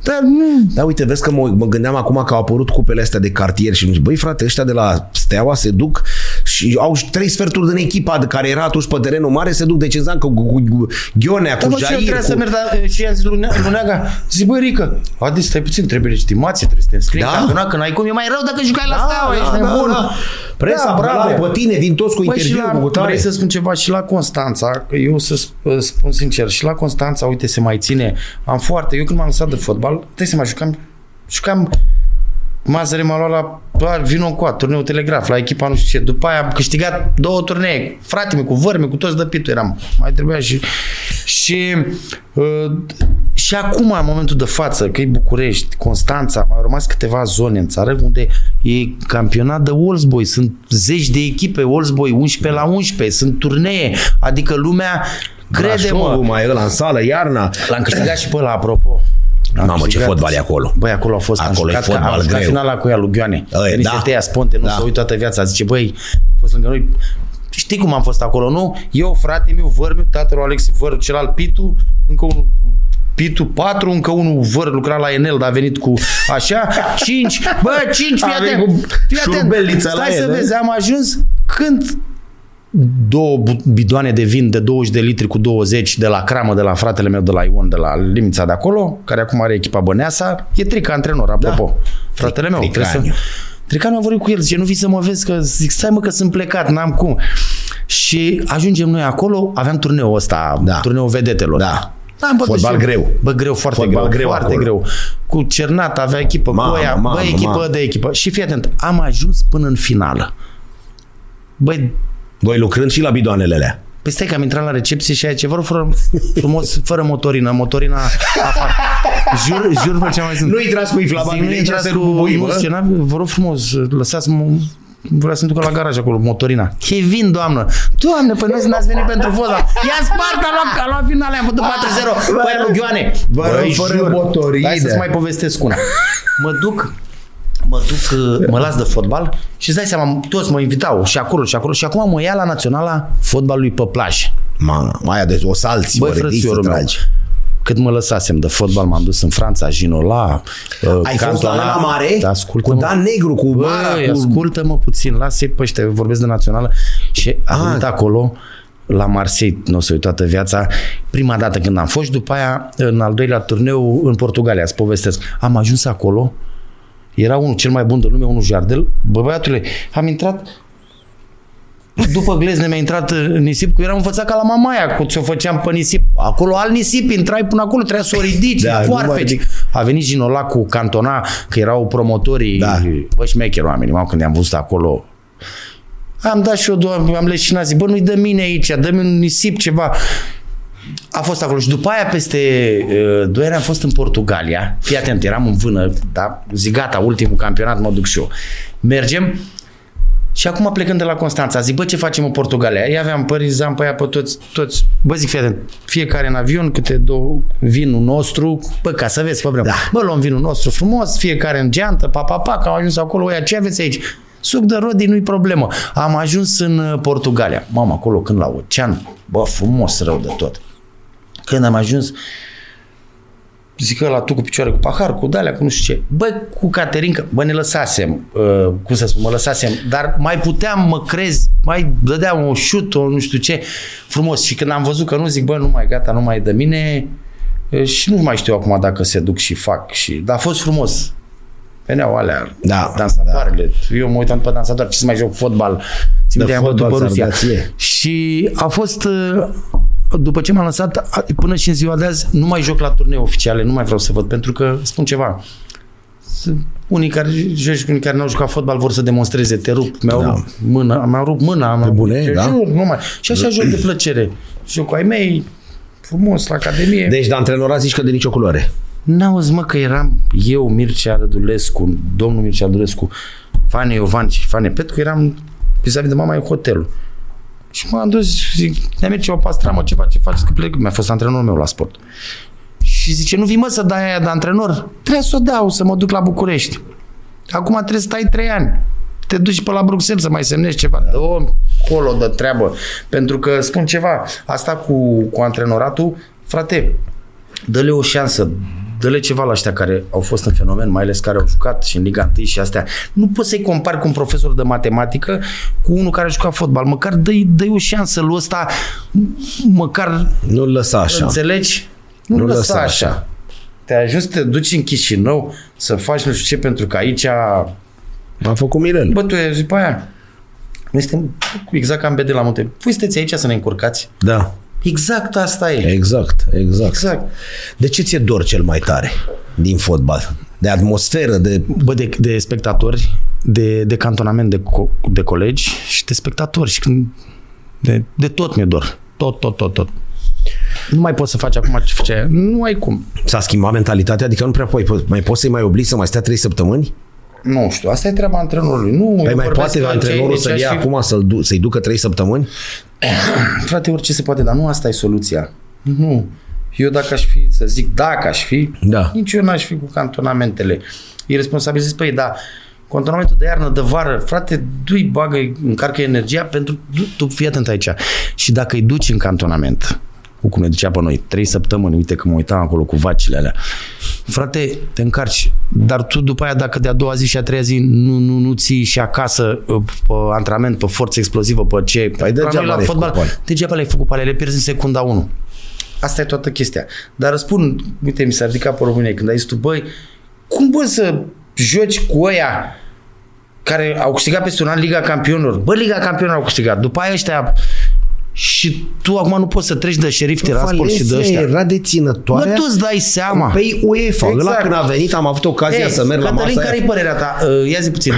B: Dar nu,
A: Da, uite, vezi că mă, mă gândeam acum că au apărut cupele astea de cartier și mi zic, băi frate, ăștia de la Steaua se duc și au și trei sferturi din echipa de care era atunci pe terenul mare, se duc de ce cu, cu, cu, cu Gionea,
B: Da,
A: cu
B: mă, și eu
A: Jair,
B: trebuia
A: cu...
B: să merg, dar e, și i-am zis lui Nea- lui Neaga, zic, băi, Rică, Adi, stai puțin, trebuie legitimație, trebuie să te înscrii
A: Da?
B: da? că n-ai cum, e mai rău dacă jucai la
A: Da,
B: steaua,
A: da,
B: ești
A: da,
B: nebun.
A: da. Presa,
B: Da,
A: bravo,
B: bravo.
A: pe tine, vin toți cu
B: Băi, și
A: interviu,
B: la,
A: cu tare.
B: vrei să spun ceva și la Constanța, că eu să sp- uh, spun sincer, și la Constanța, uite, se mai ține, am foarte, eu când m-am lăsat de fotbal, trebuie să mai jucam, jucam Mazăre m-a luat la doar vino cu a, turneul Telegraf, la echipa nu știu ce. După aia am câștigat două turnee, cu fratele meu, cu vărme, cu toți de pitul eram. Mai trebuia și... Și, uh, și acum, în momentul de față, că e București, Constanța, mai au rămas câteva zone în țară unde e campionat de Wolves Boy. Sunt zeci de echipe, Wolves Boy 11 la 11, sunt turnee. Adică lumea, crede-mă,
A: Brașovul mai e ăla în sală, iarna.
B: l-am câștigat și pe ăla, apropo. L-am
A: Mamă, ce
B: câștigat.
A: fotbal e acolo.
B: Băi, acolo a fost,
A: Acolo
B: acolo
A: e
B: am jucat,
A: fotbal
B: ca, am jucat
A: greu.
B: finala cu ea lui Gioane.
A: Ăia,
B: Că niște
A: da.
B: tăia sponte, nu
A: Da.
B: da. s-a uit toată viața. Zice, băi, a fost lângă noi, știi cum am fost acolo, nu? Eu, frate meu, vărmiu, tatăl lui Alex, văr, celălalt Pitu, încă unul Pitu 4, încă unul văr lucra la Enel, dar a venit cu așa, 5, bă, 5, fii
A: A venit
B: atent,
A: cu
B: fii atent,
A: șurubelnița la
B: stai să
A: el,
B: vezi, am ajuns când două bu- bidoane de vin de 20 de litri cu 20 de la cramă, de la fratele meu, de la Ion, de la Limța de acolo, care acum are echipa Băneasa, e Trica antrenor, apropo. Da. Fratele meu. trebuie
A: Tricaniu.
B: Să... Tricaniu a vorbit cu el, zice, nu vii să mă vezi, că zic, stai mă că sunt plecat, n-am cum. Și ajungem noi acolo, aveam turneul ăsta,
A: Da.
B: da. turneul vedetelor.
A: Da.
B: Da, bă,
A: Fotbal
B: și-
A: greu.
B: Bă, greu, foarte
A: Fotbal
B: greu,
A: greu
B: foarte
A: acolo.
B: greu. Cu Cernat avea echipă,
A: Mamă,
B: cu aia,
A: mamă,
B: bă, echipă
A: mamă.
B: de echipă. Și fii atent, am ajuns până în finală. Băi,
A: Voi lucrând și la bidoanele alea.
B: Păi stai că am intrat la recepție și aia ce vă rog fără, frumos, fără motorină, motorina afară. Jur, jur vă ce am mai sunt.
A: Nu intrați cu
B: Zic,
A: inflamabil,
B: nu intrați cu
A: bui,
B: nu știu, n-a- vă rog frumos, lăsați mă Vreau să-mi duc la garaj acolo, motorina. Hei, vin, doamnă! Doamne, păi noi n-ați venit pentru fotbal. I-a spart, a luat, a luat finale, am bătut Păi, 4-0. Băi, lui Gioane!
A: Vă rog, fără motorină.
B: Hai să-ți mai povestesc una. Mă duc, mă duc, uh, mă las de fotbal și îți dai seama, toți mă invitau și acolo și acolo și acum mă ia la naționala fotbalului pe plajă.
A: Ma, aia de o salți,
B: Băi,
A: mă ridici să
B: frățiorul meu.
A: tragi.
B: cât mă lăsasem de fotbal, m-am dus în Franța, Ginola, uh,
A: Ai fost la Ana Mare?
B: Ascultă
A: Cu Dan Negru, cu Mara,
B: da, Băi,
A: cu...
B: ascultă-mă puțin, lasă-i pe ăștia, eu vorbesc de națională și
A: Ah.
B: am venit acolo la Marseille, nu o să uit toată viața, prima dată când am fost și după aia în al doilea turneu în Portugalia, îți povestesc. Am ajuns acolo, era unul cel mai bun de lume, unul Jardel, bă băiatule, am intrat după glezne mi-a intrat uh, nisip cu eram învățat ca la mamaia, cu ce o făceam pe nisip. Acolo alt nisip, intrai până acolo, trebuia să o ridici,
A: Da,
B: da,
A: nu mai
B: foarfeci.
A: ridic.
B: A venit Ginola cu Cantona, că erau promotorii,
A: Da.
B: da. bă, șmecheri oamenii, mă, când i-am văzut acolo. Am dat și eu, doamne, am leșinat, zic, bă, nu-i dă mine aici, dă-mi un nisip, ceva. A fost acolo și după aia peste uh, 2 ani am fost în Portugalia. Fii atent, eram în vână, da? zic gata, ultimul campionat, mă duc și eu. Mergem și acum plecând de la Constanța, zic, bă, ce facem în Portugalia? Ei aveam părinți, am pe aia pe toți, toți. Bă, zic, fii atent, fiecare în avion, câte două, vinul nostru, bă, ca să vezi pe vreme. Da. Bă, luăm vinul nostru frumos, fiecare în geantă, pa, pa, pa, că am ajuns acolo, oia, ce aveți aici? Suc de rodii, nu-i problemă. Am ajuns în uh, Portugalia. Mamă, acolo când la ocean, bă, frumos rău de tot. Când am ajuns, zic la tu cu picioare cu pahar, cu dalea, cu nu știu ce. Bă, cu Caterinca, bă, ne lăsasem, uh, cum să spun, mă lăsasem, dar mai puteam, mă crezi, mai dădeam o șut, o nu știu ce, frumos. Și când am văzut că nu, zic, bă, nu mai, gata, nu mai e de mine, uh, și nu mai știu acum dacă se duc și fac. Și, dar a fost frumos. Veneau alea,
A: Da,
B: dansatoarele. Eu mă uitam pe dansatoare, ce să mai joc fotbal. Țin
A: De
B: de am bătut
A: fotbal
B: pe
A: ți-ar
B: Rusia.
A: da ție.
B: Și a fost, uh, după ce m-am lăsat, a- până și în ziua de azi, nu mai joc la turnee oficiale, nu mai vreau să văd, pentru că, spun ceva, sunt unii care, joci, unii care n-au jucat fotbal vor să demonstreze, te rup, mi-au
A: Da.
B: da. rupt mâna, mi-au rupt mâna. Pe
A: bune, da?
B: Nu, nu mai. Și așa joc de plăcere. Joc cu ai mei, frumos, la academie.
A: Deci de antrenorat zici că de nicio culoare.
B: N-auzi mă că eram eu, Mircea Rădulescu, domnul Mircea Rădulescu, Fane Iovan și Fane Petcu, eram vis-a-vis de mama în hotelul. Și m-am dus, zic, ne merge o pastramă, ceva, ce faci, că plec. Mi-a fost antrenorul meu la sport. Și zice, nu vii mă să dai aia de antrenor? Trebuie să o dau, să mă duc la București. Acum trebuie să stai trei ani. Te duci pe la Bruxelles să mai semnești ceva. Dă o Da. colo de treabă. Pentru că spun ceva, asta cu, cu antrenoratul, frate, dă-le o șansă, dă-le ceva la ăștia care au fost în fenomen, mai ales care au jucat și în Liga 1 și astea. Nu poți să-i compari cu un profesor de matematică cu unul care a jucat fotbal. Măcar dă-i, dă-i o șansă lui ăsta, măcar
A: Nu-l lăsa așa.
B: Înțelegi? Da. Nu,
A: Nu
B: nu lăsa,
A: lăsa
B: așa. așa. Te-ai ajuns să te duci în Chișinău să faci nu știu ce pentru că aici...
A: M-a făcut Milen.
B: Bă, tu ai zis pe aia. Noi suntem exact ca în BD la munte. Voi sunteți aici să ne încurcați.
A: Da,
B: Exact asta e.
A: exact, exact.
B: Exact.
A: De ce ți-e dor cel mai tare din fotbal? De atmosferă, de...
D: Bă, de, de spectatori, de, de cantonament de, co- de colegi și de spectatori și când de, de tot mi-e dor. Tot, tot, tot, tot. Nu mai poți să faci acum ce făceai. Nu ai cum.
A: S-a schimbat mentalitatea? Adică nu prea poți, mai poți să-i mai obligi să mai stea 3 săptămâni?
B: Nu știu, asta e treaba antrenorului. Nu,
A: Păi
B: eu
A: mai
B: vorbesc
A: poate
B: ca
A: antrenorul
B: cei-
A: să-l
B: deci
A: ia
B: aș fi-
A: acum să-l du- să-i ducă 3 săptămâni?
B: Frate, orice se poate, dar nu asta e soluția. Nu. Eu dacă aș fi, să zic, dacă aș fi,
A: Da.
B: nici eu n-aș fi cu cantonamentele. E responsabil zis, păi, da, cantonamentul de iarnă, de vară, frate, du-i, bagă încarcă energia pentru... Du, tu fii atent aici. Și dacă îi duci în cantonament, cu cum ne ducea pe noi, trei săptămâni, uite că mă uitam acolo cu vacile alea, frate, te încarci, dar tu după aia dacă de-a doua zi și a treia zi nu, nu, nu ții și acasă uh, pe antrenament, pe forță explozivă, pe ce...
A: Păi degeaba
B: La noi
A: le-ai
B: la fotbal,
A: făcut pe ale.
B: degeaba le-ai făcut pe ale, le pierzi în secunda 1. Asta e toată chestia. Dar răspund, uite, mi s-a ridicat pe România când ai zis tu, băi, cum poți să joci cu ăia care au câștigat peste un an Liga Campionilor? Bă, Liga Campionilor au câștigat. După aia ăștia și tu acum nu poți să treci de șerif Tiraspol și de ăștia.
A: era
B: Bă,
A: deținătoarea
B: tu îți dai seama.
A: Păi UEFA, exact.
B: Exact.
A: ăla când a venit am avut ocazia
B: Ei,
A: să merg la
B: Cătălin,
A: masa
B: care-i
A: aia.
B: părerea ta? Uh, Ia zi puțin.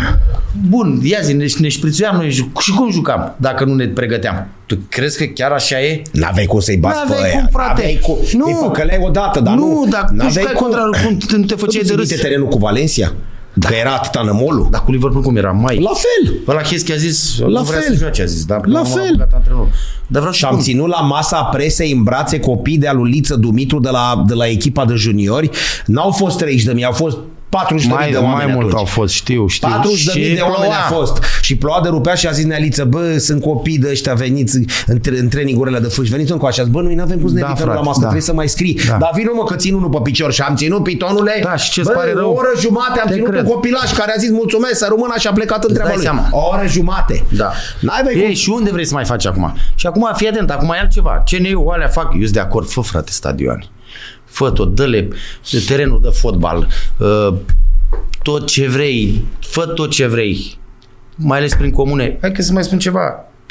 B: Bun, ia zi, ne, ne șprițuiam noi ju- și cum jucam dacă nu ne pregăteam? Tu crezi că chiar așa e?
A: N-aveai cum să-i bați pe
B: N-aveai
A: aia.
B: cum, păi, frate.
A: N-aveai cum.
B: Nu.
A: Îi păcăleai odată, dar nu.
B: nu, dar tu
A: N-aveai Păi,
B: jucai contra cum Păi, te- nu te făceai de
A: Ții
B: râs. Da.
A: minte terenul cu Valencia? Da. Că era atâta nămolul?
B: Dar cu Liverpool cum era? Mai.
A: La fel.
B: Ăla Cheschi a zis, la nu vrea
A: fel.
B: să joace, a zis, da,
A: La
B: m-a
A: fel.
B: apucat antrenorul. Dar vreau
A: Și
B: să
A: am
B: spun,
A: ținut la masa presei în brațe copii de aluliță Dumitru de la, de la echipa de juniori. N-au fost 30 de mii, au fost 40.000
E: Mai,
A: de oameni
E: mai mult
A: atunci.
E: au fost, știu, știu.
A: 40 de mii
E: Și
A: de oameni
E: ploua.
A: a fost. Și ploua de rupea și a zis Nealiță, bă, sunt copii de ăștia, veniți în, tre- în trainingurile de fâși, veniți încă așa. Bă, noi nu avem cum să ne
E: Da,
A: da,
E: frate,
A: la masă,
E: da.
A: da. trebuie să mai scrii.
E: Da.
A: Da. Dar vină mă că țin unul pe picior și am ținut pitonule.
E: Da, și ce-ți
A: bă,
E: pare rău?
A: o oră jumate am
E: Te
A: ținut
E: cred.
A: un copilaș care a zis mulțumesc, să rămână și a plecat în treaba
B: dai
A: lui.
B: seama.
A: O oră jumate.
B: Da.
A: N-ai vei cum
B: Ei, și unde vrei să mai faci acum? Și acum fii atent, acum e altceva. Ce ne eu alea fac? Eu sunt de acord, fă frate stadioane. Fă tot, dă-le terenul de fotbal, uh, tot ce vrei, fă tot ce vrei, mai ales prin comune. Hai că să mai spun ceva.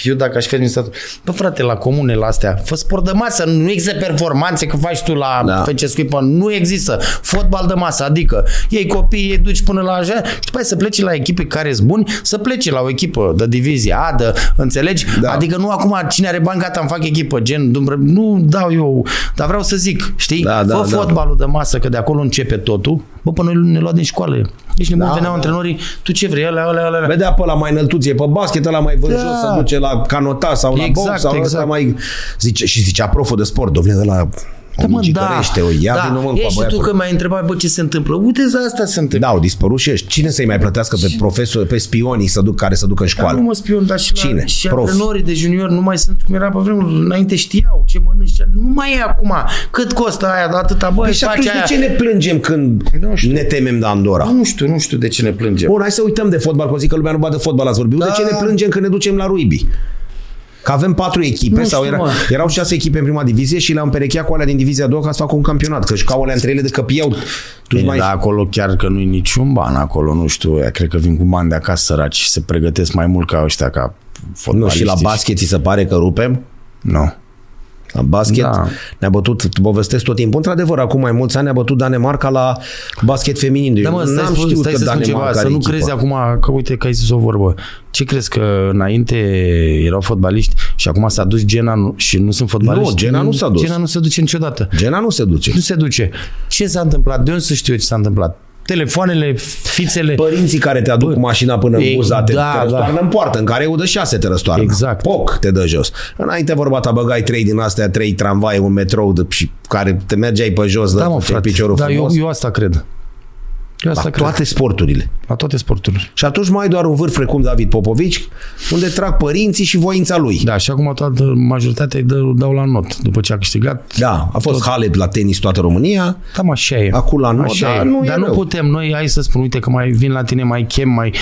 B: Eu dacă aș fi administrator, bă frate, la comune, la astea, fă sport de masă, nu există performanțe că faci tu la da.
A: Da.
B: scuipă, nu există. Fotbal de masă, adică ei copii, îi duci până la așa și după aia să pleci la echipe care sunt buni, să pleci la o echipă de divizie A, de, înțelegi? Da.
A: Da.
B: Adică nu acum cine are bani, gata, îmi fac echipă, gen, dumbre- nu dau eu, dar vreau să zic, știi?
A: Da, da,
B: fă
A: da.
B: fotbalul de masă, că de acolo începe totul. Bă, până noi ne luam din școală. Deci ne da,
A: Da,
B: veneau
A: da.
B: antrenorii, tu ce vrei, alea, alea, alea.
A: Vedea pe la mai înăltuție pe basket, ăla mai vârjos,
B: Da.
A: se duce la canota sau la
B: Exact,
A: exact, box sau
B: exact.
A: exact. mai... Zice, și zicea proful de sport, domnule, ăla da, mă, da. o ia da. vină mă
B: Ești și
A: băiatul.
B: tu că m-ai întrebat, bă, ce se întâmplă. Uite, asta se întâmplă.
A: Da, au dispărut și ăștia. Cine să-i mai plătească pe profesori, pe spionii să duc, care să ducă în
B: Dar nu
A: școală?
B: mă spion, dar și, La,
A: Da, Cine?
B: și
A: Prof.
B: antrenorii de junior nu mai sunt cum era pe vremuri. Înainte știau ce mănânci, ce... nu mai e acum. Cât costă aia, de atâta, bă,
A: Păi
B: îi
A: și
B: faci
A: atunci
B: aia.
A: de ce ne plângem când
B: Păi Nu știu.
A: ne temem de Andorra?
B: Nu știu, nu știu de ce ne plângem.
A: Bun, hai să uităm de fotbal, că o zic că lumea nu bate fotbal, ați vorbit. De ce
B: Da.
A: ne plângem când ne ducem la rugby? Că avem patru echipe,
B: Nu
A: sau
B: știu,
A: era,
B: mă.
A: erau șase echipe în prima divizie și le-am împerechea cu alea din divizia a doua ca să facă un campionat, că jucau alea între ele de căpiau. Tu mai...
B: Da, acolo chiar că nu-i niciun ban acolo, nu știu, ea, cred că vin cu bani de acasă săraci și se pregătesc mai mult ca ăștia, ca
A: Nu, și la
B: fotbaliștii.
A: basket ți se pare că rupem?
B: Nu.
A: La basket
E: Da.
A: da. ne-a bătut, povestesc tot timpul, într-adevăr, acum mai mulți ani ne-a bătut Danemarca la basket feminin. Deci
E: Da, mă, stai,
A: n-am
E: stai,
A: știut
E: stai
A: că
E: să spun
A: Danemarca
E: ceva,
A: are
E: să nu
A: echipă.
E: crezi acum că uite că ai zis o vorbă. Ce crezi că înainte erau fotbaliști și acum s-a dus Gena nu- și nu sunt fotbaliști?
A: Nu, Gena nu s-a dus.
E: Gena nu se duce niciodată.
A: Gena nu se duce.
E: Nu se duce. Ce s-a întâmplat? De unde să știu eu ce s-a întâmplat? Telefoanele, fițele...
A: Părinții care te aduc
E: Bă,
A: cu mașina până în
E: e-
A: buza te,
E: da,
A: te răstoarnă
E: da.
A: în poartă, în care eu de șase te răstoarnă.
E: Exact.
A: Poc, te dă jos. Înainte vorba ta băgai trei din astea, trei tramvaie, un metrou de, și care te mergeai pe jos,
E: da, mă,
A: făceai
E: frate.
A: piciorul
E: Da, eu,
A: frumos.
E: eu asta cred. Eu asta
A: la
E: cred.
A: toate sporturile.
E: La toate sporturile.
A: Și atunci mai ai doar un vârf precum David Popovici, unde trag părinții și voința lui.
E: Da, și acum toată majoritatea îi dă, dau la not după ce a câștigat.
A: Da, a fost Halep la tenis toată România,
E: Cam așa e.
A: acum la noi,
E: Așa
A: dar
E: e.
A: nu
E: dar
A: e
E: nu
A: rău.
E: putem. Noi, hai să spun, uite că mai vin la tine, mai chem, mai...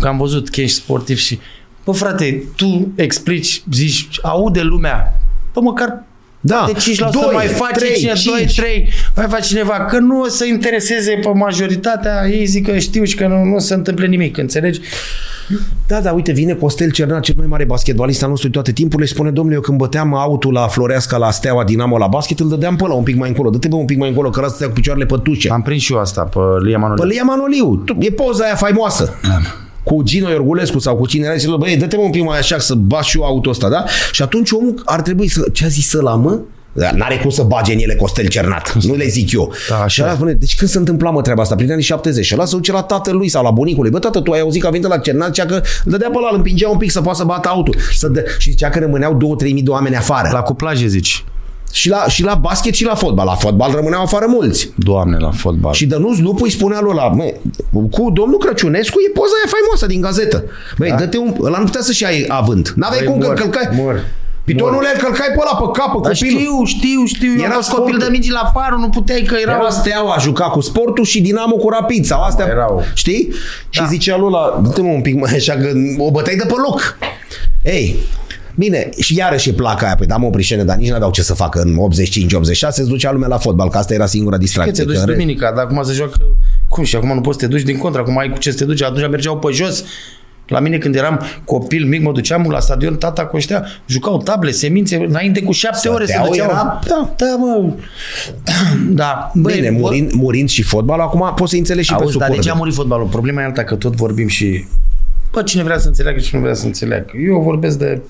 E: Că am văzut că ești sportiv și... Bă, frate, tu explici, zici, aude lumea. Bă, măcar
A: Da,
B: de 5%
A: doi,
B: mai face
A: trei,
B: cine, 2,
A: cinci.
B: 3, mai face cineva, că nu o să intereseze pe majoritatea, ei zic că știu și că nu, nu o să întâmple nimic, înțelegi?
A: Da, da, uite, vine Costel Cernar, cel mai mare basketbalist al nostru din toate timpurile, spune, domnule, eu când băteam autul la Floreasca, la Steaua, Dinamo, la basket, îl dădeam până la un pic mai încolo. Dă-te bă, un pic mai încolo, că ăla stătea cu picioarele pe tușe.
E: am prins și eu asta pe Lia Manole.
A: Pe Lia Manoliu, tu- e poza aia faimoasă. Cu Gino Iorgulescu sau cu cine era, zice, băi, dă-te mă un pic mai așa să bat și eu autul ăsta, da? Și atunci omul ar trebui să, ce a zis ăla, mă? Da, N-are cum să bage în ele Costel Cernat. Nu le zic eu.
E: Da, așa
A: și
E: e.
A: ăla spune, deci când se întâmpla mă treaba asta? Prin anii 70. Și ăla se duce la tatălui sau la bunicului. Bă, tată, tu ai auzit că a venit la Cernat, zicea că îl dădea pe ăla, îl împingea un pic să poată să bată autul. Să dă... Și zicea că rămâneau 2-3 mii de oameni afară. La...
E: La cuplaje, zici.
A: Și, la, și la basket și la fotbal. La fotbal rămâneau afară mulți.
E: Doamne, la fotbal.
A: Și Dănuț Lupu îi spunea lui ăla, mă, cu domnul Crăciunescu e poza aia faimoasă din gazetă. Băi, da? dă-te un... Ăla nu putea să-și ia avânt. N-aveai
B: Băi,
A: cum că
B: mor,
A: îl călcai.
B: mor,
A: Pitonule, îl călcai pe ăla, pe capă,
B: Dar
A: copilul.
B: știu, știu, știu, eu
A: Era
B: am fost
A: sportul.
B: copil de mici la farul, nu puteai că erau...
A: Era Steaua a jucat cu sportul și Dinamo cu Rapid sau astea,
B: erau. Da.
A: știi? Și zicea lui la, dă un pic mai așa că o băteai de pe loc. Ei, Bine, și iarăși e placa aia, păi da mă prișene, dar nici n-aveau ce să facă în 85-86, se ducea lumea la fotbal, că asta era singura
B: Că
A: distracție.
B: te duci
A: că în rest-
B: duminica, dar acum se joacă... Cum și acum nu poți să te duci din contra, acum ai cu ce să te duci, atunci mergeau pe jos. La mine când eram copil mic, mă duceam la stadion, tata coștea, jucau table, semințe, înainte cu șapte ore se
A: Stăteau,
B: duceau.
A: era-
B: Da, da, mă. da, băi,
A: Bine,
B: bă-
A: murind, murind și fotbalul, acum poți să înțelegi și pe
B: Auzi, dar de
A: suport.
B: ce a murit fotbalul? Problema e alta că tot vorbim și... Bă, cine vrea să înțeleagă, cine nu vrea să înțeleagă. Eu vorbesc de...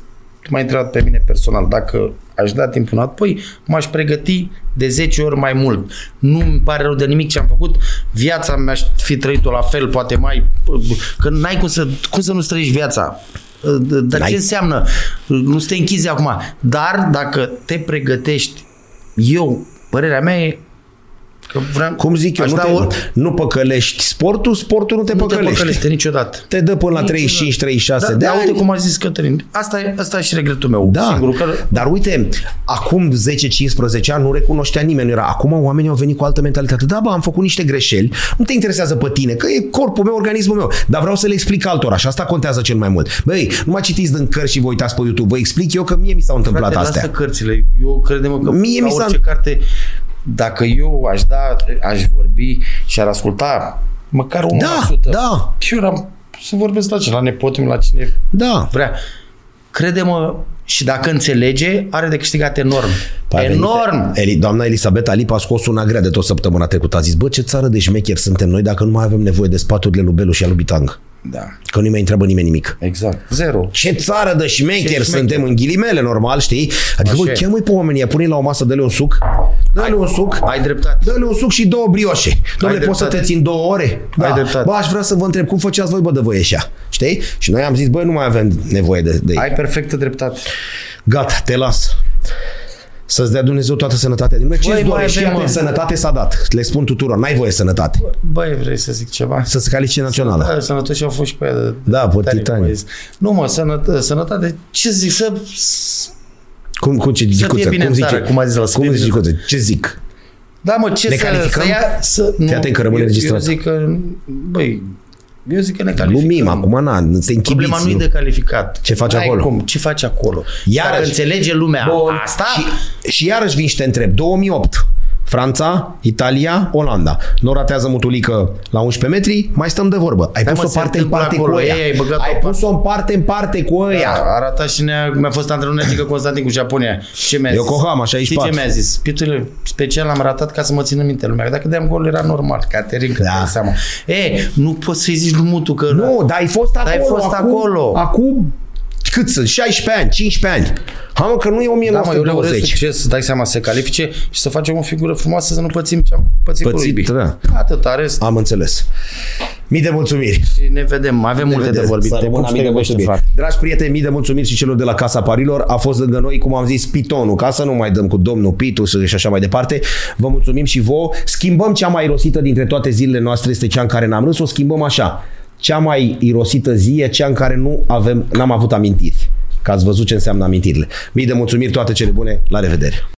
B: Tu m-ai întrebat pe mine personal. Dacă aș da timpul înapoi, m-aș pregăti de 10 ori mai mult. Nu mi pare rău de nimic ce am făcut. Viața mi-aș fi trăit-o la fel, poate mai... Că n-ai cum să, cum să nu-ți trăiești viața. Dar
A: N-ai.
B: ce înseamnă? Nu să te închizi acum. Dar dacă te pregătești, eu, părerea mea e Că vreau,
A: Cum zic eu,
B: aș
A: nu,
B: da
A: te,
B: o-
A: nu păcălești sportul, sportul nu te,
B: nu te
A: păcălește.
B: păcălește niciodată.
A: Te dă până la 35-36
B: Da,
A: de
B: da,
A: ani.
B: uite cum a zis Cătălin. Asta e, asta e și regretul meu.
A: Da,
B: Singurul că
A: dar uite, acum 10-15 ani nu recunoștea nimeni, nu era. Acum oamenii au venit cu altă mentalitate. Da, bă, am făcut niște greșeli, nu te interesează pe tine, că e corpul meu, organismul meu, dar vreau să le explic altora și asta contează cel mai mult. Băi, nu mă citiți din cărți și vă uitați pe YouTube, vă explic eu că mie mi s-au întâmplat
B: frate,
A: astea.
B: lasă cărțile. Eu credem că
A: Mie
B: ca
A: mi s-a-
B: orice carte, dacă eu aș da, aș vorbi și ar asculta măcar 1%.
A: Da, da,
B: Și eu eram să vorbesc la ce, la nepotul meu, la cine
A: da.
B: vrea. Crede-mă, și dacă înțelege, are de câștigat enorm.
A: Păi a venit-
B: enorm!
A: Eli, doamna Elisabeta Alip a scos una grea de tot săptămâna trecută. A zis, bă, ce țară de șmecheri suntem noi dacă nu mai avem nevoie de spaturile lui Belu și al lui Bitang.
B: Da,
A: Că nu mai întreabă nimeni nimic.
B: exact. Zero.
A: Ce țară de șmecheri
B: șmecheri.
A: suntem în ghilimele, normal, știi? Adică,
B: Așa
A: bă,
B: e.
A: cheamă-i pe oamenii, ia, pune-i la o masă, dă-le un suc, dă-le un suc,
B: Ai dreptate.
A: dă-le un suc și două brioșe. Domnule, poți să te
B: dreptate.
A: țin două ore? Da.
B: Ai dreptate.
A: Bă, aș vrea să vă întreb, cum făceați voi, bă, de voi ieșea? Știi? Și noi am zis, bă, nu mai avem nevoie de, de ei.
B: Ai perfectă dreptate.
A: Gata, te las. Să-ți dea Dumnezeu toată sănătatea din lume.
B: Băi,
A: Ce-ți
B: mai
A: dorești?
B: avem,
A: Fii atent,
B: mă.
A: Sănătate s-a dat. Le spun tuturor, n-ai voie sănătate.
B: Băi, vrei să zic ceva?
A: Să-ți calice națională.
B: Da, sănătoși au fost și pe aia de
A: Da, pe
B: tare,
A: Titanic.
B: cum ai zis. Nu mă, sănătate, sănătate, ce zic, să...
A: Cum, cum, ce, Gicuță,
B: bine
A: cum
B: în
A: zice?
B: țară, cum a zis ăla, să
A: Cum
B: fie
A: zice,
B: bine în
A: Gicuță? Ce zic?
B: Da, mă, ce
A: Ne
B: să,
A: calificăm?
B: să ia... Să, nu,
A: Fii atent că rămâne
B: eu,
A: înregistrat.
B: eu zic că, băi, eu zic că ne calificăm.
A: Glumim acum, na, nu se
B: Problema
A: închibiți.
B: nu e
A: nu.
B: de calificat.
A: Ce faci
B: N-ai
A: acolo?
B: Cum, ce faci acolo?
A: Iarăși.
B: Dacă înțelege lumea asta,
A: Și, și iarăși vin și te întreb. 2008. Franța, Italia, Olanda. Nu ratează mutulică la 11 metri, mai stăm de vorbă. Ai
B: Hai, mă,
A: pus-o
B: se
A: parte în
B: întâmplă
A: parte cu
B: acolo.
A: ăia.
B: Ei, ai băgat-o
A: Ai
B: pe-
A: pus-o în parte în parte cu
B: da,
A: ăia.
B: arată și ne-a, mi-a fost antrenor de cu Constantin cu Japonia. Ce mi-a zis?
A: Yokohama,
B: Știi
A: 64.
B: ce mi-a zis? Piturile special am ratat ca să mă țină minte lumea. Dacă deam gol era normal, Caterin, că
A: Da.
B: da. seama. E, nu poți să-i zici lui Mutu că...
A: Nu, dar ai fost acolo.
B: ai fost
A: acum,
B: acolo.
A: Acum cât sunt? 16 ani, 15 ani. Ha, mă, că nu e
B: Da, mă, eu le urez
A: 1920.
B: succes, să dai seama, să se califice și să facem o figură frumoasă, să nu pățim ce am pățit, cu
A: Pățit,
B: rugby.
A: da.
B: Atât, rest
A: Am înțeles. Mii de mulțumiri.
B: și ne vedem. Mai avem multe de vorbit.
A: Să
B: Te
A: rămână
B: pup și
A: mii
B: te
A: de
B: iubește,
A: mulțumiri.
B: frate.
A: Dragi prieteni, mii de mulțumiri și celor de la Casa Parilor. A fost lângă noi, cum am zis, Pitonul, ca să nu mai dăm cu domnul Pitus și așa mai departe. Vă mulțumim și vouă. Schimbăm cea mai irosită dintre toate zilele noastre, este cea în care n-am râs, o schimbăm așa. Cea mai irosită zi e cea în care nu avem, n-am avut amintiri. Că ați văzut ce înseamnă amintirile. Mii de mulțumiri, toate cele bune, la revedere!